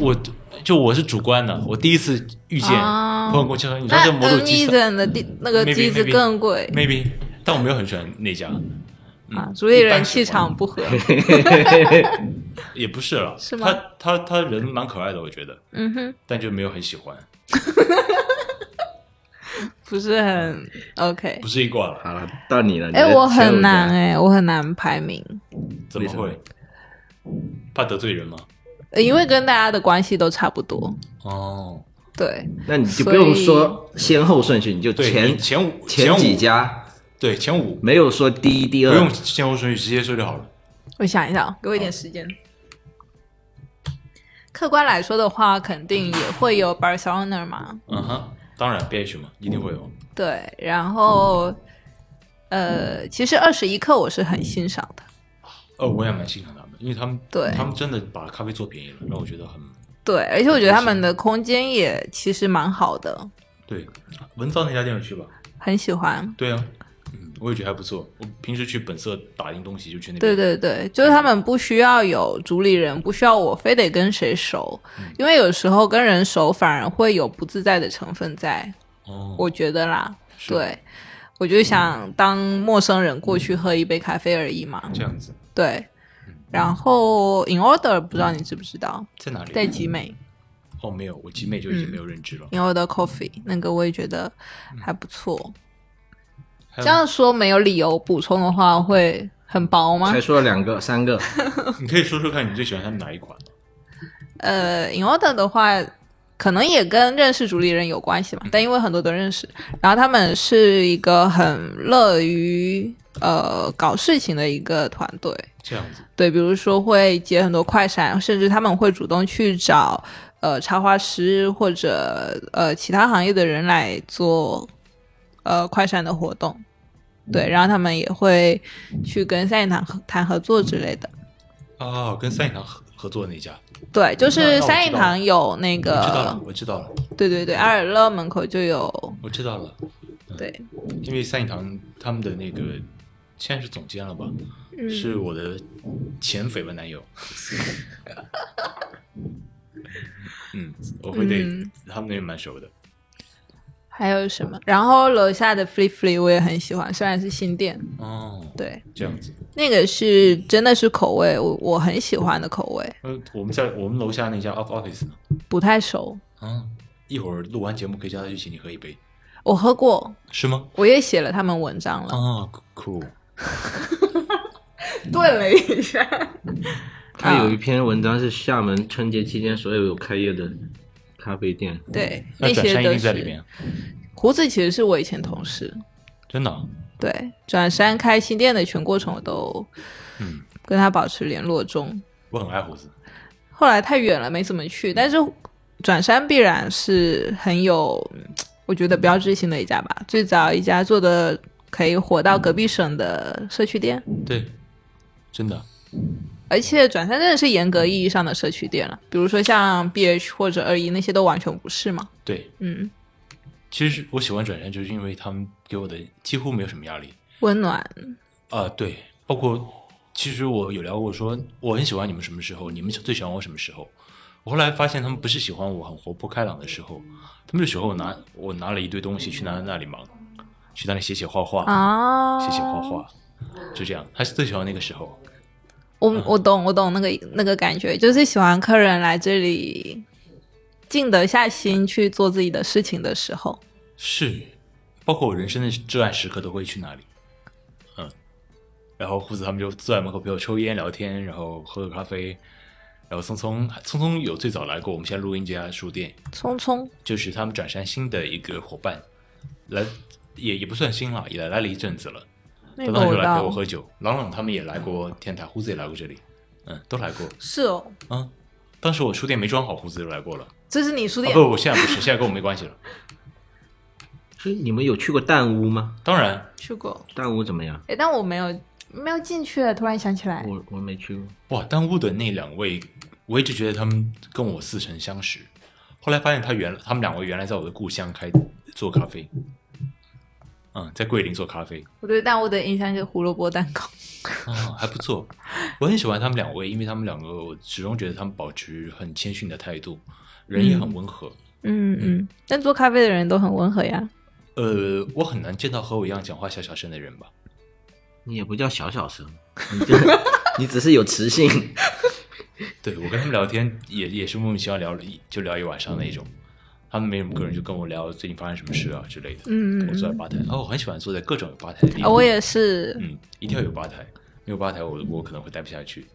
[SPEAKER 5] 我就我是主观的，我第一次遇见
[SPEAKER 1] 啊
[SPEAKER 5] 朋友跟我介绍，你说
[SPEAKER 1] 那
[SPEAKER 5] 这魔术
[SPEAKER 1] N
[SPEAKER 5] 鸡
[SPEAKER 1] E
[SPEAKER 5] 翅
[SPEAKER 1] 人的地那个
[SPEAKER 5] Maybe，
[SPEAKER 1] 鸡子
[SPEAKER 5] maybe
[SPEAKER 1] 更贵
[SPEAKER 5] ，maybe，但我没有很喜欢那家，
[SPEAKER 1] 啊，主理
[SPEAKER 5] 嗯一般
[SPEAKER 1] 人气
[SPEAKER 5] 是吧
[SPEAKER 1] 场不 合。
[SPEAKER 5] 也不是了，
[SPEAKER 1] 是吗
[SPEAKER 5] 他他他人蛮可爱的，我觉得，
[SPEAKER 1] 嗯哼，
[SPEAKER 5] 但就没有很喜欢，
[SPEAKER 1] 不是很 OK
[SPEAKER 5] 不。是一挂了，
[SPEAKER 7] 好了，到你了。你
[SPEAKER 1] 哎、
[SPEAKER 7] 来挑
[SPEAKER 1] 我
[SPEAKER 7] 一
[SPEAKER 1] 很
[SPEAKER 7] 下
[SPEAKER 1] 难哎、我很难排名，
[SPEAKER 5] 怎么
[SPEAKER 7] 为
[SPEAKER 5] 会？怕得罪人吗？
[SPEAKER 1] 呃因为跟大家的关系都差不多。
[SPEAKER 5] 哦，
[SPEAKER 1] 对，
[SPEAKER 7] 那你就不
[SPEAKER 1] 所以
[SPEAKER 7] 用说先后顺序，你就
[SPEAKER 5] 对，
[SPEAKER 7] 前
[SPEAKER 5] 你前五
[SPEAKER 7] 前
[SPEAKER 5] 五
[SPEAKER 7] 几，家，
[SPEAKER 5] 对前五
[SPEAKER 7] 没有说第一、第
[SPEAKER 5] 不
[SPEAKER 7] 二。
[SPEAKER 5] 用先后顺序，直接说就好了。
[SPEAKER 1] 我想一下哦，给我一点时间。客观来说的话，肯定也会有 Barcelona 嘛，
[SPEAKER 5] 嗯哼，当然 B H 嘛，一定会有。
[SPEAKER 1] 对，然后呃，其实二十一克我是很欣赏的，
[SPEAKER 5] 哦，我也蛮欣赏他们，因为他们
[SPEAKER 1] 对
[SPEAKER 5] 他们真的把咖啡做便宜了，让我觉得很
[SPEAKER 1] 对，而且我觉得他们的空间也其实蛮好的，
[SPEAKER 5] 对。文藻那家店有去吧？
[SPEAKER 1] 很喜欢。
[SPEAKER 5] 对啊，嗯，我也觉得还不错。我平时去本色打印东西就去那边。
[SPEAKER 1] 对对对，就是他们不需要有主理人，不需要我非得跟谁熟，因为有时候跟人熟反而会有不自在的成分在，
[SPEAKER 5] 哦，
[SPEAKER 1] 我觉得啦。
[SPEAKER 5] 是
[SPEAKER 1] 对，我就想当陌生人过去喝一杯咖啡而已嘛。
[SPEAKER 5] 这样子
[SPEAKER 1] 对，然后 In Order 不知道你知不知道，
[SPEAKER 5] 在哪里？
[SPEAKER 1] 在嗯集美
[SPEAKER 5] 哦，没有，我集美就已经没有认知了。
[SPEAKER 1] In Order Coffee 那个我也觉得还不错。
[SPEAKER 5] 还
[SPEAKER 1] 这
[SPEAKER 5] 有
[SPEAKER 1] 样说没有理由补充的话会很薄吗
[SPEAKER 7] 才？说了两个、三 个，
[SPEAKER 5] 你可以说说看你最喜欢他们哪一款？
[SPEAKER 1] 呃，in order 的话，可能也跟认识主理人有关系
[SPEAKER 5] 嗯
[SPEAKER 1] 嘛，但因为很多都认识，然后他们是一个很乐于呃搞事情的一个团队，
[SPEAKER 5] 这样子，
[SPEAKER 1] 对，比如说会接很多快闪，甚至他们会主动去找呃插画师或者呃其他行业的人来做呃快闪的活动，
[SPEAKER 5] 嗯
[SPEAKER 1] 对，然后他们也会去跟三叶堂合谈合作之类的。
[SPEAKER 5] 哦，跟三影堂合合作的那家，
[SPEAKER 1] 对，就
[SPEAKER 5] 嗯那那
[SPEAKER 1] 是
[SPEAKER 5] 我
[SPEAKER 1] 三
[SPEAKER 5] 知
[SPEAKER 1] 叶
[SPEAKER 5] 道
[SPEAKER 1] 堂有那
[SPEAKER 5] 我知道
[SPEAKER 1] 个
[SPEAKER 5] 了，我知道了，
[SPEAKER 1] 对对对，阿尔勒门口就有，
[SPEAKER 5] 我知道了。
[SPEAKER 1] 对，
[SPEAKER 5] 因为三影堂他们的那个现在是总监了
[SPEAKER 1] 嗯
[SPEAKER 5] 吧？是我的前绯闻男友。嗯，我会对
[SPEAKER 1] 嗯
[SPEAKER 5] 他们那边蛮熟的。
[SPEAKER 1] 还有什么？然后楼下的 Flip Flip 我也很喜欢，虽然是新店，
[SPEAKER 5] 哦，
[SPEAKER 1] 对，
[SPEAKER 5] 这样子。
[SPEAKER 1] 那个是真的是口味，我我很喜欢的口味，
[SPEAKER 5] 呃，我们在我们楼下那家 Off Office 呢？
[SPEAKER 1] 不太熟。
[SPEAKER 5] 啊，一会儿录完节目可以叫他去请你喝一杯，
[SPEAKER 1] 我喝过，
[SPEAKER 5] 是吗？
[SPEAKER 1] 我也写了他们文章了，
[SPEAKER 5] 啊，酷，
[SPEAKER 1] 顿了一 下。
[SPEAKER 7] 他有一篇文章是厦门春节期间所有有开业的咖啡店，
[SPEAKER 1] 对，
[SPEAKER 5] 那
[SPEAKER 1] 那
[SPEAKER 5] 转
[SPEAKER 1] 些
[SPEAKER 5] 山一
[SPEAKER 1] 都
[SPEAKER 5] 定在里
[SPEAKER 1] 是
[SPEAKER 5] 面，
[SPEAKER 1] 胡子，其实是我以前同事。
[SPEAKER 5] 真的啊。
[SPEAKER 1] 对，转山开新店的全过程我都
[SPEAKER 5] 嗯，
[SPEAKER 1] 跟他保持联络中。
[SPEAKER 5] 我很爱胡子。
[SPEAKER 1] 后来太远了，没怎么去，但是转山必然是很有，嗯我觉得标志性的一家吧。最早一家做的可以火到隔壁省的社区店，
[SPEAKER 5] 对，真的，
[SPEAKER 1] 而且转山真的是严格意义上的社区店了，比如说像 BH 或者二一那些都完全不是嘛。
[SPEAKER 5] 对。
[SPEAKER 1] 嗯，
[SPEAKER 5] 其实我喜欢转山，就是因为他们给我的几乎没有什么压力。
[SPEAKER 1] 温暖，
[SPEAKER 5] 啊、对，包括其实我有聊过说，我很喜欢你们什么时候，你们最喜欢我什么时候。我后来发现他们不是喜欢我很活泼开朗的时候，他们就喜欢我拿我拿了一堆东西去那那里忙，去那里写写画画，
[SPEAKER 1] 啊，
[SPEAKER 5] 写写画画，就这样。他是最喜欢那个时候，
[SPEAKER 1] 我
[SPEAKER 5] 嗯
[SPEAKER 1] 我懂，我懂那个那个感觉，就是喜欢客人来这里静得下心去做自己的事情的时候。
[SPEAKER 5] 是，包括我人生的至暗时刻都会去那里，嗯，然后胡子他们就坐在门口陪我抽烟聊天，然后喝个咖啡，然后聪聪聪聪有最早来过我们现在录音这家书店，
[SPEAKER 1] 匆匆，
[SPEAKER 5] 就是他们转山新的一个伙伴，来也也不算新了，也来了一阵子了。
[SPEAKER 1] 那
[SPEAKER 5] 当
[SPEAKER 1] 个
[SPEAKER 5] 当就
[SPEAKER 1] 我
[SPEAKER 5] 来陪我
[SPEAKER 1] 倒
[SPEAKER 5] 喝酒，朗朗他们也来过天台，胡子也来过这里，嗯，都来 过
[SPEAKER 1] 是哦，
[SPEAKER 5] 啊。当时我书店没装好，胡子就来过了。
[SPEAKER 1] 这是你书
[SPEAKER 5] 啊
[SPEAKER 1] 店、
[SPEAKER 5] 不，我现在不是，现在跟我没关系了。
[SPEAKER 7] 所以你们有去过蛋屋吗？
[SPEAKER 5] 当然，
[SPEAKER 1] 去过，
[SPEAKER 7] 蛋屋怎么样？
[SPEAKER 1] 哎，但我没有没有进去，突然想起
[SPEAKER 5] 嗯
[SPEAKER 1] 来，
[SPEAKER 7] 我我没去过。
[SPEAKER 5] 哇，丹屋的那两位，我一直觉得他们跟我似曾相识，后来发现他原他们两位原来在我的故乡开做咖啡，嗯，在桂林做咖啡，
[SPEAKER 1] 我对大雾的印象就是胡萝卜蛋糕。
[SPEAKER 5] 啊，还不错，我很喜欢他们两位，因为他们两个我始终觉得他们保持很谦逊的态度，人也很温和。
[SPEAKER 1] 嗯嗯，但做咖啡的人都很温和呀。
[SPEAKER 5] 呃，我很难见到和我一样讲话小小声的人吧？
[SPEAKER 7] 你也不叫小小声，你这 你只是有磁性。
[SPEAKER 5] 对我跟他们聊天也也是莫名其妙聊了一就聊一晚上那
[SPEAKER 1] 嗯
[SPEAKER 5] 种，他们没什么个人就跟我聊最近发生什么事啊之类的。
[SPEAKER 1] 嗯嗯
[SPEAKER 5] 我坐在吧台，哦，我很喜欢坐在各种有吧台的地
[SPEAKER 1] 啊，
[SPEAKER 5] 方。
[SPEAKER 1] 我也是，
[SPEAKER 5] 嗯，一定要有吧台，没有吧台我我可能会待不下去。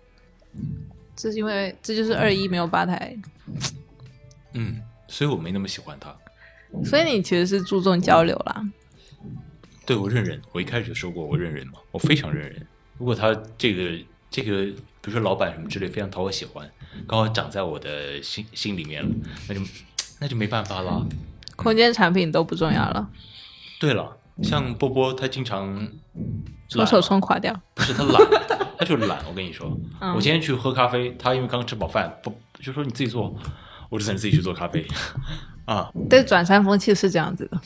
[SPEAKER 1] 这是因为这就是二一没有吧台，
[SPEAKER 5] 嗯，所以我没那么喜欢他。
[SPEAKER 1] 所以你其实是注重交流啦。
[SPEAKER 5] 嗯对我认人，我一开始就说过我认人嘛，我非常认人。如果他这个这个，比如说老板什么之类，非常讨我喜欢，刚好长在我的心心里面了，那就那就没办法了。
[SPEAKER 1] 空间产品都不重要了，
[SPEAKER 5] 嗯对了，像波波他经常
[SPEAKER 1] 冲手冲垮掉。
[SPEAKER 5] 不是他懒，他就懒。我跟你说，
[SPEAKER 1] 嗯
[SPEAKER 5] 我今天去喝咖啡，他因为刚吃饱饭，不就说你自己做，我就等着自己去做咖啡啊。
[SPEAKER 1] 对，转山风气是这样子的。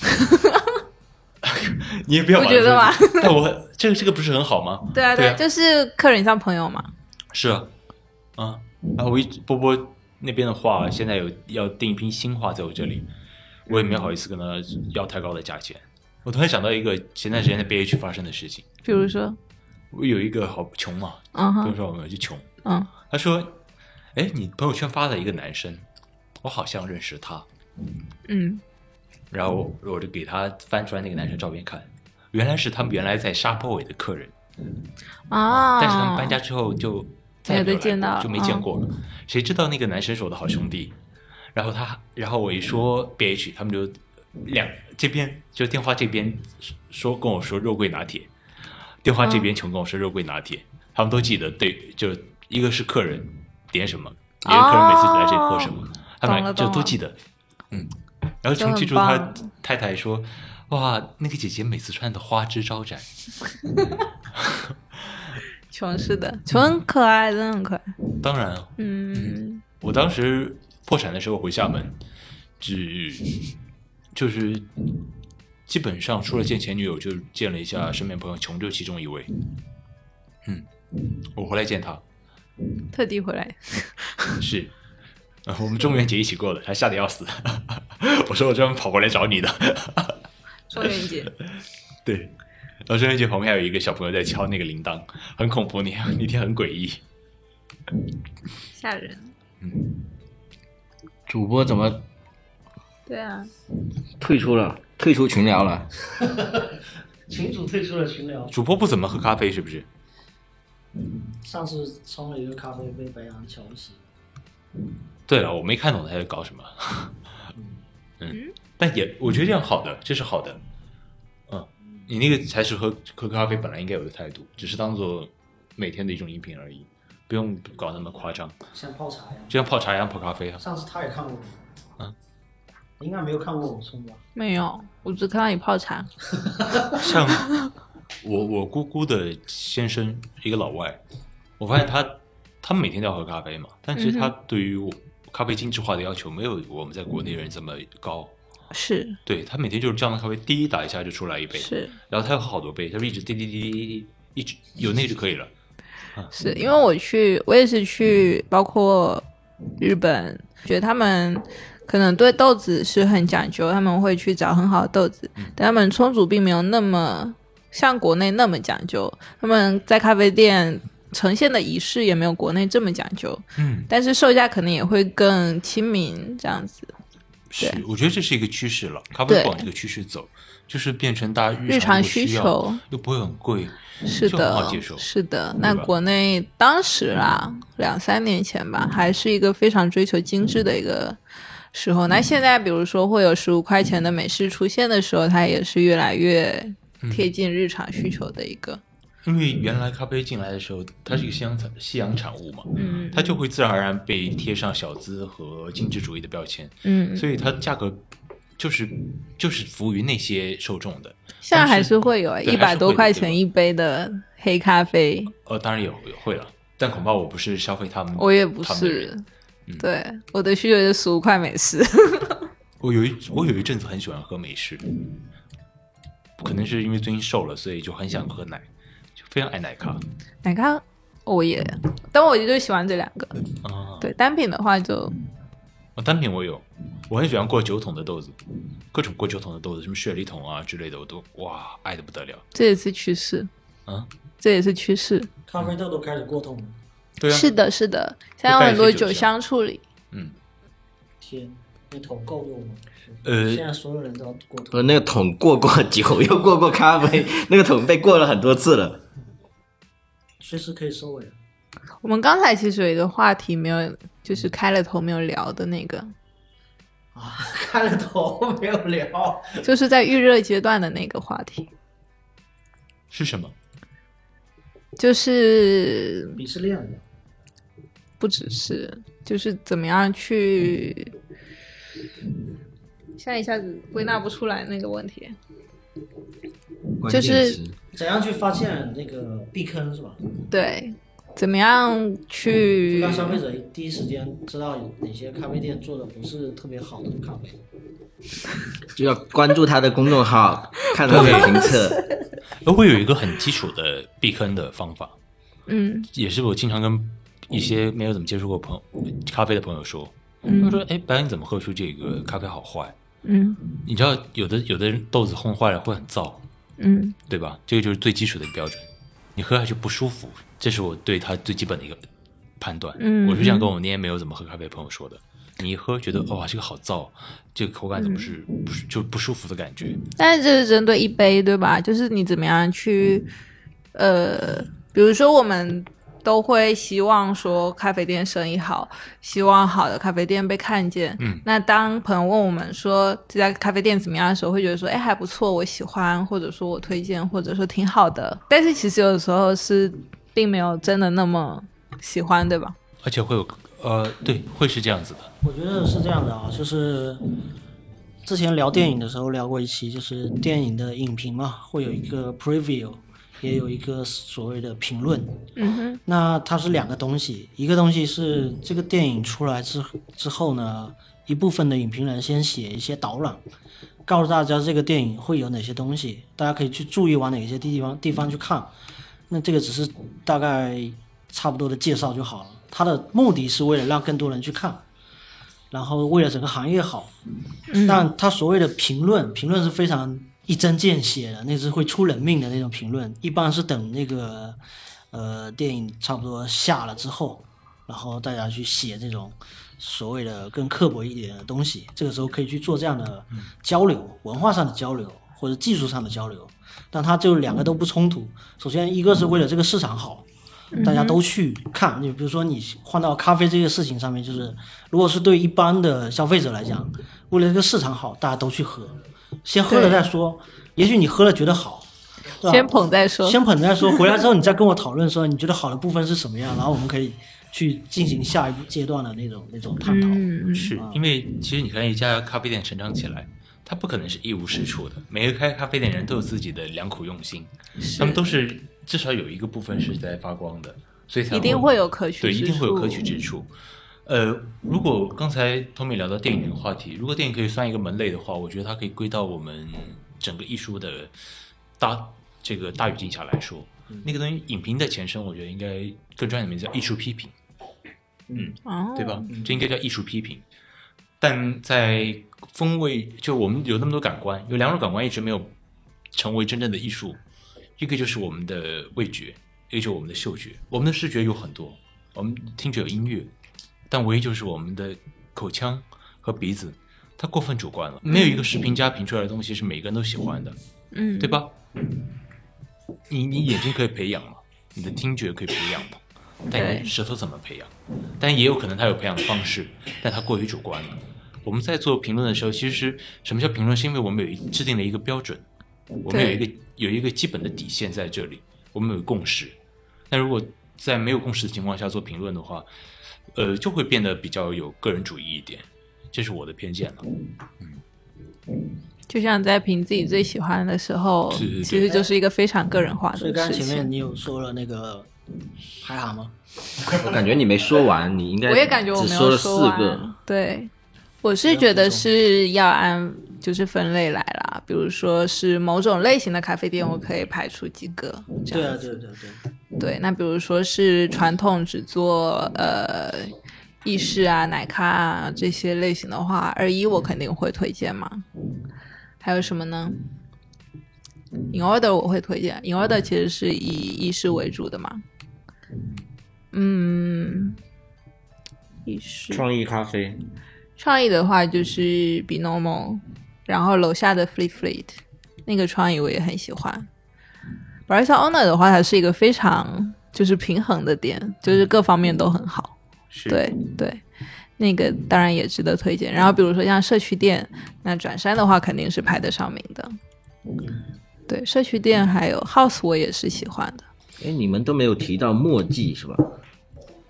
[SPEAKER 5] 你也不要把
[SPEAKER 1] 不觉得吗？
[SPEAKER 5] 但我这个这个不是很好吗？
[SPEAKER 1] 对啊，
[SPEAKER 5] 对
[SPEAKER 1] 对
[SPEAKER 5] 啊
[SPEAKER 1] 啊，就是客人像朋友嘛。
[SPEAKER 5] 是啊，啊，然后我一直波波那边的画，现在有要订一批新画在我这里，我也没好意思跟他要太高的价钱。我突然想到一个前段时间在 BH 发生的事情，
[SPEAKER 1] 比如说，
[SPEAKER 5] 我有一个好穷嘛，
[SPEAKER 1] 嗯
[SPEAKER 5] 不用
[SPEAKER 1] 哼，
[SPEAKER 5] 说我们就穷，
[SPEAKER 1] 嗯，
[SPEAKER 5] 他说：“哎，你朋友圈发了一个男生，我好像认识他。”
[SPEAKER 1] 嗯，
[SPEAKER 5] 然后我就给他翻出来那个男生照片看，原来是他们原来在沙坡尾的客人。
[SPEAKER 1] 啊，
[SPEAKER 5] 但是他们搬家之后就再也
[SPEAKER 1] 没有
[SPEAKER 5] 没有
[SPEAKER 1] 再见
[SPEAKER 5] 来过
[SPEAKER 1] 到嗯
[SPEAKER 5] 就没见过了。谁知道那个男生是我的好兄弟，然后他，然后我一说 B H，他们就两这边就电话这边说跟我说肉桂拿铁，电话这边穷跟我说肉桂拿铁，
[SPEAKER 1] 嗯
[SPEAKER 5] 他们都记得对，就一个是客人点什么，一个客人每次来这里喝什
[SPEAKER 1] 哦
[SPEAKER 5] 么，他
[SPEAKER 1] 懂了
[SPEAKER 5] 们就
[SPEAKER 1] 懂
[SPEAKER 5] 都
[SPEAKER 1] 了
[SPEAKER 5] 记得，嗯，然后
[SPEAKER 1] 就
[SPEAKER 5] 穷
[SPEAKER 1] 很
[SPEAKER 5] 记住他
[SPEAKER 1] 棒
[SPEAKER 5] 太太说。哇，那个姐姐每次穿的花枝招展，
[SPEAKER 1] 穷是的，穷很可爱，真的很可爱。
[SPEAKER 5] 当然啊
[SPEAKER 1] 嗯，
[SPEAKER 5] 我当时破产的时候回厦门，只就是基本上除了见前女友，就见了一下身边朋友，琼就是其中一位。嗯，我回来见他
[SPEAKER 1] 特地回来，
[SPEAKER 5] 是，呃我们中元节一起过的，他吓得要死。 我说我专门跑过来找你的。
[SPEAKER 1] 中元节，
[SPEAKER 5] 对，然后中元节旁边还有一个小朋友在敲那个铃铛，很恐怖，那天那天很诡异。
[SPEAKER 1] 吓人。
[SPEAKER 7] 主播怎么
[SPEAKER 1] 对啊，
[SPEAKER 7] 退出了？退出群聊了？
[SPEAKER 2] 群主退出了群聊，
[SPEAKER 5] 主播不怎么喝咖啡是不是？
[SPEAKER 2] 上次冲了一个咖啡被白羊瞧不起，
[SPEAKER 5] 对了，我没看懂他在搞什么。嗯，但也我觉得这样好的，这是好的。嗯，你那个才是喝喝咖啡本来应该有的态度，只是当做每天的一种饮品而已，不用搞那么夸张，
[SPEAKER 2] 像泡茶一样。
[SPEAKER 5] 就像泡茶一样泡咖啡啊。
[SPEAKER 2] 上次他也看过我，
[SPEAKER 5] 嗯，
[SPEAKER 2] 应该没有看过我冲吧？
[SPEAKER 1] 没有，我只看到你泡茶。
[SPEAKER 5] 像我我姑姑的先生一个老外，我发现他他每天都要喝咖啡嘛，但其实他对于我咖啡精致化的要求没有我们在国内人这么高。
[SPEAKER 1] 是
[SPEAKER 5] 对他每天就是这样的咖啡，滴打一下就出来一杯，
[SPEAKER 1] 是
[SPEAKER 5] 然后他有好多杯，他就一直滴滴滴滴滴滴，一直有那个就可以了。
[SPEAKER 1] 是，因为我去，我也是去，包括日本，觉得他们可能对豆子是很讲究，他们会去找很好的豆子，但他们冲煮并没有那么像国内那么讲究，他们在咖啡店。呈现的仪式也没有国内这么讲究，
[SPEAKER 5] 嗯，
[SPEAKER 1] 但是售价可能也会更亲民这样子。
[SPEAKER 5] 是
[SPEAKER 1] 对，
[SPEAKER 5] 我觉得这是一个趋势了，咖啡
[SPEAKER 1] 对
[SPEAKER 5] 往这个趋势走，就是变成大家
[SPEAKER 1] 日常
[SPEAKER 5] 常
[SPEAKER 1] 需
[SPEAKER 5] 需要
[SPEAKER 1] 求
[SPEAKER 5] 又不会很贵。
[SPEAKER 1] 是
[SPEAKER 5] 就很好
[SPEAKER 1] 的
[SPEAKER 5] 接受，
[SPEAKER 1] 是的。
[SPEAKER 5] 对
[SPEAKER 1] 那
[SPEAKER 5] 吧
[SPEAKER 1] 国内当时啦，两三年前
[SPEAKER 5] 嗯
[SPEAKER 1] 吧，还是一个非常追求精致的一个时
[SPEAKER 5] 嗯
[SPEAKER 1] 候。那现在，比如说会有十五块钱的美式出现的时候，它也是越来越
[SPEAKER 5] 嗯
[SPEAKER 1] 贴近日常需求的一个。
[SPEAKER 5] 因为原来咖啡进来的时候，它是一个西洋产西洋产物嘛，
[SPEAKER 1] 嗯
[SPEAKER 5] 它就会自然而然被贴上小资和精致主义的标签，
[SPEAKER 1] 嗯，
[SPEAKER 5] 所以它价格就是就是服务于那些受众的。
[SPEAKER 1] 现在还
[SPEAKER 5] 但是
[SPEAKER 1] 是会有啊
[SPEAKER 5] 对
[SPEAKER 1] 一百多块钱
[SPEAKER 5] 还是会有
[SPEAKER 1] 一杯的黑咖啡，
[SPEAKER 5] 呃，当然也也会了，但恐怕我不是消费他们，
[SPEAKER 1] 我也不
[SPEAKER 5] 他们的人嗯
[SPEAKER 1] 是。对，我的需求是十五块美式。
[SPEAKER 5] 我有一我有一阵子很喜欢喝美式，可能是因为最近瘦了，所以就很想喝奶，就非常爱奶咖
[SPEAKER 1] 哪个？我也，但我就喜欢这两个。
[SPEAKER 5] 啊。
[SPEAKER 1] 对，单品的话就
[SPEAKER 5] 哦单品我有，我很喜欢过酒桶的豆子，各种过酒桶的豆子，什么雪梨桶啊之类的，我都哇爱的不得了
[SPEAKER 1] 这也是趋势，
[SPEAKER 5] 啊。
[SPEAKER 1] 这也是趋势。
[SPEAKER 2] 咖啡豆都开始过桶了，
[SPEAKER 5] 对啊，
[SPEAKER 1] 是的，是的，现在有很多酒香处理，
[SPEAKER 5] 嗯，
[SPEAKER 2] 天，那桶够用吗？
[SPEAKER 5] 呃
[SPEAKER 2] 现在所有人都要过桶。
[SPEAKER 7] 不是那个桶过过酒，又过过咖啡，那个桶被过了很多次了。
[SPEAKER 2] 随时可以收尾了。
[SPEAKER 1] 我们刚才其实有一个话题没有，
[SPEAKER 5] 嗯
[SPEAKER 1] 就是开了头没有聊的那个，
[SPEAKER 2] 啊，开了头没有聊，
[SPEAKER 1] 就是在预热阶段的那个话题，
[SPEAKER 5] 是什么？
[SPEAKER 1] 就是
[SPEAKER 2] 鄙视链了。
[SPEAKER 1] 不只是就是怎么样去，现在一下子归纳不出来那个问题，就是
[SPEAKER 2] 怎样去发现那个避坑是吧？
[SPEAKER 1] 对，怎么样
[SPEAKER 5] 嗯
[SPEAKER 1] 去
[SPEAKER 2] 让消费者第一时间知道哪些咖啡店做的不是特别好的咖啡。
[SPEAKER 7] 就要关注他的公众号，看他的评 测。
[SPEAKER 5] 呃，我有一个很基础的避坑的方法，
[SPEAKER 1] 嗯
[SPEAKER 5] 也是我经常跟一些没有怎么接触过朋友咖啡的朋友说，他
[SPEAKER 1] 嗯
[SPEAKER 5] 说：“哎，白，你怎么喝出这个咖啡好坏？
[SPEAKER 1] 嗯
[SPEAKER 5] 你知道有的有的人豆子烘坏了会很燥，
[SPEAKER 1] 嗯
[SPEAKER 5] 对吧？这个就是最基础的一个标准。你喝下去不舒服，这是我对它最基本的一个判断。
[SPEAKER 1] 嗯
[SPEAKER 5] 我是这样跟我那天没有怎么喝咖啡的朋友说的。你一喝觉得哇，这个好燥，这个口感
[SPEAKER 1] 嗯
[SPEAKER 5] 怎么是、不是就不舒服的感觉？
[SPEAKER 1] 但是这是针对一杯，对吧？就是你怎么样去，
[SPEAKER 5] 嗯
[SPEAKER 1] 呃，比如说我们都会希望说咖啡店生意好，希望好的咖啡店被看见。
[SPEAKER 5] 嗯，
[SPEAKER 1] 那当朋友问我们说这家咖啡店怎么样的时候，会觉得说，哎，还不错，我喜欢，或者说我推荐，或者说挺好的。但是其实有的时候是并没有真的那么喜欢，对吧？
[SPEAKER 5] 而且会有呃，对，会是这样子的。
[SPEAKER 2] 我觉得是这样的啊，就是之前聊电影的时候聊过一期，就是电影的影评嘛，会有一个 preview，也有一个所谓的评论。
[SPEAKER 1] 嗯哼，
[SPEAKER 2] 那它是两个东西，一个东西是这个电影出来之之后呢，一部分的影评人先写一些导览，告诉大家这个电影会有哪些东西，大家可以去注意往哪些地方地方去看。那这个只是大概差不多的介绍就好了，它的目的是为了让更多人去看。然后为了整个行业好。但他所谓的评论，评论是非常一针见血的，那是会出人命的那种评论。一般是等那个呃电影差不多下了之后，然后大家去写这种所谓的更刻薄一点的东西。这个时候可以去做这样的交流，文化上的交流或者技术上的交流。但它就两个都不冲突。首先，一个是为了这个市场好，
[SPEAKER 1] 嗯
[SPEAKER 2] 大家都去看。你比如说，你换到咖啡这个事情上面，就是如果是对一般的消费者来讲，为了这个市场好，大家都去喝，先喝了
[SPEAKER 1] 对
[SPEAKER 2] 再说。也许你喝了觉得好，
[SPEAKER 5] 啊
[SPEAKER 2] 对吧
[SPEAKER 1] 先捧再说。
[SPEAKER 2] 先捧着再说，回来之后你再跟我讨论说你觉得好的部分是什么样，然后我们可以去进行下一步阶段的那种那种探讨。
[SPEAKER 1] 嗯，
[SPEAKER 5] 是因为其实你看一家咖啡店成长起来，它不可能是一无是处的。每个开咖啡店人都有自己的良苦用心，他们都是至少有一个部分是在发光的，所以才
[SPEAKER 1] 一定会有可取
[SPEAKER 5] 对，一
[SPEAKER 1] 之
[SPEAKER 5] 定会有
[SPEAKER 1] 处
[SPEAKER 5] 可取之处。呃，如果刚才 Tommy 聊到电影这个话题，如果电影可以算一个门类的话，我觉得它可以归到我们整个艺术的大这个大语境下来说，那个东西影评的前身，我觉得应该更专业的名字叫艺术批评。嗯
[SPEAKER 1] 哦，
[SPEAKER 5] 对吧？这应该叫艺术批评。但在风味，就我们有那么多感官，有两种感官一直没有成为真正的艺术，一个就是我们的味觉，一个就是我们的嗅觉。我们的视觉有很多，我们听觉有音乐，但唯一就是我们的口腔和鼻子，它过分主观了。没有一个视频家评出来的东西是每个人都喜欢的，
[SPEAKER 1] 嗯，
[SPEAKER 5] 对吧？你你眼睛可以培养嘛，你的听觉可以培养嘛，但你的
[SPEAKER 1] 对
[SPEAKER 5] 舌头怎么培养？但也有可能它有培养的方式，但它过于主观了。我们在做评论的时候，其实什么叫评论？是因为我们有一制定了一个标准，我们有一个有一个基本的底线在这里，我们有共识。那如果在没有共识的情况下做评论的话，呃，就会变得比较有个人主义一点，这是我的偏见了。
[SPEAKER 1] 就像在评自己最喜欢的时候
[SPEAKER 5] 嗯是是，
[SPEAKER 1] 其实就是一个非常个人化
[SPEAKER 2] 所以
[SPEAKER 1] 的
[SPEAKER 2] 刚才
[SPEAKER 1] 事
[SPEAKER 2] 前
[SPEAKER 1] 情
[SPEAKER 2] 面。你有说了那个排行吗？
[SPEAKER 4] 我感觉你没说完，你应该
[SPEAKER 1] 我也感觉我
[SPEAKER 4] 只
[SPEAKER 1] 没
[SPEAKER 4] 说
[SPEAKER 1] 有
[SPEAKER 4] 了四
[SPEAKER 1] 完。。
[SPEAKER 4] 个
[SPEAKER 1] 啊对，我是觉得是要按就是分类来啦，比如说是某种类型的咖啡店，我可以排除几个这
[SPEAKER 2] 对
[SPEAKER 1] 样
[SPEAKER 2] 啊，
[SPEAKER 1] 子。
[SPEAKER 2] 对对对。
[SPEAKER 1] 对，那比如说是传统只做呃意式啊、奶咖啊这些类型的话，二一我肯定会推荐嘛。还有什么呢？In order 我会推荐，In order 其实是以意式为主的嘛。嗯，意式
[SPEAKER 4] 创意咖啡，
[SPEAKER 1] 创意的话就是 Be Normal，然后楼下的 Fleet Fleet 那个创意我也很喜欢。Barista Owner 的话，它是一个非常就是平衡的店，就是各方面都很好。
[SPEAKER 5] 是
[SPEAKER 1] 对对，那个当然也值得推荐。然后比如说像社区店，那转山的话肯定是排得上名的。对，社区店还有 House 我也是喜欢的。
[SPEAKER 4] 哎，你们都没有提到墨迹是吧？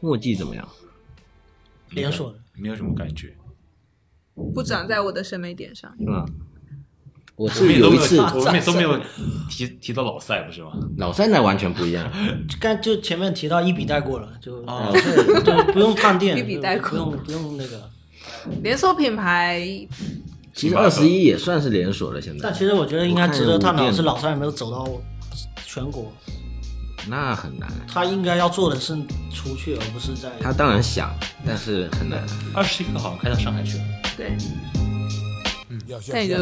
[SPEAKER 4] 墨迹怎么样？
[SPEAKER 2] 连锁的
[SPEAKER 5] 没有什么感觉。
[SPEAKER 1] 不长在我的审美点上。
[SPEAKER 4] 是吧？我
[SPEAKER 5] 我们
[SPEAKER 4] 是
[SPEAKER 5] 也都
[SPEAKER 4] 有
[SPEAKER 5] 没
[SPEAKER 4] 一
[SPEAKER 5] 有
[SPEAKER 4] 次，
[SPEAKER 5] 我们也都 没有提提到老赛，不是吗？
[SPEAKER 4] 老三那完全不一样。
[SPEAKER 2] 刚就前面提到一笔带过了，就
[SPEAKER 5] 哦
[SPEAKER 2] 对对，不用探店，
[SPEAKER 1] 一笔带过
[SPEAKER 2] 不用不用那个。
[SPEAKER 1] 连锁品牌
[SPEAKER 4] 其实二十一也算是连锁了，现
[SPEAKER 2] 但
[SPEAKER 4] 在
[SPEAKER 2] 其实我觉得应该值得探
[SPEAKER 4] 我看有
[SPEAKER 2] 讨
[SPEAKER 4] 五
[SPEAKER 2] 是
[SPEAKER 4] 店
[SPEAKER 2] 老三有没有走到全国，
[SPEAKER 4] 那很难。
[SPEAKER 2] 他应该要做的是出去，而不是在。
[SPEAKER 4] 他当然想，但是很难。
[SPEAKER 5] 二十一个好像开到上海去了。
[SPEAKER 1] 对，那也就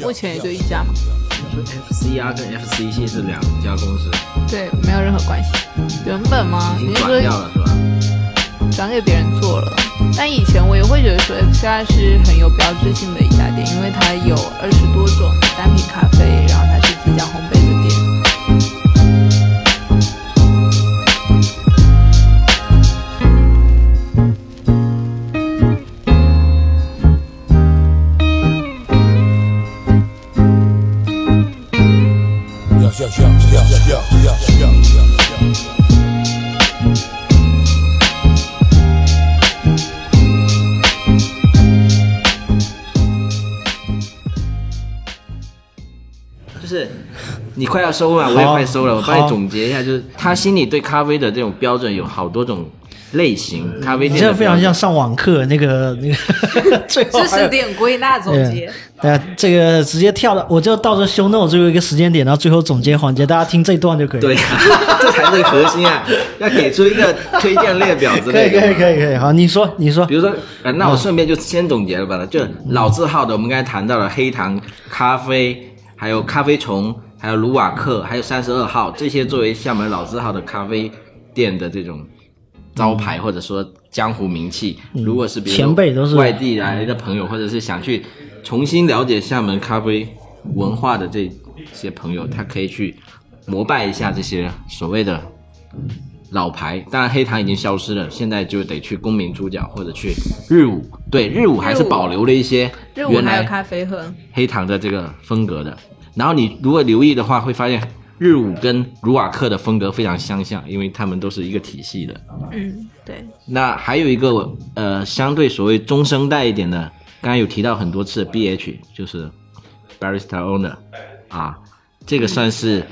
[SPEAKER 1] 目前也就一家嘛。
[SPEAKER 4] 说 FCR 跟 FCC 是两家公司，
[SPEAKER 1] 对，没有任何关系。原本嘛，
[SPEAKER 4] 已
[SPEAKER 1] 你
[SPEAKER 4] 经
[SPEAKER 1] 就
[SPEAKER 4] 转
[SPEAKER 1] 是
[SPEAKER 4] 嗯掉了是吧？
[SPEAKER 1] 转给别人做了。但以前我也会觉得说 FCR 是很有标志性的一家店，因为它有二十多种单品咖啡，然后它是自家烘焙的店。
[SPEAKER 8] Yo, yo, yo, yo, yo, yo, yo, yo, yo.
[SPEAKER 4] 就是你快要收了，我也快收了，我帮你总结一下，就是他心里对咖啡的这种标准有好多种类型，咖啡
[SPEAKER 2] 你
[SPEAKER 4] 店
[SPEAKER 2] 这
[SPEAKER 4] 的
[SPEAKER 2] 非常
[SPEAKER 4] 标
[SPEAKER 2] 像
[SPEAKER 4] 准
[SPEAKER 2] 上网课那个那 个最
[SPEAKER 4] 哦
[SPEAKER 2] 后
[SPEAKER 1] 知
[SPEAKER 2] 还有
[SPEAKER 1] 识点归纳总结，
[SPEAKER 2] 对啊，这个直接跳到，我就到这 show note 最后一个时间点，然后最后总结环节，大家听这一段就可以了。
[SPEAKER 4] 对呀、 这才是核心啊！要给出一个推荐列表之
[SPEAKER 2] 可以
[SPEAKER 4] 类的。
[SPEAKER 2] 可以可以可以，好，你说你说嗯
[SPEAKER 4] 比，如说，呃，那我顺便就先总结了吧，就老字号的，我们刚才谈到了黑糖咖啡，还有咖啡虫，还有卢瓦克，还有三十二号，这些作为厦门老字号的咖啡店的这种招牌或者说江湖名气，如果是比如
[SPEAKER 2] 嗯前辈都是
[SPEAKER 4] 外地来的朋友，或者是想去重新了解厦门咖啡文化的这些朋友，他可以去膜拜一下这些所谓的老牌，当然黑糖已经消失了，现在就得去公民猪脚或者去日舞。对，日舞还是保留了一些
[SPEAKER 1] 任务
[SPEAKER 4] 原
[SPEAKER 1] 还有咖
[SPEAKER 4] 来
[SPEAKER 1] 啡喝，
[SPEAKER 4] 黑糖的这个风格的。然后你如果留意的话，会发现日舞跟卢瓦克的风格非常相像，因为他们都是一个体系的。
[SPEAKER 1] 嗯，对，
[SPEAKER 4] 那还有一个呃，相对所谓中生代一点的，刚刚有提到很多次的 BH，就是 Barista Owner 啊，这个算是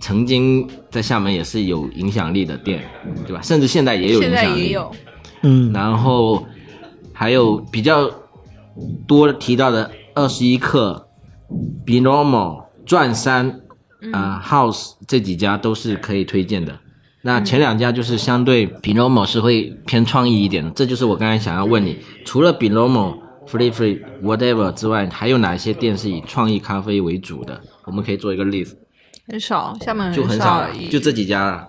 [SPEAKER 4] 曾经在厦门也是有影响力的店，对吧？甚至现在也有
[SPEAKER 1] 现
[SPEAKER 4] 影
[SPEAKER 1] 在
[SPEAKER 4] 响力。
[SPEAKER 1] 也有，
[SPEAKER 2] 嗯，
[SPEAKER 4] 然后还有比较多提到的二十一克、b i n o m o 钻山
[SPEAKER 1] 嗯
[SPEAKER 4] 啊、House 这几家都是可以推荐的。那
[SPEAKER 1] 嗯
[SPEAKER 4] 前两家就是相对 b i n o m o 是会偏创意一点的，这就是我刚才想要问你，除了 b i n o m o Free Free Whatever 之外，还有哪些店是以创意咖啡为主的？我们可以做一个 list，
[SPEAKER 1] 很少，厦门
[SPEAKER 4] 就很少
[SPEAKER 1] 嗯少
[SPEAKER 4] 了，
[SPEAKER 1] 以
[SPEAKER 4] 就这几家了。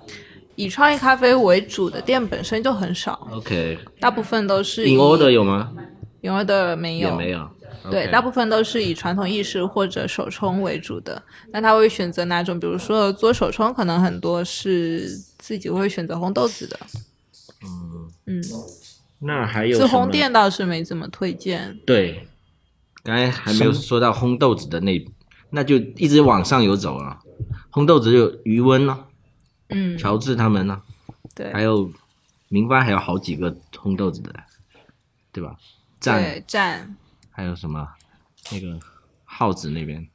[SPEAKER 1] 以创意咖啡为主的店本身就很少，
[SPEAKER 4] OK，In
[SPEAKER 1] 大部分都嗯是以
[SPEAKER 4] order 有吗？
[SPEAKER 1] 有的没
[SPEAKER 4] 也
[SPEAKER 1] 有，
[SPEAKER 4] 没有。
[SPEAKER 1] 对
[SPEAKER 4] OK
[SPEAKER 1] 大部分都是以传统意式或者手冲为主的。那他会选择哪种？比如说做手冲，可能很多是自己会选择烘豆子的。嗯
[SPEAKER 4] 那还有
[SPEAKER 1] 自
[SPEAKER 4] 什么
[SPEAKER 1] 烘店倒是没怎么推荐。
[SPEAKER 4] 对，刚才还没有说到烘豆子的那，那就一直往上游走了。烘豆子有余温呢、
[SPEAKER 1] 嗯，
[SPEAKER 4] 乔治他们呢、啊
[SPEAKER 1] 对
[SPEAKER 4] 还有明发还有好几个烘豆子的，对吧？站
[SPEAKER 1] 对站，
[SPEAKER 4] 还有什么那个耗子那边，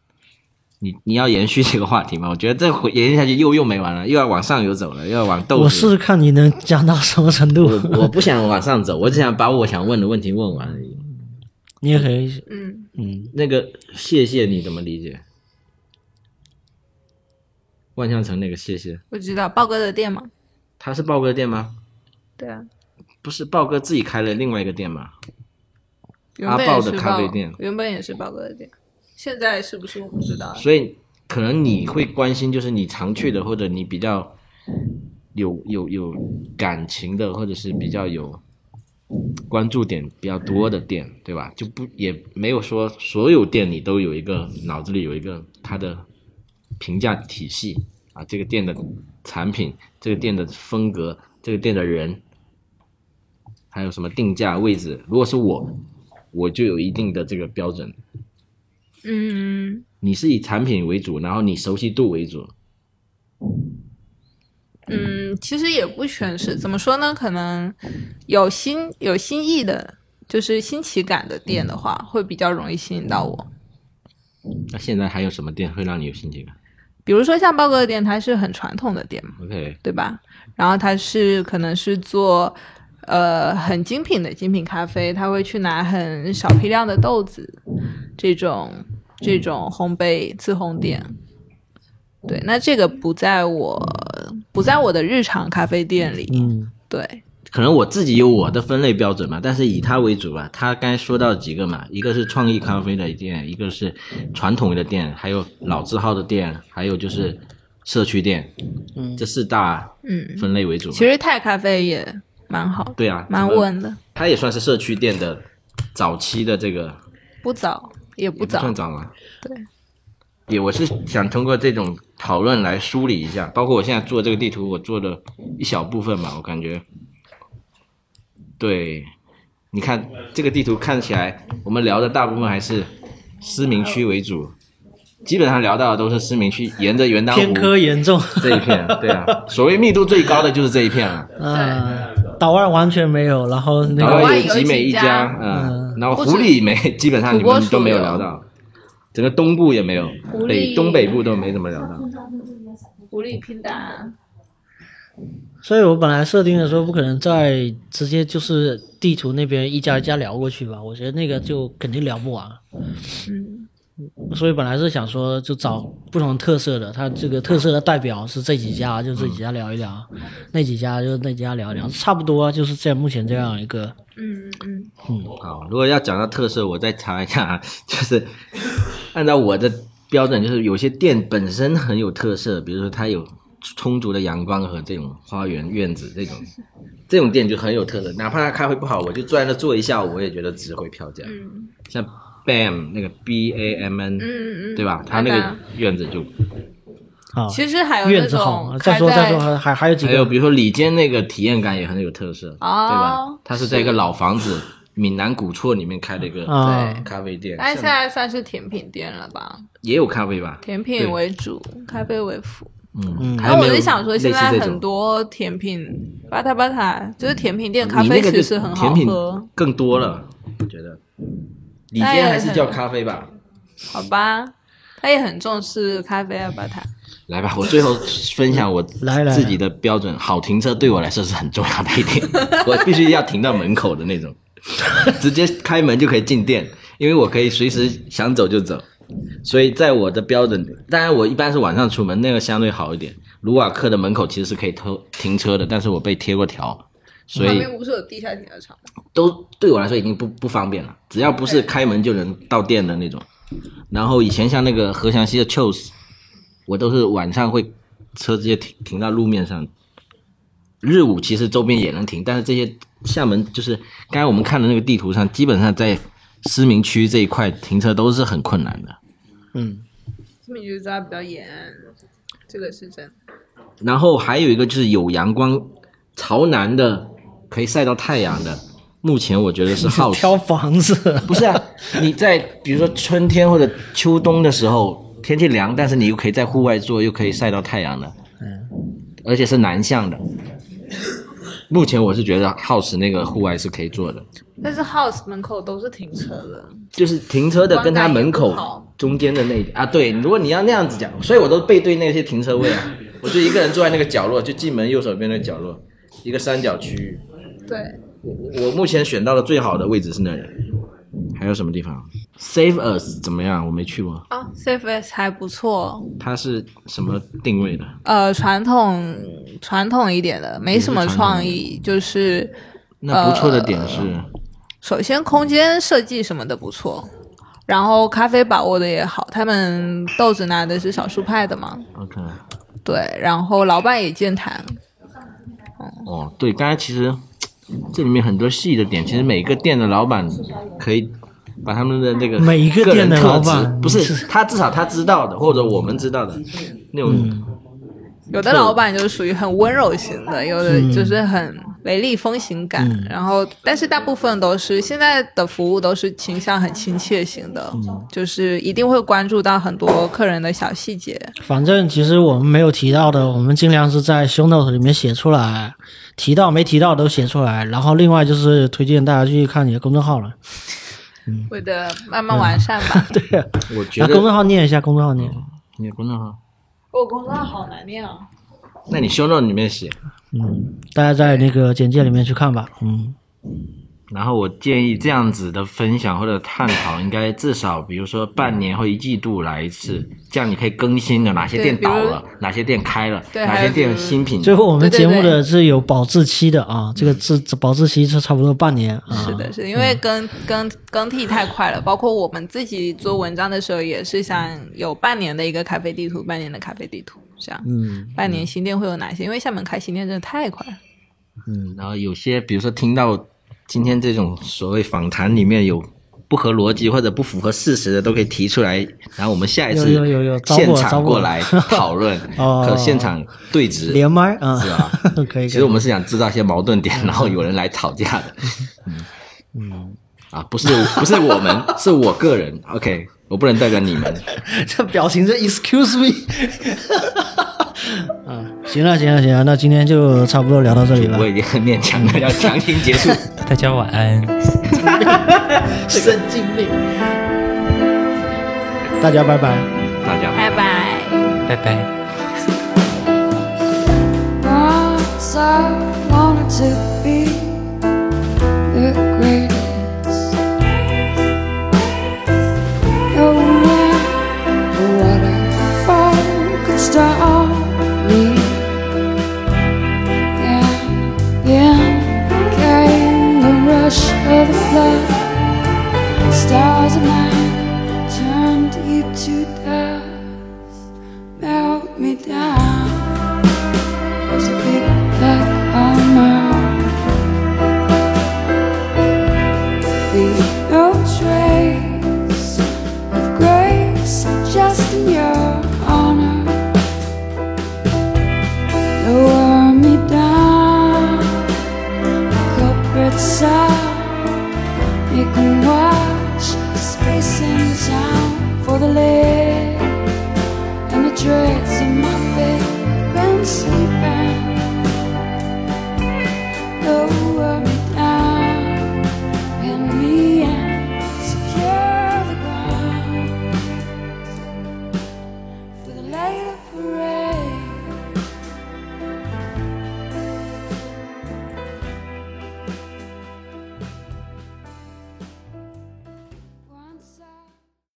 [SPEAKER 4] 你你要延续这个话题吗？我觉得这回延续下去又又没完了，又要往上游走了，又要往豆子。
[SPEAKER 2] 我试试看你能讲到什么程度，
[SPEAKER 4] 我我不想往上走，我只想把我想问的问题问完而已。
[SPEAKER 2] 你也可以，
[SPEAKER 1] 嗯，
[SPEAKER 2] 嗯，
[SPEAKER 4] 那个谢谢你怎么理解？万象城那个谢谢，
[SPEAKER 1] 我知道豹哥的店嘛。
[SPEAKER 4] 他是豹哥店吗？
[SPEAKER 1] 对啊，
[SPEAKER 4] 不是豹哥自己开了另外一个店吗？
[SPEAKER 1] 原本
[SPEAKER 4] 阿
[SPEAKER 1] 也
[SPEAKER 4] 豹的
[SPEAKER 1] 是
[SPEAKER 4] 咖
[SPEAKER 1] 豹
[SPEAKER 4] 啡店
[SPEAKER 1] 原本也是豹哥的店，现在是不是我不知道。
[SPEAKER 4] 所以可能你会关心，就是你常去的，或者你比较有有有感情的，或者是比较有关注点比较多的店，对吧？就不也没有说所有店你都有一个脑子里有一个它的评价体系啊，这个店的产品，这个店的风格，这个店的人，还有什么定价位置。如果是我，我就有一定的这个标准。
[SPEAKER 1] 嗯，
[SPEAKER 4] 你是以产品为主，然后你熟悉度为主。
[SPEAKER 1] 嗯，其实也不全是，怎么说呢？可能有新有新意的，就是新奇感的店的话，会比较容易吸引到我。
[SPEAKER 4] 那现在还有什么店会让你有兴趣感
[SPEAKER 1] 比如说像豹哥的店，它是很传统的店嘛，
[SPEAKER 4] ？OK，
[SPEAKER 1] 对吧？然后它是可能是做呃很精品的精品咖啡，他会去拿很少批量的豆子，这种这种烘焙自烘店。对，那这个不在我不在我的日常咖啡店里，
[SPEAKER 2] 嗯
[SPEAKER 1] 对，
[SPEAKER 4] 可能我自己有我的分类标准嘛，但是以它为主吧。他刚才说到几个嘛，一个是创意咖啡的店，一个是传统的店，还有老字号的店，还有就是社区店，嗯，这四大
[SPEAKER 1] 嗯，
[SPEAKER 4] 分类为主嘛。
[SPEAKER 1] 其实泰咖啡也蛮好的，
[SPEAKER 4] 对啊，
[SPEAKER 1] 蛮
[SPEAKER 4] 怎么，
[SPEAKER 1] 稳的，
[SPEAKER 4] 它也算是社区店的早期的这个
[SPEAKER 1] 不早也不
[SPEAKER 4] 也
[SPEAKER 1] 早
[SPEAKER 4] 算，涨了。
[SPEAKER 1] 对，
[SPEAKER 4] 也我是想通过这种讨论来梳理一下，包括我现在做这个地图，我做的一小部分吧，我感觉，对，你看这个地图看起来，我们聊的大部分还是思明区为主，基本上聊到的都是思明区，沿着元当湖
[SPEAKER 2] 偏科严重，
[SPEAKER 4] 这一 片，对啊，所谓密度最高的就是这一片了。
[SPEAKER 2] 嗯，岛外完全没有，然后那
[SPEAKER 4] 然
[SPEAKER 2] 个
[SPEAKER 1] 岛
[SPEAKER 4] 后
[SPEAKER 1] 外
[SPEAKER 4] 有集美一家，
[SPEAKER 2] 嗯
[SPEAKER 4] 嗯，然后
[SPEAKER 1] 不止
[SPEAKER 4] 湖里没， 基本上你
[SPEAKER 1] 土拨
[SPEAKER 4] 们
[SPEAKER 1] 鼠
[SPEAKER 4] 都没有
[SPEAKER 1] 有
[SPEAKER 4] 聊到，整个东部也没有
[SPEAKER 1] 狐，
[SPEAKER 4] 北
[SPEAKER 1] 狸
[SPEAKER 4] 东北部都没怎么聊到。
[SPEAKER 1] 狐狸拼单，
[SPEAKER 2] 所以我本来设定的时候不可能再直接就是地图那边一家一家聊过去吧，我觉得那个就肯定聊不完。所以本来是想说就找不同特色的，它这个特色的代表是这几家，就这几家聊一聊，那几家就那几家聊一聊，差不多就是这样目前这样一个。
[SPEAKER 1] 嗯嗯，
[SPEAKER 4] 好，如果要讲到特色，我再查一下，啊， 就是按照我的标准，就是有些店本身很有特色，比如说它有充足的阳光和这种花园院子这种，这种店就很有特色。哪怕它咖啡不好，我就坐在那坐一下午，我也觉得值回票价。像 Bam 那个 B A M N，
[SPEAKER 1] 嗯嗯嗯
[SPEAKER 4] 对吧？它那
[SPEAKER 1] 好
[SPEAKER 4] 个
[SPEAKER 1] 的
[SPEAKER 4] 院子就
[SPEAKER 2] 啊，
[SPEAKER 1] 其实还有那
[SPEAKER 2] 院子好
[SPEAKER 1] 种，
[SPEAKER 2] 再
[SPEAKER 1] 开
[SPEAKER 2] 说再
[SPEAKER 1] 在
[SPEAKER 2] 说，还还还有几
[SPEAKER 4] 还有
[SPEAKER 2] 个
[SPEAKER 4] 比如说里间那个体验感也很有特色，对吧
[SPEAKER 1] 哦？
[SPEAKER 4] 它是在一个老房子闽南古厝里面开的一个
[SPEAKER 2] 啊
[SPEAKER 1] 对，
[SPEAKER 4] 咖啡店，
[SPEAKER 1] 但
[SPEAKER 4] 像
[SPEAKER 1] 现在算是甜品店了吧？
[SPEAKER 4] 也有咖啡吧？
[SPEAKER 1] 甜品为主，咖啡为辅。
[SPEAKER 4] 嗯，还
[SPEAKER 1] 那
[SPEAKER 4] 有没
[SPEAKER 1] 我
[SPEAKER 4] 有
[SPEAKER 1] 就想说，现在
[SPEAKER 4] 类似这种
[SPEAKER 1] 很多甜品吧嗒吧嗒，就是甜品店咖
[SPEAKER 4] 啊你
[SPEAKER 1] 啡
[SPEAKER 4] 那个
[SPEAKER 1] 其
[SPEAKER 4] 就
[SPEAKER 1] 实很好
[SPEAKER 4] 甜品
[SPEAKER 1] 喝，
[SPEAKER 4] 更多了，我觉得。里
[SPEAKER 1] 那也
[SPEAKER 4] 间还是
[SPEAKER 1] 哎很
[SPEAKER 4] 叫咖啡吧？
[SPEAKER 1] 好吧？他也很重视咖啡啊吧嗒。
[SPEAKER 4] 来吧，我最后分享我
[SPEAKER 2] 嗯来来
[SPEAKER 4] 自己的标准。好停车对我来说是很重要的一点， 我必须要停到门口的那种， 直接开门就可以进店，因为我可以随时想走就走。所以在我的标准，当然我一般是晚上出门，那个相对好一点。卢瓦克的门口其实是可以偷停车的，但是我被贴过条，所以
[SPEAKER 1] 不是有地下停车场，
[SPEAKER 4] 都对我来说已经不不方便了，只要不是开门就能到店的那种。然后以前像那个何祥熙的 Chose，我都是晚上会车直接停停到路面上。日午其实周边也能停，但是这些厦门就是刚才我们看的那个地图上，基本上在思明区这一块停车都是很困难的。
[SPEAKER 2] 嗯，
[SPEAKER 1] 这边就抓比较严，这个是真的。
[SPEAKER 4] 然后还有一个就是有阳光朝南的，可以晒到太阳的，目前我觉得是耗时。
[SPEAKER 2] 挑房 子，
[SPEAKER 4] 不是啊，你在比如说春天或者秋冬的时候，天气凉，但是你又可以在户外坐，又可以晒到太阳的，而且是南向的。目前我是觉得 house 那个户外是可以做的，
[SPEAKER 1] 但是 house 门口都是停车的，
[SPEAKER 4] 就是停车的跟它门
[SPEAKER 1] 观感也不好
[SPEAKER 4] 口中间的那一啊，对，如果你要那样子讲，所以我都背对那些停车位啊，我就一个人坐在那个角落，就进门右手边那个角落，一个三角区域。
[SPEAKER 1] 对，
[SPEAKER 4] 我我目前选到的最好的位置是那里，还有什么地方？Save Us 怎么样？我没去过。
[SPEAKER 1] 啊、c f s 还不错，
[SPEAKER 4] 它是什么定位的？
[SPEAKER 1] 呃，传统传统一点的，没什么创意，就是
[SPEAKER 4] 那不错的点是，
[SPEAKER 1] 首先空间设计什么的不错，然后咖啡把握的也好，他们豆子拿的是少数派的嘛，
[SPEAKER 4] OK，
[SPEAKER 1] 对，然后老板也健谈，
[SPEAKER 4] 哦，对，刚才其实这里面很多细的点，其实每个店的老板可以把他们的那个
[SPEAKER 2] 每一个
[SPEAKER 4] 个人
[SPEAKER 2] 店的
[SPEAKER 4] 特
[SPEAKER 2] 老
[SPEAKER 4] 质
[SPEAKER 2] 板
[SPEAKER 4] 不是他至少他知道的，或者我们知道的那种，
[SPEAKER 1] 有的老板就是属于很温柔型的，有的就是很雷厉风行感，然后但是大部分都是现在的服务都是倾向很亲切型的，就是一定会关注到很多客人的小细节。
[SPEAKER 2] 反正其实我们没有提到的，我们尽量是在 show note 里面写出来，提到没提到都写出来。然后另外就是推荐大家去看你的公众号了，
[SPEAKER 1] 会的，慢慢完善吧。
[SPEAKER 2] 对，
[SPEAKER 4] 我觉
[SPEAKER 2] 拿公
[SPEAKER 4] 得
[SPEAKER 2] 众号念一下，公众号念。
[SPEAKER 4] 你的公众号，
[SPEAKER 1] 我公众号好难念啊。
[SPEAKER 4] 那你修诺里面写，
[SPEAKER 2] 嗯，大家在那个简介里面去看吧。 嗯，
[SPEAKER 4] 然后我建议这样子的分享或者探讨，应该至少比如说半年或一季度来一次，这样你可以更新的哪些
[SPEAKER 1] 对
[SPEAKER 4] 店
[SPEAKER 1] 比如
[SPEAKER 4] 倒了，哪些店开了，
[SPEAKER 1] 对
[SPEAKER 4] 哪
[SPEAKER 1] 还
[SPEAKER 4] 些
[SPEAKER 1] 有比
[SPEAKER 4] 店
[SPEAKER 1] 如
[SPEAKER 4] 新品。
[SPEAKER 2] 最后我们
[SPEAKER 1] 对对
[SPEAKER 2] 节目
[SPEAKER 1] 对
[SPEAKER 2] 的是有保质期的
[SPEAKER 4] 嗯
[SPEAKER 2] 啊，这个质保质期是差不多半年啊。
[SPEAKER 1] 是的，是的因为更更更替太快了，包括我们自己做文章的时候，也是想有半年的一个咖啡地图，半年的咖啡地图，这样，嗯，半年新店会有哪些？因为厦门开新店真的太快了，
[SPEAKER 4] 然后有些比如说听到今天这种所谓访谈里面有不合逻辑或者不符合事实的，都可以提出来，然后我们下一次
[SPEAKER 2] 有有有有找我
[SPEAKER 4] 现
[SPEAKER 2] 找
[SPEAKER 4] 场
[SPEAKER 2] 我
[SPEAKER 4] 过来讨论，
[SPEAKER 2] 哦
[SPEAKER 4] 和现场对质。
[SPEAKER 2] 连麦啊，
[SPEAKER 4] 是吧
[SPEAKER 2] 可以可以。
[SPEAKER 4] 其实我们是想制造一些矛盾点，然后有人来吵架 的。嗯， 啊，不是不是我们，是我个人。OK，我不能代表你们。
[SPEAKER 2] 这表情，这 excuse me。嗯，行了行了行了，那今天就差不多聊到这里吧
[SPEAKER 4] 我。已经很勉强了，要强行结束。
[SPEAKER 9] 大家晚安。
[SPEAKER 2] 神经病，大家拜拜。
[SPEAKER 4] 大家。
[SPEAKER 1] 拜拜。
[SPEAKER 9] 拜拜。
[SPEAKER 10] walked I wanted to be.